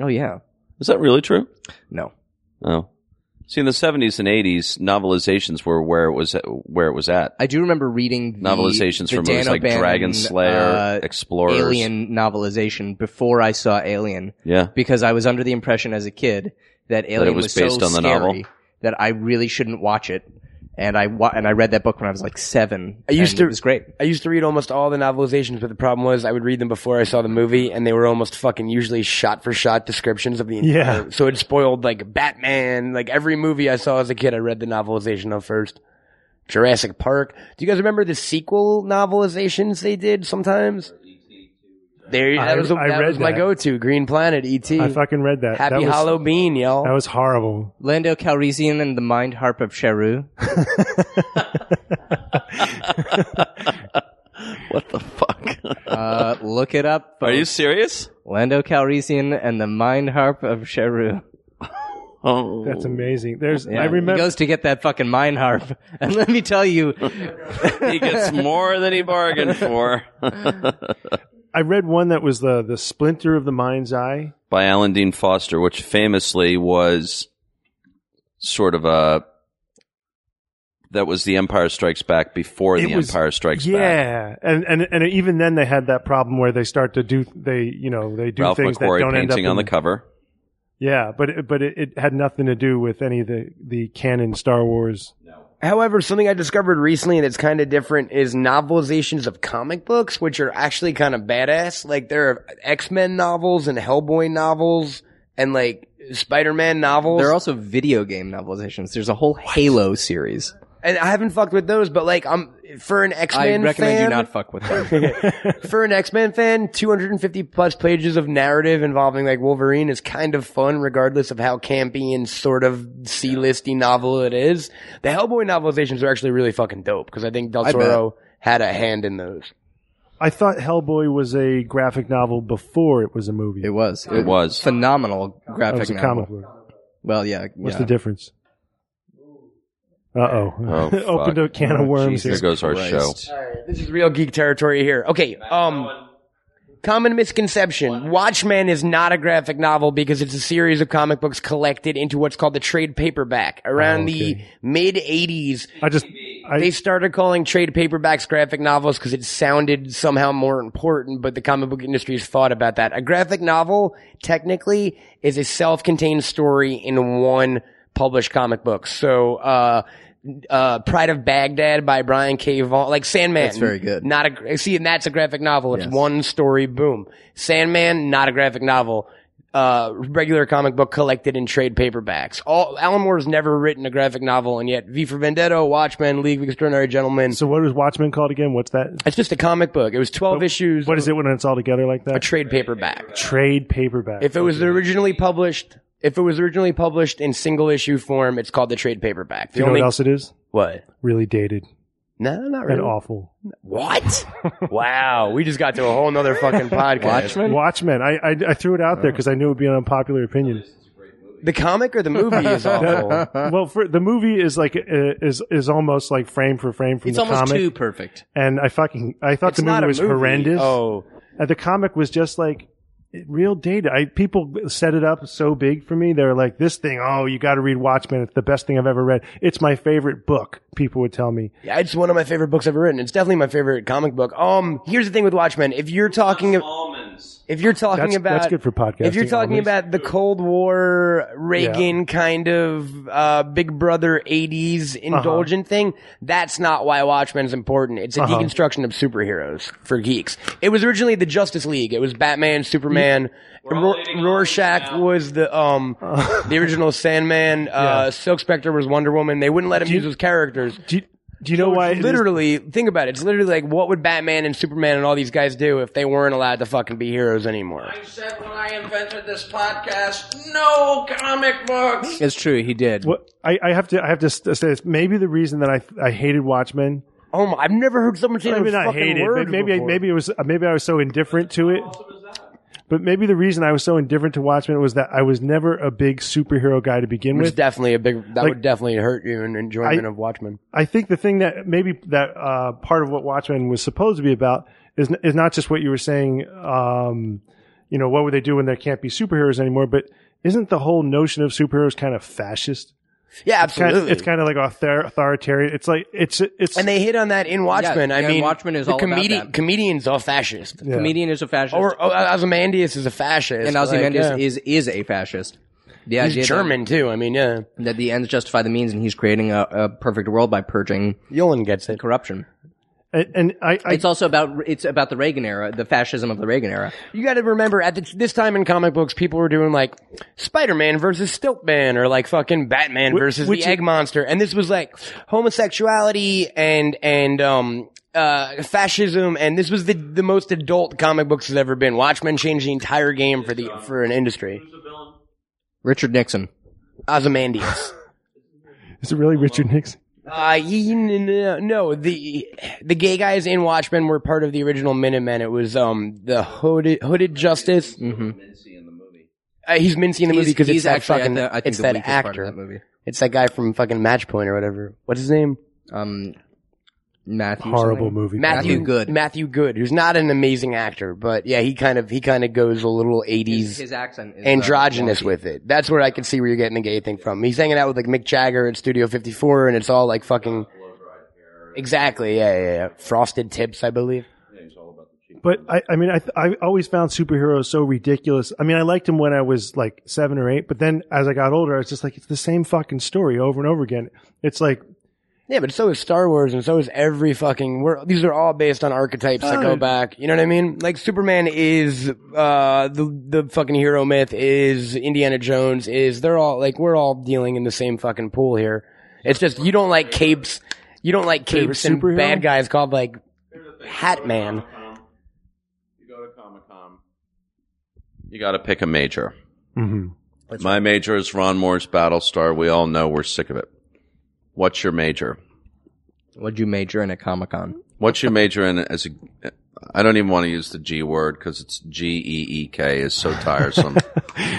[SPEAKER 3] Oh yeah,
[SPEAKER 2] Is that really true?
[SPEAKER 3] no.
[SPEAKER 2] Oh. See, in the 70s and 80s, novelizations were where it was at, where it was at.
[SPEAKER 3] I do remember reading the,
[SPEAKER 2] Novelizations
[SPEAKER 3] the
[SPEAKER 2] for movies
[SPEAKER 3] Dan
[SPEAKER 2] like
[SPEAKER 3] O'Bannon,
[SPEAKER 2] Dragon Slayer,
[SPEAKER 3] uh,
[SPEAKER 2] Explorers.
[SPEAKER 3] Alien novelization before I saw Alien.
[SPEAKER 2] Yeah.
[SPEAKER 3] because I was under the impression as a kid that Alien
[SPEAKER 2] was
[SPEAKER 3] so
[SPEAKER 2] based on the
[SPEAKER 3] scary
[SPEAKER 2] novel?
[SPEAKER 3] that I really shouldn't watch it. And I wa- and I read that book when I was like seven.
[SPEAKER 5] I used
[SPEAKER 3] and
[SPEAKER 5] to-
[SPEAKER 3] It was great.
[SPEAKER 5] I used to read almost all the novelizations, but the problem was I would read them before I saw the movie, and they were almost fucking usually shot for shot descriptions of the entire.
[SPEAKER 4] Yeah.
[SPEAKER 5] So it spoiled like Batman, like every movie I saw as a kid. I read the novelization of first. Jurassic Park. Do you guys remember the sequel novelizations they did sometimes? There,
[SPEAKER 4] I-
[SPEAKER 5] that was, a,
[SPEAKER 4] I
[SPEAKER 5] that
[SPEAKER 4] read
[SPEAKER 5] was my
[SPEAKER 4] that.
[SPEAKER 5] go-to. Green Planet, E.T.
[SPEAKER 4] I fucking read that.
[SPEAKER 5] Happy
[SPEAKER 4] that was,
[SPEAKER 5] Hollow Bean, y'all.
[SPEAKER 4] That was horrible.
[SPEAKER 3] Lando Calrissian and the Mind Harp of Cheru.
[SPEAKER 2] What the fuck?
[SPEAKER 3] Uh, look it up.
[SPEAKER 2] Are you
[SPEAKER 3] folks.
[SPEAKER 2] serious?
[SPEAKER 3] Lando Calrissian and the Mind Harp of Cheru?
[SPEAKER 2] Oh,
[SPEAKER 4] That's amazing. There's,
[SPEAKER 3] Yeah.
[SPEAKER 4] I
[SPEAKER 3] He
[SPEAKER 4] remember.
[SPEAKER 3] goes to get that fucking mind harp, and let me tell you,
[SPEAKER 2] he gets more than he bargained for.
[SPEAKER 4] I read one that was the the splinter of the mind's eye.
[SPEAKER 2] by Alan Dean Foster, which famously was sort of a that was The Empire Strikes Back before
[SPEAKER 4] It
[SPEAKER 2] The
[SPEAKER 4] was-
[SPEAKER 2] Empire Strikes Back.
[SPEAKER 4] yeah, and, and and even then they had that problem where they start to do they you know they do
[SPEAKER 2] Ralph
[SPEAKER 4] things that
[SPEAKER 2] McQuarrie
[SPEAKER 4] don't end up
[SPEAKER 2] painting on the
[SPEAKER 4] in-
[SPEAKER 2] cover.
[SPEAKER 4] Yeah, but it, but it, it had nothing to do with any of the the canon Star Wars.
[SPEAKER 5] However, something I discovered recently that's kind of different is novelizations of comic books, which are actually kind of badass. Like there are X Men novels and Hellboy novels and like Spider Man novels.
[SPEAKER 3] there are also video game novelizations. There's a whole Halo series.
[SPEAKER 5] and I haven't fucked with those, but like I'm for an X
[SPEAKER 3] I
[SPEAKER 5] Men
[SPEAKER 3] recommend
[SPEAKER 5] fan,
[SPEAKER 3] you not fuck with them.
[SPEAKER 5] for an X Men fan, 250 plus pages of narrative involving like Wolverine is kind of fun, regardless of how campy and sort of C listy novel it is. The Hellboy novelizations are actually really fucking dope because I think Del
[SPEAKER 3] I bet.
[SPEAKER 5] Toro had a hand in those.
[SPEAKER 4] I thought Hellboy was a graphic novel before it was a movie.
[SPEAKER 3] it was.
[SPEAKER 2] It was.
[SPEAKER 3] phenomenal
[SPEAKER 4] It
[SPEAKER 3] graphic
[SPEAKER 4] was a
[SPEAKER 3] novel.
[SPEAKER 4] comic book.
[SPEAKER 3] Well, yeah.
[SPEAKER 4] What's
[SPEAKER 3] yeah.
[SPEAKER 4] the difference? Uh oh,
[SPEAKER 2] Oh, fuck.
[SPEAKER 4] opened a can of worms
[SPEAKER 2] There
[SPEAKER 4] here.
[SPEAKER 2] goes our show.
[SPEAKER 3] Christ.
[SPEAKER 5] Alright, This is real geek territory here. Okay, um, common misconception. Watchmen is not a graphic novel because it's a series of comic books collected into what's called the trade paperback.
[SPEAKER 3] Oh,
[SPEAKER 5] Around the mid 80s,
[SPEAKER 4] I just I,
[SPEAKER 5] they started calling trade paperbacks graphic novels because it sounded somehow more important, but the comic book industry has fought about that. A graphic novel, technically, is a self-contained story in one published comic book. So, uh, uh, Pride of Baghdad by Brian K. Vaughan, like Sandman.
[SPEAKER 3] That's very good.
[SPEAKER 5] Not a, gra- see, and that's a graphic novel. It's
[SPEAKER 3] Yes.
[SPEAKER 5] one story, boom. Sandman, not a graphic novel. Uh, regular comic book collected in trade paperbacks. All, Alan Moore's never written a graphic novel, and yet V for Vendetta, Watchmen, League of Extraordinary Gentlemen.
[SPEAKER 4] so what is Watchmen called again? What's that?
[SPEAKER 5] It's just a comic book. It was 12 issues.
[SPEAKER 4] What is it when it's all together like
[SPEAKER 5] A
[SPEAKER 4] that?
[SPEAKER 5] trade paperback.
[SPEAKER 4] Trade paperback.
[SPEAKER 5] If it was
[SPEAKER 4] Okay.
[SPEAKER 5] originally published, if it was originally published in single issue form, it's called the trade paperback. The
[SPEAKER 4] you know what else it is?
[SPEAKER 5] what?
[SPEAKER 4] Really dated
[SPEAKER 5] No, not
[SPEAKER 4] and
[SPEAKER 5] really.
[SPEAKER 4] awful.
[SPEAKER 5] What? wow, we just got to a whole nother fucking podcast.
[SPEAKER 3] Watchmen.
[SPEAKER 4] Watchmen. I I, I threw it out
[SPEAKER 2] Oh.
[SPEAKER 4] there because I knew it would be an unpopular opinion.
[SPEAKER 5] The comic or the movie is
[SPEAKER 2] Oh.
[SPEAKER 5] awful.
[SPEAKER 4] well, for, the movie is like uh, is is almost like frame for frame from
[SPEAKER 3] It's
[SPEAKER 4] the
[SPEAKER 3] almost
[SPEAKER 4] comic,
[SPEAKER 3] too perfect.
[SPEAKER 4] and I fucking I thought
[SPEAKER 5] It's
[SPEAKER 4] the
[SPEAKER 5] not
[SPEAKER 4] movie
[SPEAKER 5] a
[SPEAKER 4] was
[SPEAKER 5] movie.
[SPEAKER 4] horrendous.
[SPEAKER 5] Oh,
[SPEAKER 4] And Uh, the comic was just like real data. I, people set it up so big for me. They're like, this thing, oh, you got to read Watchmen. It's the best thing I've ever read. It's my favorite book. People would tell me.
[SPEAKER 5] yeah, it's one of my favorite books ever written. It's definitely my favorite comic book. Um, here's the thing with Watchmen. If you're talking, of,
[SPEAKER 2] Almonds.
[SPEAKER 5] if you're talking
[SPEAKER 4] That's,
[SPEAKER 5] about,
[SPEAKER 4] that's good for podcasting.
[SPEAKER 5] If you're talking
[SPEAKER 4] almonds.
[SPEAKER 5] about the Cold War Reagan kind of uh, Big Brother '80s
[SPEAKER 4] Uh-huh.
[SPEAKER 5] indulgent thing, that's not why Watchmen's important. It's a
[SPEAKER 4] Uh-huh.
[SPEAKER 5] deconstruction of superheroes for geeks. It was originally the Justice League. It was Batman, Superman, Ro- Rorschach was the um
[SPEAKER 4] Uh-huh.
[SPEAKER 5] the original Sandman. Uh, Silk Spectre was Wonder Woman. They wouldn't let him use his characters.
[SPEAKER 4] do you, do you know why? it is-
[SPEAKER 5] Literally, think about it. It's literally like, what would Batman and Superman and all these guys do if they weren't allowed to fucking be heroes anymore?
[SPEAKER 6] I said when I invented this podcast, no comic books.
[SPEAKER 3] It's true. He did.
[SPEAKER 4] what, I, I have to. I have to st- say this. Maybe the reason that I I hated Watchmen.
[SPEAKER 5] Oh my! I've never heard someone say
[SPEAKER 4] Maybe
[SPEAKER 5] those
[SPEAKER 4] not
[SPEAKER 5] fucking
[SPEAKER 4] hate it.
[SPEAKER 5] words.
[SPEAKER 4] But maybe I,
[SPEAKER 5] before.
[SPEAKER 4] maybe it was uh, maybe I was so indifferent to it. But maybe the reason I was so indifferent to Watchmen was that I was never a big superhero guy to begin
[SPEAKER 5] It was
[SPEAKER 4] with.
[SPEAKER 5] definitely a big. That
[SPEAKER 4] Like-
[SPEAKER 5] would definitely hurt you in enjoyment
[SPEAKER 4] I-
[SPEAKER 5] of Watchmen.
[SPEAKER 4] I think the thing that maybe that uh, part of what Watchmen was supposed to be about is is not just what you were saying. Um, you know, what would they do when there can't be superheroes anymore? But isn't the whole notion of superheroes kind of fascist?
[SPEAKER 5] Yeah,
[SPEAKER 4] Kind
[SPEAKER 5] absolutely.
[SPEAKER 4] it's kind of like author- authoritarian. It's like it's it's
[SPEAKER 5] and they hit on that in Watchmen. I
[SPEAKER 3] yeah,
[SPEAKER 5] mean,
[SPEAKER 3] Watchmen is
[SPEAKER 5] the
[SPEAKER 3] all about
[SPEAKER 5] comedi-
[SPEAKER 3] that.
[SPEAKER 5] Comedians are fascist,
[SPEAKER 4] yeah.
[SPEAKER 3] Comedian is a fascist,
[SPEAKER 5] or oh, Ozymandias is a fascist,
[SPEAKER 3] and
[SPEAKER 5] like,
[SPEAKER 3] Ozymandias
[SPEAKER 5] yeah.
[SPEAKER 3] is is a fascist. The idea
[SPEAKER 5] He's German too. I mean, yeah,
[SPEAKER 3] That, that the ends justify the means, and he's creating a, a perfect world by purging
[SPEAKER 5] Yolen gets it.
[SPEAKER 3] corruption.
[SPEAKER 4] And, and I, I
[SPEAKER 3] it's also about it's about the Reagan era, the fascism of the Reagan era.
[SPEAKER 5] You got to remember at the, this time in comic books, people were doing like Spider-Man versus Stiltman or like fucking Batman versus
[SPEAKER 4] which
[SPEAKER 5] the Egg Monster, and this was like homosexuality and and um uh fascism, and this was the the most adult comic books has ever been. Watchmen changed the entire game for the for an industry.
[SPEAKER 3] Richard Nixon.
[SPEAKER 5] Ozymandias.
[SPEAKER 4] is it really Richard Nixon?
[SPEAKER 5] Uh, he, no, no, the the gay guys in Watchmen were part of the original Minutemen. It was um the hooded hooded justice.
[SPEAKER 3] Mm-hmm.
[SPEAKER 5] Uh, he's Mincy in the movie because it's that
[SPEAKER 3] actually,
[SPEAKER 5] fucking
[SPEAKER 3] I, thi- I think
[SPEAKER 5] it's
[SPEAKER 3] the
[SPEAKER 5] that
[SPEAKER 3] weakest part
[SPEAKER 5] actor.
[SPEAKER 3] of that movie.
[SPEAKER 5] It's that guy from fucking Matchpoint or whatever. What's his name?
[SPEAKER 3] Um, Matthew.
[SPEAKER 4] Horrible
[SPEAKER 3] something?
[SPEAKER 4] movie.
[SPEAKER 5] Matthew,
[SPEAKER 3] Matthew Good.
[SPEAKER 5] Matthew Good, who's not an amazing actor, but yeah, he kind of he kind of goes a little
[SPEAKER 3] His,
[SPEAKER 5] eighties
[SPEAKER 3] his accent is uh,
[SPEAKER 5] androgynous
[SPEAKER 3] wonky.
[SPEAKER 5] with it. That's where I can see where you're getting the gay thing from. He's hanging out with like Mick Jagger at Studio 54, and it's all like fucking. Exactly. Yeah, yeah, yeah. Frosted tips, I believe.
[SPEAKER 4] But I, I mean, I, th- I always found superheroes so ridiculous. I mean, I liked him when I was like seven or eight, but then as I got older, I was just like, it's the same fucking story over and over again. It's like,
[SPEAKER 5] Yeah, but so is Star Wars, and so is every fucking world. These are all based on archetypes that go back. You know what I mean? Like Superman is uh, the the fucking hero myth. Is Indiana Jones is they're all like we're all dealing in the same fucking pool here. It's just you don't like capes. You don't like capes and
[SPEAKER 4] superhero?
[SPEAKER 5] bad guys called like Hat Man.
[SPEAKER 2] You go to Comic Con. You got to pick a major.
[SPEAKER 4] mhm.
[SPEAKER 2] My major is Ron Moore's Battlestar. We all know we're sick of it. What's your major?
[SPEAKER 3] What'd you major in at Comic Con?
[SPEAKER 2] What's your major in as a? I don't even want to use the G word because it's G E E K is so tiresome.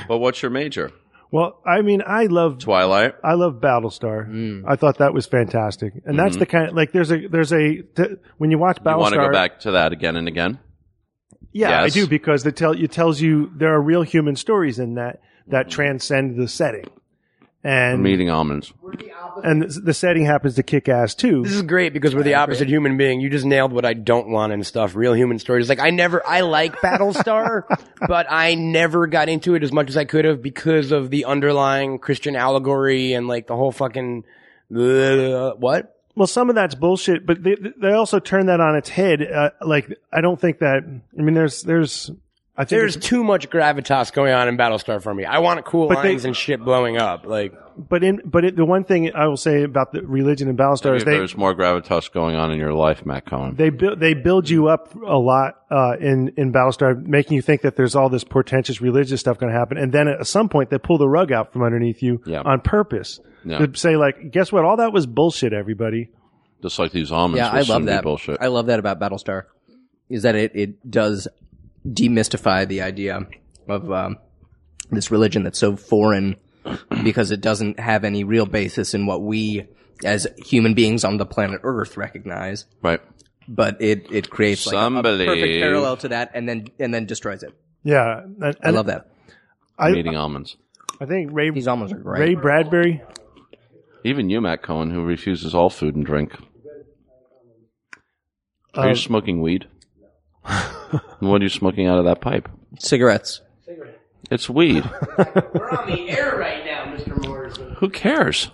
[SPEAKER 2] but what's your major?
[SPEAKER 4] well, I mean, I love
[SPEAKER 2] Twilight.
[SPEAKER 4] I love Battlestar.
[SPEAKER 2] Mm.
[SPEAKER 4] I thought that was fantastic, and that's the kind like there's a there's a th- when you watch Battlestar.
[SPEAKER 2] Mm-hmm. You want to go back to that again and again?
[SPEAKER 4] Yeah,
[SPEAKER 2] Yes.
[SPEAKER 4] I do because it tell it tells you there are real human stories in that
[SPEAKER 2] Mm-hmm.
[SPEAKER 4] that transcend the setting, and
[SPEAKER 2] I'm eating almonds.
[SPEAKER 4] and th- the setting happens to kick ass too.
[SPEAKER 5] This is great because we're the opposite human being. You just nailed what I don't want and stuff. Real human stories. Like I never, I like Battlestar, but I never got into it as much as I could have because of the underlying Christian allegory and like the whole fucking uh, what?
[SPEAKER 4] Well, some of that's bullshit, but they they also turn that on its head. Uh, like I don't think that I mean there's there's I think
[SPEAKER 5] There's
[SPEAKER 4] it's-
[SPEAKER 5] too much gravitas going on in Battlestar for me. I want cool
[SPEAKER 4] But they-
[SPEAKER 5] lines and shit blowing up. Like
[SPEAKER 4] but in but it, the one thing I will say about the religion and Battlestar
[SPEAKER 2] If
[SPEAKER 4] is they
[SPEAKER 2] there's more gravitas going on in your life, Matt Cohen.
[SPEAKER 4] they build they build you up a lot uh, in in Battlestar, making you think that there's all this portentous religious stuff going to happen, and then at some point they pull the rug out from underneath you
[SPEAKER 2] Yeah.
[SPEAKER 4] on purpose
[SPEAKER 2] Yeah.
[SPEAKER 4] to say like, guess what? All that was bullshit, everybody.
[SPEAKER 2] Just like these almonds.
[SPEAKER 3] Yeah,
[SPEAKER 2] will
[SPEAKER 3] I
[SPEAKER 2] soon
[SPEAKER 3] love
[SPEAKER 2] be
[SPEAKER 3] that.
[SPEAKER 2] bullshit.
[SPEAKER 3] I love that about Battlestar, is that it it does demystify the idea of um, this religion that's so foreign because it doesn't have any real basis in what we as human beings on the planet Earth recognize,
[SPEAKER 2] right.
[SPEAKER 3] but it it creates like a-
[SPEAKER 2] Some
[SPEAKER 3] a,
[SPEAKER 2] believe-
[SPEAKER 3] perfect parallel to that, and then and then destroys it.
[SPEAKER 4] Yeah, and, and
[SPEAKER 3] I love that.
[SPEAKER 2] I'm
[SPEAKER 4] I-
[SPEAKER 2] eating almonds.
[SPEAKER 4] I think Ray
[SPEAKER 3] These almonds are great.
[SPEAKER 4] Ray Bradbury.
[SPEAKER 2] Even you, Matt Cohen, who refuses all food and drink. Are you
[SPEAKER 4] Um,
[SPEAKER 2] smoking weed? And what are you smoking out of that pipe?
[SPEAKER 3] Cigarettes.
[SPEAKER 2] It's weed.
[SPEAKER 6] We're on the air right now, Mr. Morris.
[SPEAKER 2] Who cares?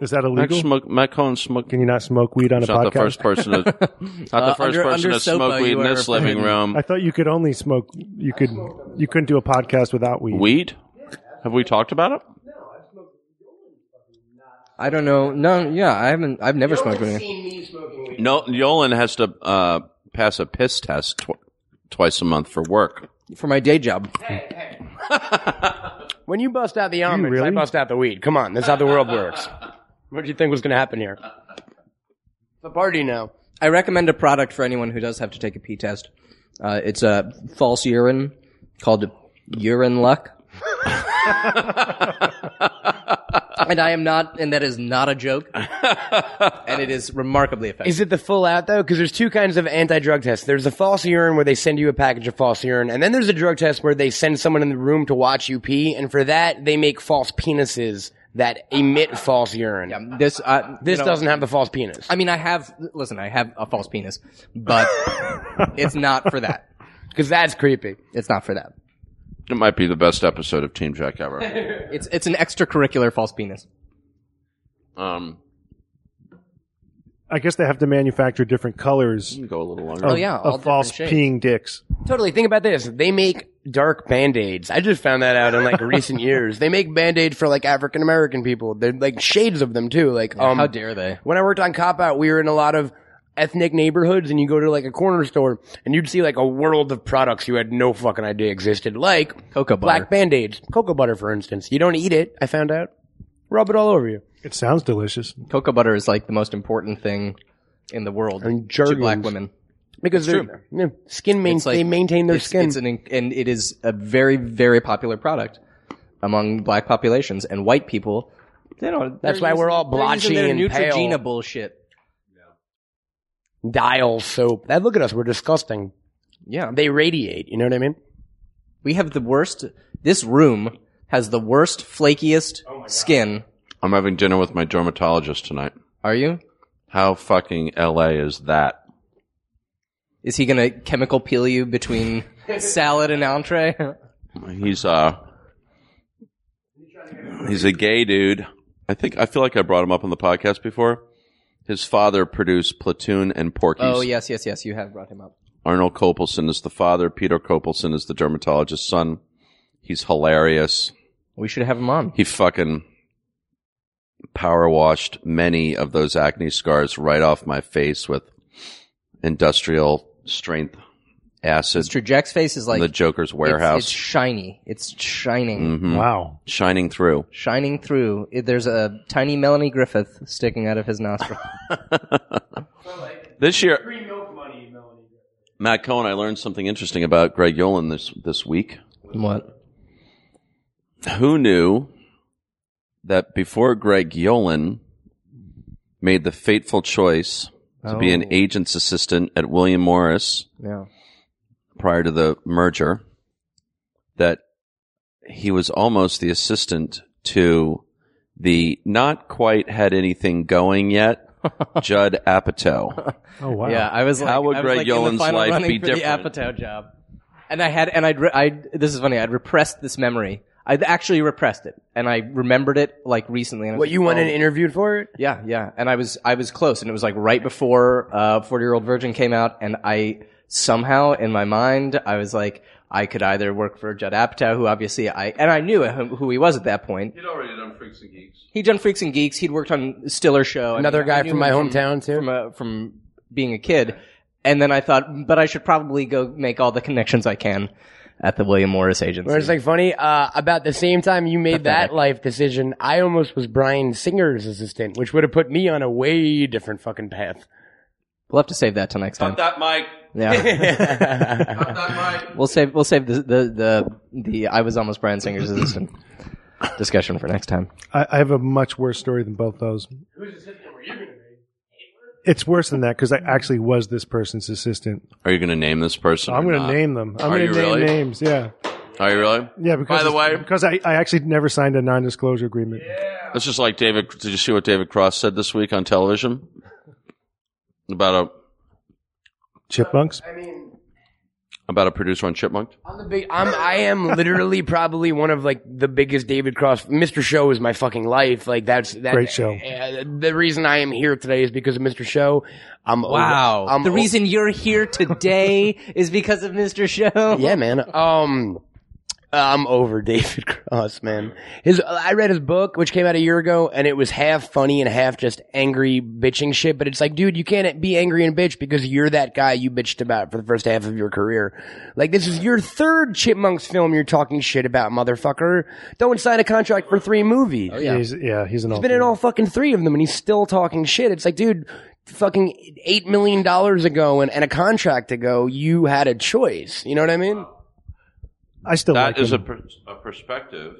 [SPEAKER 4] Is that
[SPEAKER 2] Matt,
[SPEAKER 4] illegal?
[SPEAKER 2] smoke, Matt Cohen smoked.
[SPEAKER 4] Can you not smoke weed on a
[SPEAKER 2] He's not
[SPEAKER 4] podcast?
[SPEAKER 2] the first person to not the
[SPEAKER 3] Uh,
[SPEAKER 2] first
[SPEAKER 3] under-
[SPEAKER 2] person
[SPEAKER 3] under
[SPEAKER 2] to
[SPEAKER 3] SOPA,
[SPEAKER 2] smoke weed
[SPEAKER 3] you
[SPEAKER 2] in
[SPEAKER 3] are
[SPEAKER 2] this living room.
[SPEAKER 4] I thought you could only smoke. You could. You couldn't do a podcast without weed.
[SPEAKER 2] Weed? Have we talked about it?
[SPEAKER 3] I don't know. No, yeah, I haven't. I've never smoked any.
[SPEAKER 6] Seen me smoking weed.
[SPEAKER 2] No, Yolan has to uh, pass a piss test tw- twice a month for work.
[SPEAKER 3] for my day job.
[SPEAKER 5] when you bust out the almonds, I
[SPEAKER 4] really?
[SPEAKER 5] bust out the weed. Come on, that's how the world works. What do you think was going to happen here? It's a party now.
[SPEAKER 3] I recommend a product for anyone who does have to take a pee test. Uh, it's a false urine called Urine Luck. and I am not, and that is not a joke. and it is remarkably effective.
[SPEAKER 5] Is it the full out though? Because there's two kinds of anti-drug tests. There's a false urine where they send you a package of false urine, and then there's a drug test where they send someone in the room to watch you pee, and for that they make false penises that emit false urine.
[SPEAKER 3] this uh,
[SPEAKER 5] This
[SPEAKER 3] you know,
[SPEAKER 5] doesn't have the false penis.
[SPEAKER 3] I mean, I have. Listen, I have a false penis, but it's not for that.
[SPEAKER 5] Because that's creepy.
[SPEAKER 3] It's not for that.
[SPEAKER 2] It might be the best episode of Team Jack ever.
[SPEAKER 3] It's it's an extracurricular false penis.
[SPEAKER 2] Um,
[SPEAKER 4] I guess they have to manufacture different colors
[SPEAKER 2] you can go a little longer.
[SPEAKER 4] of,
[SPEAKER 3] Oh, yeah, all
[SPEAKER 4] of false
[SPEAKER 3] different
[SPEAKER 4] peeing dicks.
[SPEAKER 5] Totally. Think about this. They make dark band-aids. I just found that out in like recent years. They make band-aids for like African American people. They're like shades of them too. Like um
[SPEAKER 3] How dare they?
[SPEAKER 5] when I worked on Cop Out, we were in a lot of ethnic neighborhoods and you go to like a corner store and you'd see like a world of products you had no fucking idea existed. Like
[SPEAKER 3] Cocoa butter.
[SPEAKER 5] black band-aids. Cocoa butter, for instance. You don't eat it, I found out. Rub it all over you.
[SPEAKER 4] It sounds delicious.
[SPEAKER 3] Cocoa butter is like the most important thing in the world
[SPEAKER 5] And
[SPEAKER 3] to
[SPEAKER 5] jargons.
[SPEAKER 3] black women.
[SPEAKER 5] Because they're yeah, skin main,
[SPEAKER 3] It's like-
[SPEAKER 5] they maintain their
[SPEAKER 3] it's,
[SPEAKER 5] skin.
[SPEAKER 3] It's an, in- and it is a very, very popular product among black populations and white people. They don't.
[SPEAKER 5] That's
[SPEAKER 3] they're
[SPEAKER 5] why we're
[SPEAKER 3] using-
[SPEAKER 5] all
[SPEAKER 3] they're using
[SPEAKER 5] blotchy
[SPEAKER 3] their
[SPEAKER 5] and
[SPEAKER 3] Neutrogena
[SPEAKER 5] pale.
[SPEAKER 3] bullshit.
[SPEAKER 5] Dial soap. That look at us, we're disgusting.
[SPEAKER 3] Yeah,
[SPEAKER 5] They radiate, you know what I mean?
[SPEAKER 3] we have the worst. This room has the worst, flakiest skin.
[SPEAKER 2] I'm having dinner with my dermatologist tonight.
[SPEAKER 3] Are you?
[SPEAKER 2] How fucking LA is that?
[SPEAKER 3] Is he gonna chemical peel you between salad and entree?
[SPEAKER 2] He's uh He's a gay dude. I think I feel like I brought him up on the podcast before. His father produced Platoon and Porky's.
[SPEAKER 3] oh yes, yes, yes. You have brought him up.
[SPEAKER 2] Arnold Copelson is the father, Peter Copelson is the dermatologist's son. He's hilarious.
[SPEAKER 3] We should have him on.
[SPEAKER 2] He fucking power washed many of those acne scars right off my face with industrial strength acid
[SPEAKER 3] It's true. Jack's face is
[SPEAKER 2] in
[SPEAKER 3] like
[SPEAKER 2] the Joker's
[SPEAKER 3] it's-
[SPEAKER 2] warehouse.
[SPEAKER 3] It's, shiny. It's shining,
[SPEAKER 2] Mhm.
[SPEAKER 4] Wow.
[SPEAKER 2] Shining through.
[SPEAKER 3] shining through. It- There's a tiny Melanie Griffith sticking out of his nostril.
[SPEAKER 2] This year, Matt Cohen, I learned something interesting about Greg Yolen this this week.
[SPEAKER 3] what?
[SPEAKER 2] Who knew that before Greg Yolen made the fateful choice to be an
[SPEAKER 3] Oh.
[SPEAKER 2] agent's assistant at William Morris
[SPEAKER 3] Yeah.
[SPEAKER 2] prior to the merger, that he was almost the assistant to the not quite had anything going yet Judd Apatow.
[SPEAKER 4] Oh wow.
[SPEAKER 3] Yeah, I was like,
[SPEAKER 2] How would
[SPEAKER 3] I was
[SPEAKER 2] Greg
[SPEAKER 3] like in the
[SPEAKER 2] Yolen's
[SPEAKER 3] final
[SPEAKER 2] life
[SPEAKER 3] running
[SPEAKER 2] be
[SPEAKER 3] for
[SPEAKER 2] different?
[SPEAKER 3] The Apatow job, and I had, and I'd, re- I. This is funny. I'd repressed this memory. I actually repressed it, and I remembered it like recently. And I was
[SPEAKER 5] What
[SPEAKER 3] like,
[SPEAKER 5] you went
[SPEAKER 3] oh,
[SPEAKER 5] and interviewed for it?
[SPEAKER 3] Yeah, yeah. And I was, I was close, and it was like right before uh, Forty Year Old Virgin came out, and I somehow in my mind I was like, I could either work for Judd Apatow, who obviously I, and I knew who who he was at that point.
[SPEAKER 2] He'd already done Freaks and Geeks.
[SPEAKER 3] He'd done Freaks and Geeks. He'd worked on Stiller Show. I
[SPEAKER 5] Another
[SPEAKER 3] mean, I
[SPEAKER 5] guy
[SPEAKER 3] knew
[SPEAKER 5] from
[SPEAKER 3] him
[SPEAKER 5] my hometown too.
[SPEAKER 3] from uh, from being a kid. And then I thought, but I should probably go make all the connections I can at the William Morris agency.
[SPEAKER 5] Where it's like funny, uh, about the same time you made that life decision, I almost was Brian Singer's assistant, which would have put me on a way different fucking path.
[SPEAKER 3] we'll have to save that till next time.
[SPEAKER 2] that mic.
[SPEAKER 3] Yeah, we'll save we'll save the the the, the I was almost Brian Singer's assistant discussion for next time.
[SPEAKER 4] I, I have a much worse story than both those. It's worse than that because I actually was this person's assistant.
[SPEAKER 2] Are you going to name this person?
[SPEAKER 4] I'm
[SPEAKER 2] going
[SPEAKER 4] going to name them. I'm
[SPEAKER 2] Are
[SPEAKER 4] going
[SPEAKER 2] you
[SPEAKER 4] to name
[SPEAKER 2] really?
[SPEAKER 4] names. Yeah,
[SPEAKER 2] Are you really?
[SPEAKER 4] yeah. Because
[SPEAKER 2] By the
[SPEAKER 4] it's-
[SPEAKER 2] way-
[SPEAKER 4] because I, I actually never signed a non-disclosure agreement.
[SPEAKER 2] That's just like David. Did you see what David Cross said this week on television about a
[SPEAKER 4] Chipmunks.
[SPEAKER 5] I mean,
[SPEAKER 2] about a producer on Chipmunk?
[SPEAKER 4] Oh
[SPEAKER 5] I'm the big. I'm. I am literally probably one of like the biggest David Cross. Mr. Show is my fucking life. Like that's that,
[SPEAKER 4] Great show.
[SPEAKER 5] Uh, the reason I am here today is because of Mr. Show. I'm
[SPEAKER 3] Wow,
[SPEAKER 5] I'm
[SPEAKER 3] the
[SPEAKER 5] o-
[SPEAKER 3] reason you're here today is because of Mr. Show.
[SPEAKER 5] Yeah, man. Um, I'm over David Cross, man. His I read his book, which came out a year ago, and it was half funny and half just angry bitching shit. But it's like, dude, you can't be angry and bitch because you're that guy you bitched about for the first half of your career. Like, this is your third Chipmunks film you're talking shit about, motherfucker. Don't sign a contract for three movies.
[SPEAKER 4] Oh, Yeah, he's, yeah, he's an.
[SPEAKER 5] He's been in all fucking three of them and he's still talking shit. It's like, dude, fucking eight million dollars ago and, and a contract ago, you had a choice. You know what I mean?
[SPEAKER 4] I still
[SPEAKER 2] That
[SPEAKER 4] like
[SPEAKER 2] is a,
[SPEAKER 4] him.
[SPEAKER 2] per- a perspective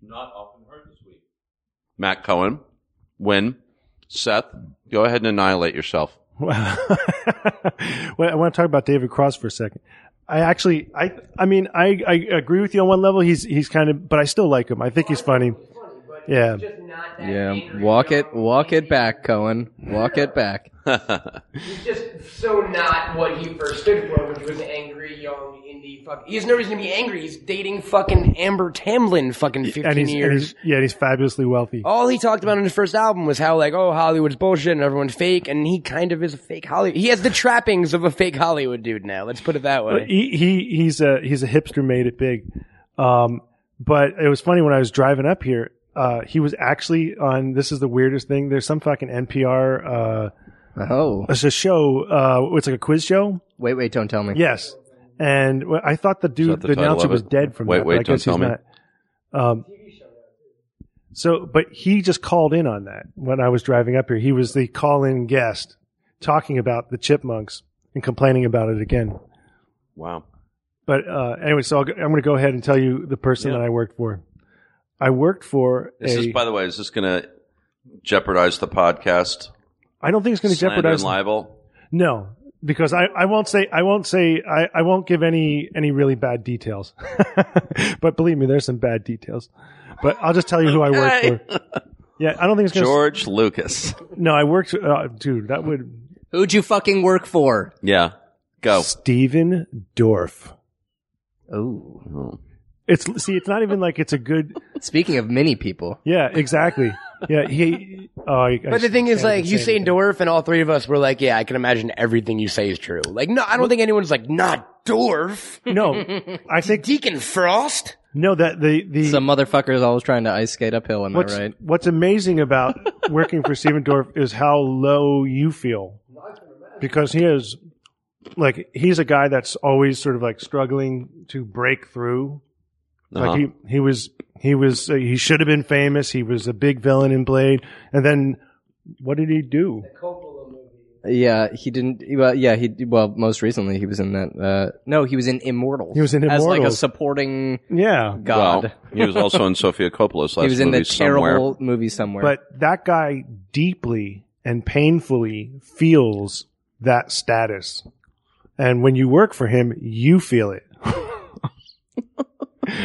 [SPEAKER 2] not often heard this week. Matt Cohen, win. Seth, go ahead and annihilate yourself.
[SPEAKER 4] Well, I want to talk about David Cross for a second. I actually, I, I mean, I, I agree with you on one level. He's, he's kind of, but I still like him. I think he's funny.
[SPEAKER 6] like
[SPEAKER 4] Yeah.
[SPEAKER 6] it's just not that
[SPEAKER 3] Yeah,
[SPEAKER 6] angry.
[SPEAKER 3] walk
[SPEAKER 6] You
[SPEAKER 3] it,
[SPEAKER 6] know?
[SPEAKER 3] walk it back, Cohen. Walk it back.
[SPEAKER 6] He's just so not what he first stood for, which was angry, young, indie. Fuck. He has no reason to be angry. He's dating fucking Amber Tamlin, fucking fifteen
[SPEAKER 4] and he's,
[SPEAKER 6] years.
[SPEAKER 4] and he's yeah, and he's fabulously wealthy.
[SPEAKER 6] all he talked about in his first album was how like oh Hollywood's bullshit and everyone's fake and he kind of is a fake Hollywood. He has the trappings of a fake Hollywood dude now. Let's put it that
[SPEAKER 4] But
[SPEAKER 6] way.
[SPEAKER 4] Uh, he, he he's a he's a hipster made it big. Um, but it was funny when I was driving up here. Uh, he was actually on. This is the weirdest thing. There's some fucking NPR. Uh,
[SPEAKER 3] Oh,
[SPEAKER 4] it's a show. Uh, it's like a quiz show.
[SPEAKER 3] wait, wait, don't tell me.
[SPEAKER 4] Yes. And wh- I thought the dude,
[SPEAKER 2] that the
[SPEAKER 4] the,
[SPEAKER 2] title
[SPEAKER 4] announcer,
[SPEAKER 2] of
[SPEAKER 4] was
[SPEAKER 2] it?
[SPEAKER 4] dead from
[SPEAKER 2] Wait,
[SPEAKER 4] that.
[SPEAKER 2] wait,
[SPEAKER 4] but I
[SPEAKER 2] don't
[SPEAKER 4] guess
[SPEAKER 2] tell
[SPEAKER 4] he's
[SPEAKER 2] me.
[SPEAKER 4] not. Um, so, but he just called in on that when I was driving up here. He was the call-in guest, talking about the chipmunks and complaining about it again.
[SPEAKER 2] wow.
[SPEAKER 4] But uh, anyway, so I'll, go- I'm going to go ahead and tell you the person
[SPEAKER 2] Yeah.
[SPEAKER 4] that I worked for. I worked for
[SPEAKER 2] This
[SPEAKER 4] a.
[SPEAKER 2] is, by the way, is this going to jeopardize the podcast?
[SPEAKER 4] I don't think it's going to
[SPEAKER 2] Slander
[SPEAKER 4] jeopardize.
[SPEAKER 2] and libel.
[SPEAKER 4] No, because I, I won't say I won't say I, I won't give any any really bad details. but believe me, there's some bad details. But I'll just tell you who I worked for. Yeah, I don't think it's going to.
[SPEAKER 2] George Lucas.
[SPEAKER 4] No, I worked. Uh, dude, that would
[SPEAKER 3] Who'd you fucking work for?
[SPEAKER 2] Yeah. Go.
[SPEAKER 4] Steven Dorff.
[SPEAKER 3] Oh,
[SPEAKER 4] It's see, it's not even like it's a good.
[SPEAKER 3] speaking of many people,
[SPEAKER 4] Yeah, exactly. Yeah, he. Oh, I,
[SPEAKER 5] But the thing is, like
[SPEAKER 4] you
[SPEAKER 5] Usain Dorf and all three of us were like, yeah, I can imagine everything you say is true. Like, no, I don't think anyone's like, not Dorf,
[SPEAKER 4] No, I think
[SPEAKER 5] Deacon Frost.
[SPEAKER 4] no that the the
[SPEAKER 3] some motherfucker's always trying to ice skate uphill. Am I
[SPEAKER 4] What's,
[SPEAKER 3] right?
[SPEAKER 4] what's amazing about working for Steven Dorff is how low you feel because he is like he's a guy that's always sort of like struggling to break through.
[SPEAKER 2] Uh-huh.
[SPEAKER 4] Like he he was he was uh, he should have been famous. He was a big villain in Blade, and then what did he do?
[SPEAKER 3] Yeah, he didn't. Well, yeah, he. Well, most recently he was in that. Uh, no, he was in Immortals.
[SPEAKER 4] He was in
[SPEAKER 3] as like a
[SPEAKER 4] Immortals.
[SPEAKER 3] supporting
[SPEAKER 4] Yeah,
[SPEAKER 3] god.
[SPEAKER 2] Well, he was also in Sofia Coppola's last
[SPEAKER 3] he was in
[SPEAKER 2] movie
[SPEAKER 3] the terrible
[SPEAKER 2] somewhere.
[SPEAKER 3] movie somewhere.
[SPEAKER 4] but that guy deeply and painfully feels that status, and when you work for him, you feel it.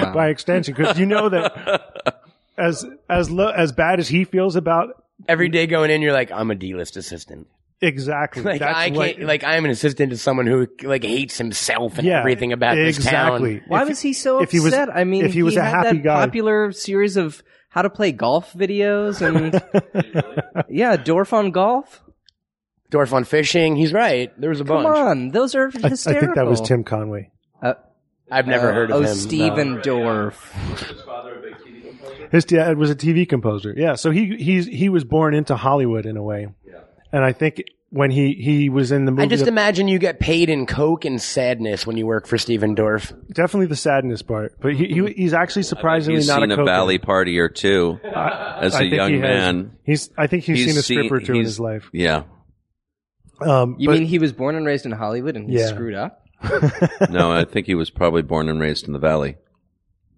[SPEAKER 3] Wow.
[SPEAKER 4] by extension, because you know that as as lo- as bad as he feels about
[SPEAKER 5] Every day going in, you're like, I'm a D-list assistant.
[SPEAKER 4] exactly,
[SPEAKER 5] Like
[SPEAKER 4] that's
[SPEAKER 5] I
[SPEAKER 4] what-
[SPEAKER 5] can't. Like I'm an assistant to someone who like hates himself and
[SPEAKER 4] yeah,
[SPEAKER 5] everything about
[SPEAKER 4] exactly.
[SPEAKER 5] this town.
[SPEAKER 3] Why
[SPEAKER 4] If-
[SPEAKER 3] was he so
[SPEAKER 4] if he was-
[SPEAKER 3] upset? I mean,
[SPEAKER 4] if he was a
[SPEAKER 3] had
[SPEAKER 4] happy
[SPEAKER 3] that
[SPEAKER 4] guy.
[SPEAKER 3] popular series of how to play golf videos and yeah, Dorf on golf.
[SPEAKER 5] Dorf on fishing. He's right. There was a
[SPEAKER 3] Come
[SPEAKER 5] bunch.
[SPEAKER 3] on, those are
[SPEAKER 4] I, I
[SPEAKER 3] hysterical.
[SPEAKER 4] think that was Tim Conway.
[SPEAKER 5] I've never heard of
[SPEAKER 3] oh,
[SPEAKER 5] him.
[SPEAKER 3] Oh, Steven Dorf.
[SPEAKER 4] His dad was a TV composer. Yeah, so he he's he was born into Hollywood in a way, and I think when he he was in the movie,
[SPEAKER 5] I just
[SPEAKER 4] the-
[SPEAKER 5] imagine you get paid in coke and sadness when you work for Steven Dorff.
[SPEAKER 4] definitely the sadness part, but he, he he's actually surprisingly
[SPEAKER 2] He's
[SPEAKER 4] not
[SPEAKER 2] seen
[SPEAKER 4] a,
[SPEAKER 2] a,
[SPEAKER 4] cokehead.
[SPEAKER 2] valley party or two as
[SPEAKER 4] I
[SPEAKER 2] a
[SPEAKER 4] think he
[SPEAKER 2] young
[SPEAKER 4] has.
[SPEAKER 2] man.
[SPEAKER 4] He's I think he's,
[SPEAKER 2] He's
[SPEAKER 4] seen a
[SPEAKER 2] seen-
[SPEAKER 4] stripper or two in
[SPEAKER 2] he's-
[SPEAKER 4] his life.
[SPEAKER 2] Yeah.
[SPEAKER 4] Um,
[SPEAKER 3] You
[SPEAKER 4] but-
[SPEAKER 3] mean he was born and raised in Hollywood and he
[SPEAKER 4] Yeah.
[SPEAKER 3] screwed up?
[SPEAKER 2] No, I think he was probably born and raised in the valley.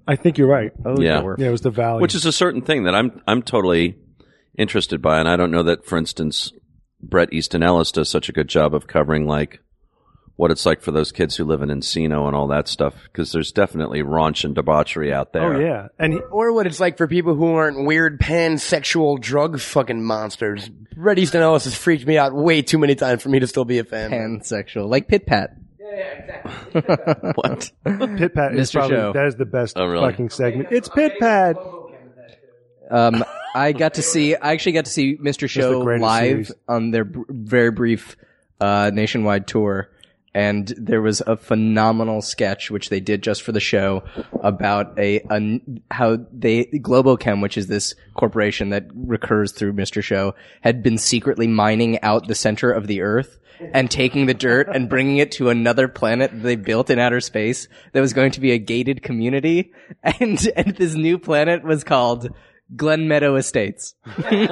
[SPEAKER 4] I think you're right.
[SPEAKER 3] Oh,
[SPEAKER 2] Yeah.
[SPEAKER 3] Dorf.
[SPEAKER 4] Oh, Yeah, it was the Valley.
[SPEAKER 2] which is a certain thing that I'm I'm totally interested by, and I don't know that, for instance, Brett Easton Ellis does such a good job of covering like what it's like for those kids who live in Encino and all that stuff, because there's definitely raunch and debauchery out there.
[SPEAKER 4] oh yeah, and he-
[SPEAKER 5] Or what it's like for people who aren't weird pansexual drug fucking monsters. Red Easton Ellis has freaked me out way too many times for me to still be a fan.
[SPEAKER 3] Pansexual, like Pit Pat.
[SPEAKER 2] What?
[SPEAKER 4] Pit Pat is
[SPEAKER 3] Mr.
[SPEAKER 4] probably
[SPEAKER 3] Show.
[SPEAKER 4] that is the best
[SPEAKER 2] Oh, really?
[SPEAKER 4] fucking segment. It's Pit Pat.
[SPEAKER 3] Um, I got to see. I actually got to see Mr. Show
[SPEAKER 4] greatest
[SPEAKER 3] live
[SPEAKER 4] series.
[SPEAKER 3] on their br- very brief uh, nationwide tour, and there was a phenomenal sketch which they did just for the show about a, a n- how they Globochem, which is this corporation that recurs through Mr. Show, had been secretly mining out the center of the Earth. And taking the dirt and bringing it to another planet that they built in outer space that was going to be a gated community, and and this new planet was called Glen Meadow Estates. and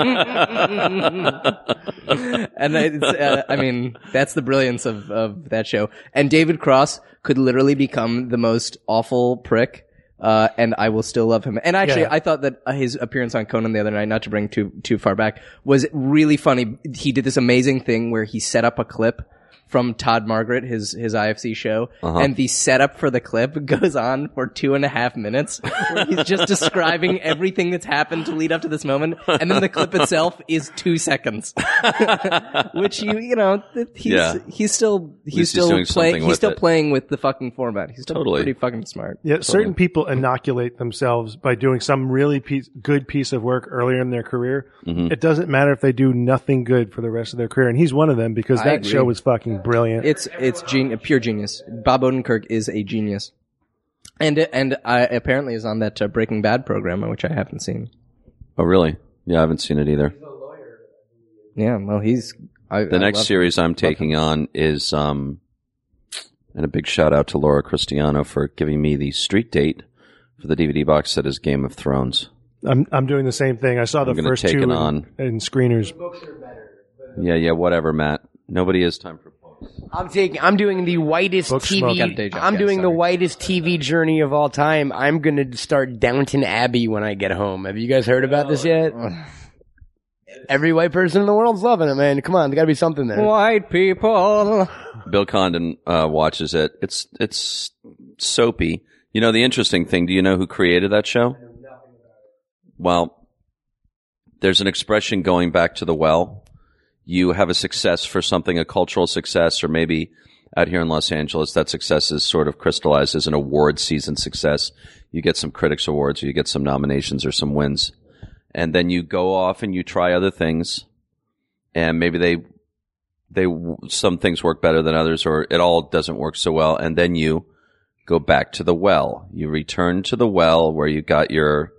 [SPEAKER 3] I, it's, uh, I mean, that's the brilliance of, of that show. And David Cross could literally become the most awful prick. Uh, and I will still love him. And actually,
[SPEAKER 4] Yeah.
[SPEAKER 3] I thought that uh, his appearance on Conan the other night, not to bring too too far back, was really funny. He did this amazing thing where he set up a clip from Todd Margaret, his his IFC show,
[SPEAKER 2] Uh-huh.
[SPEAKER 3] and the setup for the clip goes on for two and a half minutes, where he's just describing everything that's happened to lead up to this moment, and then the clip itself is two seconds, which you you know th- he's
[SPEAKER 2] Yeah.
[SPEAKER 3] he's still
[SPEAKER 2] least
[SPEAKER 3] he's
[SPEAKER 2] he's
[SPEAKER 3] still
[SPEAKER 2] doing
[SPEAKER 3] playing
[SPEAKER 2] something
[SPEAKER 3] he's
[SPEAKER 2] with
[SPEAKER 3] still
[SPEAKER 2] it.
[SPEAKER 3] playing with the fucking format. He's still
[SPEAKER 2] Totally.
[SPEAKER 3] pretty fucking smart.
[SPEAKER 2] Oh,
[SPEAKER 4] Yeah, certain people inoculate themselves by doing some really piece, good piece of work earlier in their career.
[SPEAKER 2] Mm-hmm.
[SPEAKER 4] It doesn't matter if they do nothing good for the rest of their career, and he's one of them because
[SPEAKER 3] I
[SPEAKER 4] that
[SPEAKER 3] agree.
[SPEAKER 4] show was fucking brilliant.
[SPEAKER 3] It's it's gen- pure genius. Bob Odenkirk is a genius, and and I, apparently is on that uh, Breaking Bad program, which I haven't seen.
[SPEAKER 2] Oh, really? Yeah, I haven't seen it either.
[SPEAKER 3] Yeah, well, he's I,
[SPEAKER 2] The next series I'm taking on is, um, and a big shout out to Laura Cristiano for giving me the street date for the DVD box set is Game of Thrones.
[SPEAKER 4] I'm I'm doing the same thing. I saw the
[SPEAKER 2] I'm gonna
[SPEAKER 4] first
[SPEAKER 2] take
[SPEAKER 4] two
[SPEAKER 2] it
[SPEAKER 4] in,
[SPEAKER 2] on.
[SPEAKER 4] in screeners.
[SPEAKER 2] Yeah, yeah, whatever, Matt. Nobody has time for books.
[SPEAKER 5] I'm taking. I'm doing the whitest
[SPEAKER 4] Book smoke.
[SPEAKER 5] TV.
[SPEAKER 3] Got a day job,
[SPEAKER 5] I'm
[SPEAKER 3] yeah,
[SPEAKER 5] doing the
[SPEAKER 3] sorry.
[SPEAKER 5] whitest TV journey of all time. I'm gonna start Downton Abbey when I get home. Have you guys heard about this yet? Every white person in the world's loving it, man. Come on, there got to be something there.
[SPEAKER 3] White people.
[SPEAKER 2] Bill Condon uh, watches it. It's it's soapy. You know the interesting thing. Do you know who created that show? Well, there's an expression going back to the well. You have a success for something, a cultural success, or maybe out here in Los Angeles, that success is sort of crystallized as an award season success. You get some critics awards, or you get some nominations, or some wins, and then you go off and you try other things, and maybe they they some things work better than others or it all doesn't work so well and then you go back to the well you return to the well where you got your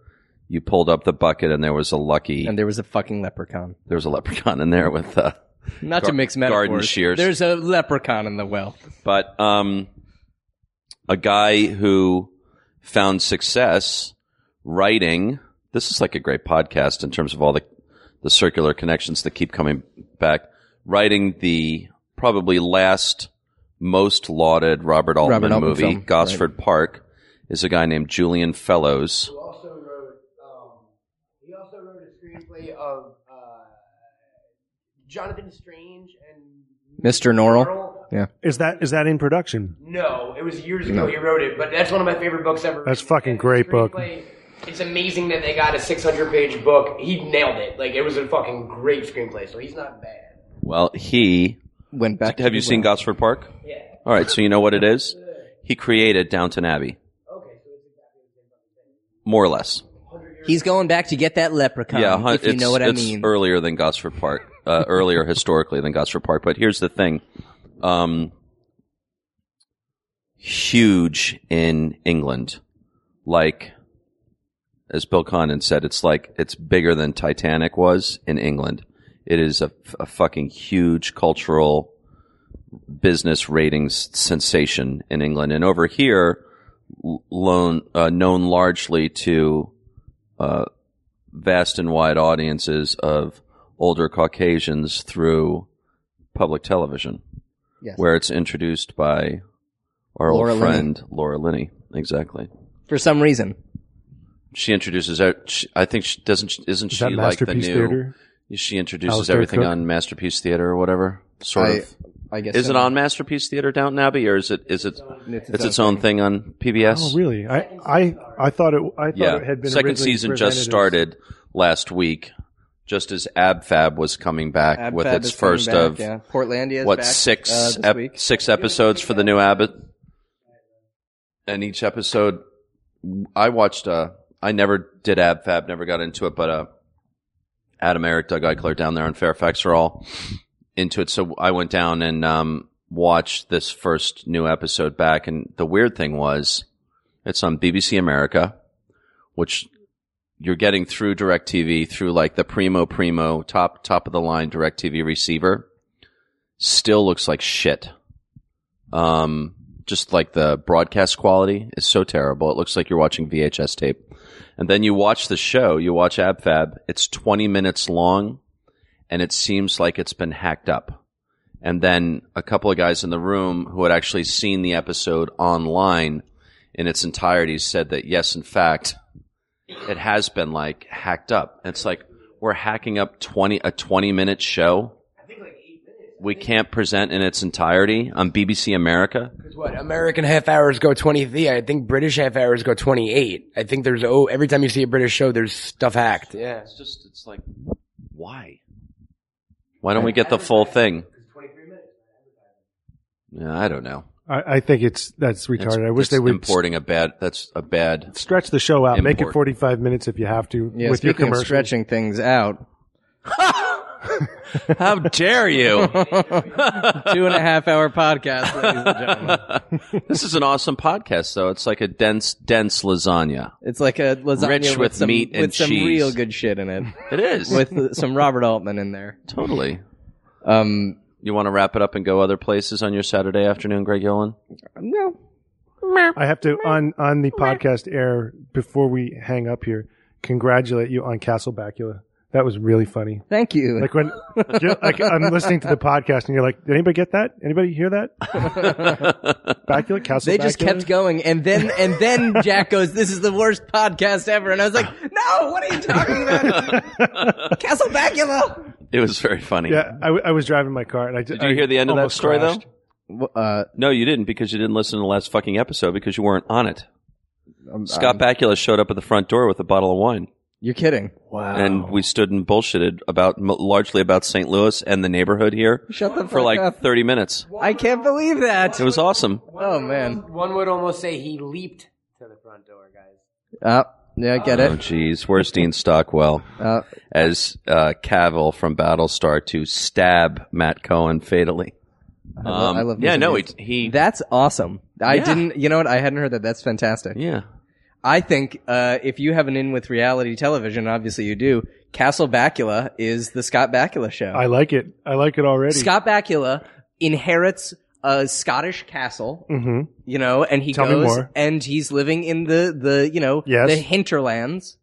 [SPEAKER 2] you pulled up the bucket and there was a lucky
[SPEAKER 3] And there was a fucking leprechaun.
[SPEAKER 2] there was a leprechaun in there with uh
[SPEAKER 3] Not to
[SPEAKER 2] Gar-
[SPEAKER 3] mix metaphors.
[SPEAKER 2] garden shears.
[SPEAKER 3] There's a leprechaun in the well.
[SPEAKER 2] but um a guy who found success writing this is like a great podcast in terms of all the the circular connections that keep coming back writing the probably last most lauded Robert Altman,
[SPEAKER 3] Robert Altman
[SPEAKER 2] movie
[SPEAKER 3] film,
[SPEAKER 2] Gosford Park is a guy named Julian Fellows
[SPEAKER 6] Who also wrote, um, he also wrote a screenplay of uh, Jonathan Strange and
[SPEAKER 3] Mr. Norrell.
[SPEAKER 6] Earl.
[SPEAKER 4] Is that is that in production?
[SPEAKER 6] No, it was years ago he wrote it, but that's one of my favorite books ever.
[SPEAKER 4] That's
[SPEAKER 6] written.
[SPEAKER 4] fucking
[SPEAKER 6] And
[SPEAKER 4] great
[SPEAKER 6] the
[SPEAKER 4] book.
[SPEAKER 6] screenplay, It's amazing that they got a 600 page book. He nailed it. Like it was a fucking great screenplay. So he's not bad.
[SPEAKER 2] well he
[SPEAKER 3] Went back. to
[SPEAKER 2] have
[SPEAKER 3] the
[SPEAKER 2] you seen
[SPEAKER 3] well.
[SPEAKER 2] Gosford Park
[SPEAKER 6] Yeah.
[SPEAKER 2] all right so you know what it is he created Downton Abbey
[SPEAKER 6] Okay. So it's exactly the same.
[SPEAKER 2] more or less
[SPEAKER 3] He's going back to get that leprechaun.
[SPEAKER 2] Yeah, hun-
[SPEAKER 3] if you
[SPEAKER 2] it's-
[SPEAKER 3] know what I
[SPEAKER 2] it's
[SPEAKER 3] mean.
[SPEAKER 2] Earlier than Gosford Park, uh, earlier historically than Gosford Park. But here's the thing: um, huge in England, like as Bill Condon said, it's like it's bigger than Titanic was in England. It is a, a fucking huge cultural business ratings sensation in England, and over here, l- loan uh, known largely to uh, vast and wide audiences of older Caucasians through public television,
[SPEAKER 3] Yes.
[SPEAKER 2] where it's introduced by our
[SPEAKER 3] Laura
[SPEAKER 2] old
[SPEAKER 3] Linney.
[SPEAKER 2] friend Laura Linney. Exactly.
[SPEAKER 3] For some reason.
[SPEAKER 2] She introduces. her- she- I think she doesn't. she- Isn't
[SPEAKER 4] Is
[SPEAKER 2] she
[SPEAKER 4] that
[SPEAKER 2] like the
[SPEAKER 4] Masterpiece
[SPEAKER 2] new?
[SPEAKER 4] Theater?
[SPEAKER 2] She introduces
[SPEAKER 4] Alistair
[SPEAKER 2] everything
[SPEAKER 4] Cook?
[SPEAKER 2] on Masterpiece Theater or whatever. Sort
[SPEAKER 3] I-
[SPEAKER 2] of.
[SPEAKER 3] I guess.
[SPEAKER 2] Is it
[SPEAKER 3] so.
[SPEAKER 2] on Masterpiece Theater Downton Abbey, or is it is it
[SPEAKER 3] It's
[SPEAKER 2] it's its own thing on PBS?
[SPEAKER 4] Oh, really? I I I thought it. I thought
[SPEAKER 2] Yeah,
[SPEAKER 4] it had been
[SPEAKER 2] second
[SPEAKER 4] originally
[SPEAKER 2] season
[SPEAKER 4] presented
[SPEAKER 2] just
[SPEAKER 4] as-
[SPEAKER 2] started last week, just as AbFab was coming back
[SPEAKER 3] Ab
[SPEAKER 2] with
[SPEAKER 3] Fab
[SPEAKER 2] its
[SPEAKER 3] is coming
[SPEAKER 2] first
[SPEAKER 3] back,
[SPEAKER 2] of
[SPEAKER 3] yeah. Portlandia. is
[SPEAKER 2] what
[SPEAKER 3] back,
[SPEAKER 2] six
[SPEAKER 3] uh, this
[SPEAKER 2] ep-
[SPEAKER 3] week.
[SPEAKER 2] six episodes for the new Abbott, and each episode I watched. Uh, I never did AbFab, never got into it, but uh, Adam, Eric, Doug Eichler down there in Fairfax are all into it. So I went down and um, watched this first new episode back, and the weird thing was, it's on BBC America, which you're getting through DirecTV through like the primo primo top top of the line DirecTV receiver still looks like shit. Um, just like the broadcast quality is so terrible. It looks like you're watching VHS tape. And then you watch the show, you watch AbFab. It's 20 minutes long and it seems like it's been hacked up. And then a couple of guys in the room who had actually seen the episode online in its entirety said that yes, in fact, it has been like hacked up. It's like we're hacking up 20, a 20 minute show. we can't present in its entirety on BBC America.
[SPEAKER 6] Because what American half hours go twenty three. I think British half hours go twenty eight. I think there's oh every time you see a British show, there's stuff hacked. Yeah.
[SPEAKER 2] It's just it's like why? Why don't we get the full thing? Yeah, I don't know.
[SPEAKER 4] I, I think it's that's retarded.
[SPEAKER 2] That's-
[SPEAKER 4] I wish
[SPEAKER 2] that's
[SPEAKER 4] they would
[SPEAKER 2] importing a bad. That's a bad.
[SPEAKER 4] stretch the show out, make it
[SPEAKER 2] Import.
[SPEAKER 4] 45 minutes if you have to
[SPEAKER 3] Yeah,
[SPEAKER 4] with
[SPEAKER 3] speaking
[SPEAKER 4] your
[SPEAKER 3] of
[SPEAKER 4] commercial.
[SPEAKER 3] stretching things out,
[SPEAKER 2] How dare you?
[SPEAKER 3] two and a half hour podcast, ladies and gentlemen.
[SPEAKER 2] this is an awesome podcast, though. It's like a dense, dense lasagna.
[SPEAKER 3] It's like a lasagna
[SPEAKER 2] Rich with
[SPEAKER 3] some,
[SPEAKER 2] meat and
[SPEAKER 3] with some
[SPEAKER 2] cheese.
[SPEAKER 3] real good shit in it,
[SPEAKER 2] It is
[SPEAKER 3] with uh, some Robert Altman in there.
[SPEAKER 2] totally.
[SPEAKER 3] Um,
[SPEAKER 2] You want to wrap it up and go other places on your Saturday afternoon, Greg Yolen?
[SPEAKER 3] no,
[SPEAKER 4] I have to on on the podcast air before we hang up here. Congratulate you on Castle Bacula. That was really funny.
[SPEAKER 3] thank you.
[SPEAKER 4] Like when you're, like I'm listening to the podcast and you're like, did anybody get that? Anybody hear that? Bacula Castle.
[SPEAKER 3] they just
[SPEAKER 4] Bacula?
[SPEAKER 3] kept going, and then and then Jack goes, "This is the worst podcast ever," and I was like, "No, what are you talking about? Castle Bacula."
[SPEAKER 2] It was very funny.
[SPEAKER 4] Yeah, I, w- I was driving my car and I did.
[SPEAKER 2] Did you hear the end of that story
[SPEAKER 4] crashed.
[SPEAKER 2] though?
[SPEAKER 3] Well, Uh,
[SPEAKER 2] No, you didn't because you didn't listen to the last fucking episode because you weren't on it. Scott Bakula showed up at the front door with a bottle of wine,
[SPEAKER 3] you're kidding.
[SPEAKER 2] and we stood and bullshitted about m- largely about St. Louis and the neighborhood here
[SPEAKER 3] Shut the
[SPEAKER 2] for
[SPEAKER 3] fuck
[SPEAKER 2] like
[SPEAKER 3] up.
[SPEAKER 2] 30 minutes.
[SPEAKER 3] I can't believe that.
[SPEAKER 2] It was awesome.
[SPEAKER 3] Oh man.
[SPEAKER 6] One would almost say he leaped to the front door, guys.
[SPEAKER 3] Uh, yeah, I get
[SPEAKER 2] Oh,
[SPEAKER 3] it.
[SPEAKER 2] jeez. Where's Dean Stockwell?
[SPEAKER 3] Uh,
[SPEAKER 2] As uh, Cavill from Battlestar to stab Matt Cohen fatally. Um,
[SPEAKER 3] I love- I love
[SPEAKER 2] yeah,
[SPEAKER 3] music
[SPEAKER 2] no, he,
[SPEAKER 3] videos.
[SPEAKER 2] he
[SPEAKER 3] That's awesome. I
[SPEAKER 2] Yeah.
[SPEAKER 3] didn't. You know what? I hadn't heard that. That's fantastic.
[SPEAKER 2] yeah.
[SPEAKER 3] I think uh, if you have an in with reality television, obviously you do. Castle Bacula is the Scott Bakula show.
[SPEAKER 4] I like it. I like it already.
[SPEAKER 3] Scott Bakula inherits a Scottish castle,
[SPEAKER 4] Mhm.
[SPEAKER 3] you know, and he
[SPEAKER 4] Tell me
[SPEAKER 3] goes
[SPEAKER 4] more.
[SPEAKER 3] and he's living in the the you know
[SPEAKER 4] Yes.
[SPEAKER 3] the hinterlands,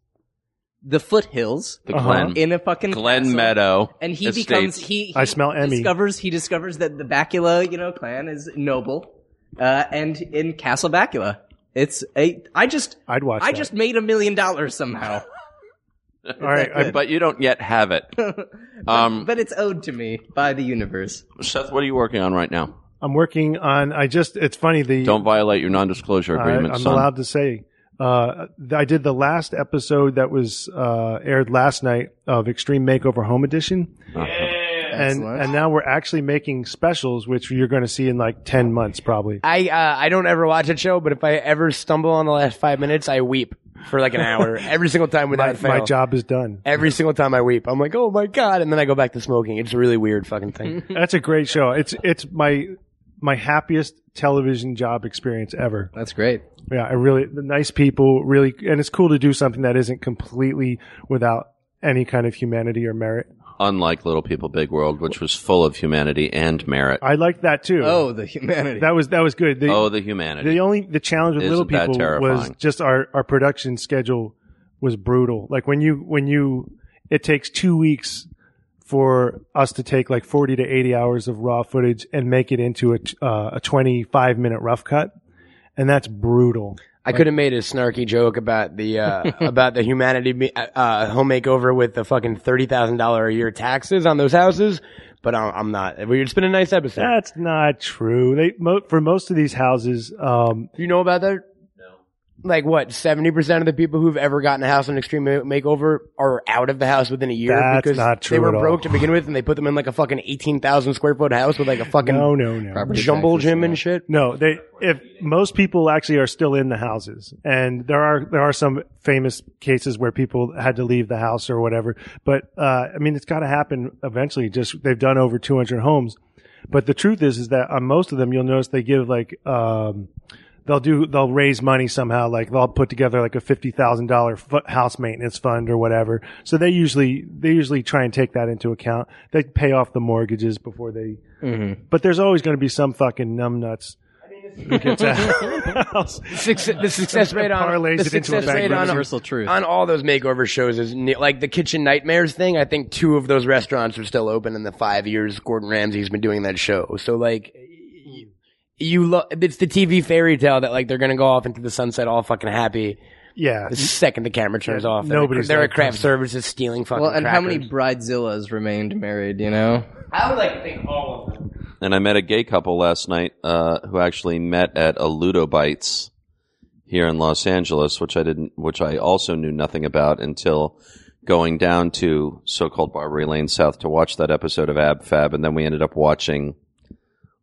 [SPEAKER 3] the foothills,
[SPEAKER 2] The
[SPEAKER 4] Uh-huh.
[SPEAKER 2] Glen.
[SPEAKER 3] in a fucking
[SPEAKER 2] Hmm. Glen
[SPEAKER 3] castle.
[SPEAKER 2] Meadow.
[SPEAKER 3] And he
[SPEAKER 2] Estates.
[SPEAKER 3] becomes he, he
[SPEAKER 4] I smell Emmy.
[SPEAKER 3] discovers he discovers that the Bacula, you know, clan is noble, uh, and in Castle Bacula, it's a. I just
[SPEAKER 4] I'd watch.
[SPEAKER 3] I
[SPEAKER 4] that.
[SPEAKER 3] just made a million dollars somehow,
[SPEAKER 4] all right. I,
[SPEAKER 2] But you don't yet have it. Um,
[SPEAKER 3] but it's owed to me by the universe.
[SPEAKER 2] Seth, what are you working on right now?
[SPEAKER 4] I'm working on. I just. It's funny. The
[SPEAKER 2] Don't violate your non-disclosure agreement,
[SPEAKER 4] I, am
[SPEAKER 2] son.
[SPEAKER 4] allowed to say. Uh, th- I did the last episode that was uh, aired last night of Extreme Makeover Home Edition,
[SPEAKER 2] Uh-huh.
[SPEAKER 4] and
[SPEAKER 3] Excellent.
[SPEAKER 4] and now we're actually making specials, which you're going to see in like ten months probably.
[SPEAKER 5] I uh, I don't ever watch that show, but if I ever stumble on the last five minutes, I weep for like an hour every single time without
[SPEAKER 4] My,
[SPEAKER 5] fail.
[SPEAKER 4] my job is done.
[SPEAKER 5] Every single time I weep, I'm like, oh my god, and then I go back to smoking. It's a really weird fucking thing.
[SPEAKER 4] That's a great show. It's it's my my happiest television job experience ever.
[SPEAKER 3] That's great.
[SPEAKER 4] Yeah, I really the nice people really, and it's cool to do something that isn't completely without any kind of humanity or merit.
[SPEAKER 2] Unlike Little People Big World, which was full of humanity and merit.
[SPEAKER 4] I like that too.
[SPEAKER 3] Oh, the humanity.
[SPEAKER 4] that was that was good. The-
[SPEAKER 2] oh, the humanity.
[SPEAKER 4] The only the challenge with
[SPEAKER 2] Isn't
[SPEAKER 4] little
[SPEAKER 2] that
[SPEAKER 4] people was
[SPEAKER 2] terrifying?
[SPEAKER 4] just our our production schedule was brutal. Like when you when you it takes two weeks for us to take like forty to eighty hours of raw footage and make it into a t- uh, a twenty five minute rough cut, and that's brutal.
[SPEAKER 5] I could have made a snarky joke about the uh, about the humanity be- uh, uh, home makeover with the fucking thirty thousand dollar a year taxes on those houses, but I'm, I'm not. We- It's been a nice episode.
[SPEAKER 4] That's not true. They mo- for most of these houses, um,
[SPEAKER 5] You know about that? No. Like what? Seventy percent of the people who've ever gotten a house on Extreme Ma- Makeover are out of the house within a year
[SPEAKER 4] That's
[SPEAKER 5] because
[SPEAKER 4] not
[SPEAKER 5] they
[SPEAKER 4] true
[SPEAKER 5] were
[SPEAKER 4] at all.
[SPEAKER 5] broke to begin with, and they put them in like a fucking eighteen thousand square foot house with like a fucking
[SPEAKER 4] no, no, no.
[SPEAKER 3] Property
[SPEAKER 5] jumble
[SPEAKER 3] taxes,
[SPEAKER 5] gym
[SPEAKER 3] yeah.
[SPEAKER 5] and shit.
[SPEAKER 4] No, they if most people actually are still in the houses, and there are there are some famous cases where people had to leave the house or whatever. But uh, I mean, it's got to happen eventually. Just they've done over 200 homes, but the truth is is that on most of them, you'll notice they give like um, they'll do they'll raise money somehow. Like they'll put together like a fifty thousand dollar house maintenance fund or whatever. So they usually they usually try and take that into account. They pay off the mortgages before they.
[SPEAKER 2] Mm-hmm.
[SPEAKER 4] But there's always going to be some fucking numbnuts house.
[SPEAKER 5] Success, the success rate on
[SPEAKER 4] Parlays it
[SPEAKER 5] the
[SPEAKER 4] into a
[SPEAKER 5] success
[SPEAKER 4] bank
[SPEAKER 5] rate
[SPEAKER 4] run.
[SPEAKER 5] on,
[SPEAKER 3] Universal truth.
[SPEAKER 5] on all those makeover shows is ne- like the Kitchen Nightmares thing. I think two of those restaurants are still open in the five years Gordon Ramsay's been doing that show. So like, y- you lo- it's the TV fairy tale that like they're gonna go off into the sunset all fucking happy
[SPEAKER 4] Yeah.
[SPEAKER 5] the second the camera turns
[SPEAKER 4] Mm. Yeah,
[SPEAKER 5] off.
[SPEAKER 4] nobody's
[SPEAKER 5] they're,
[SPEAKER 4] that
[SPEAKER 5] at craft
[SPEAKER 4] dumb.
[SPEAKER 5] services stealing fucking.
[SPEAKER 3] well, and how many
[SPEAKER 5] crackers.
[SPEAKER 3] bridezillas remained married? You know,
[SPEAKER 6] I would like to think all of them.
[SPEAKER 2] And I met a gay couple last night uh, who actually met at a Ludo Bites here in Los Angeles, which I didn't, which I also knew nothing about until going down to so-called Barbary Lane South to watch that episode of Ab Fab, and then we ended up watching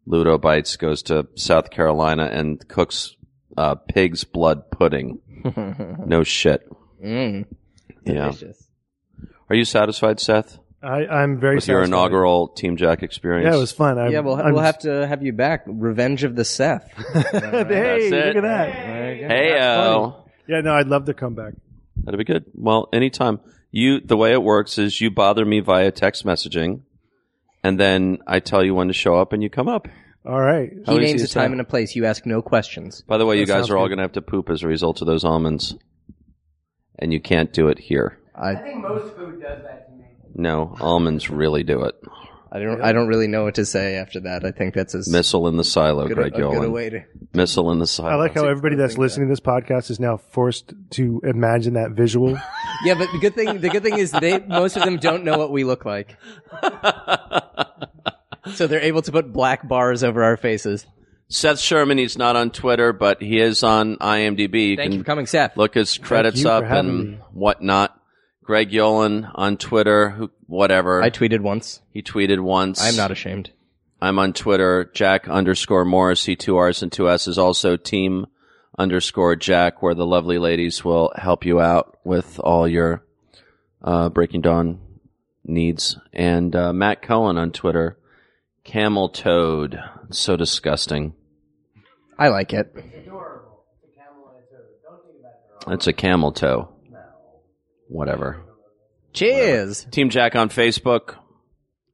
[SPEAKER 2] Ludo Bites goes to South Carolina and cooks uh, pig's blood pudding. no shit.
[SPEAKER 3] Mm,
[SPEAKER 2] Yeah.
[SPEAKER 3] delicious.
[SPEAKER 2] Are you satisfied, Seth,
[SPEAKER 4] I, I'm very
[SPEAKER 2] with your
[SPEAKER 4] satisfied.
[SPEAKER 2] inaugural Team Jack experience?
[SPEAKER 4] Yeah, it was fun. I'm,
[SPEAKER 3] Yeah, we'll,
[SPEAKER 4] I'm-
[SPEAKER 3] we'll have to have you back. Revenge of the Seth.
[SPEAKER 4] hey,
[SPEAKER 2] That's
[SPEAKER 4] look
[SPEAKER 2] it.
[SPEAKER 4] at that.
[SPEAKER 2] Hey,
[SPEAKER 4] Yeah, no, I'd love to come back.
[SPEAKER 2] That'd be good. Well, anytime you, the way it works is you bother me via text messaging, and then I tell you when to show up, and you come up.
[SPEAKER 4] All right.
[SPEAKER 2] How
[SPEAKER 3] He
[SPEAKER 2] easy
[SPEAKER 3] names a
[SPEAKER 2] is
[SPEAKER 3] time
[SPEAKER 2] that?
[SPEAKER 3] and a place. You ask no questions.
[SPEAKER 2] By the way, you
[SPEAKER 4] That
[SPEAKER 2] guys
[SPEAKER 4] sounds
[SPEAKER 2] are all
[SPEAKER 4] good.
[SPEAKER 2] going to have to poop as a result of those almonds, and you can't do it here.
[SPEAKER 6] I think most food does that to me.
[SPEAKER 2] No, almonds really do it.
[SPEAKER 3] I don't. I don't really know what to say after that. I think that's as
[SPEAKER 2] Missile in the silo,
[SPEAKER 3] good, a,
[SPEAKER 2] Greg
[SPEAKER 3] a good a
[SPEAKER 2] Yolen.
[SPEAKER 3] way to.
[SPEAKER 2] Missile in the silo.
[SPEAKER 4] I like how everybody that's listening to this podcast is now forced to imagine that visual.
[SPEAKER 3] Yeah, but the good thing. The good thing is they most of them don't know what we look like, so they're able to put black bars over our faces.
[SPEAKER 2] Seth Sherman. He's not on Twitter, but he is on IMDb. You
[SPEAKER 3] Thank
[SPEAKER 2] can
[SPEAKER 3] you for coming, Seth.
[SPEAKER 2] look his credits
[SPEAKER 4] you for
[SPEAKER 2] up
[SPEAKER 4] having
[SPEAKER 2] and
[SPEAKER 4] me.
[SPEAKER 2] whatnot. Greg Yolen on Twitter, who, whatever.
[SPEAKER 3] I tweeted once.
[SPEAKER 2] he tweeted once.
[SPEAKER 3] I'm not ashamed.
[SPEAKER 2] I'm on Twitter. Jack underscore Morris. He two R's and two S's. Also team underscore Jack, where the lovely ladies will help you out with all your uh, Breaking Dawn needs. And uh, Matt Cohen on Twitter, Camel Toad. So disgusting.
[SPEAKER 3] I like it.
[SPEAKER 2] That's a camel toe. Whatever.
[SPEAKER 3] Cheers.
[SPEAKER 2] Team Jack on Facebook,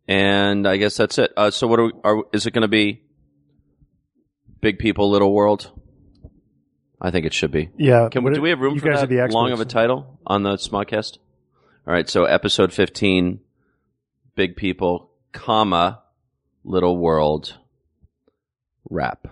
[SPEAKER 2] and I guess that's it. Uh, so, what are, we, are is it going to be? Big people, little world. I think it should be.
[SPEAKER 4] yeah.
[SPEAKER 2] Can we,
[SPEAKER 4] What-
[SPEAKER 2] do we have room
[SPEAKER 4] you
[SPEAKER 2] for
[SPEAKER 4] guys
[SPEAKER 2] that
[SPEAKER 4] Are the
[SPEAKER 2] long of
[SPEAKER 4] experts.
[SPEAKER 2] a title on the Smodcast? All right, so episode fifteen, big people, comma, little world, wrap.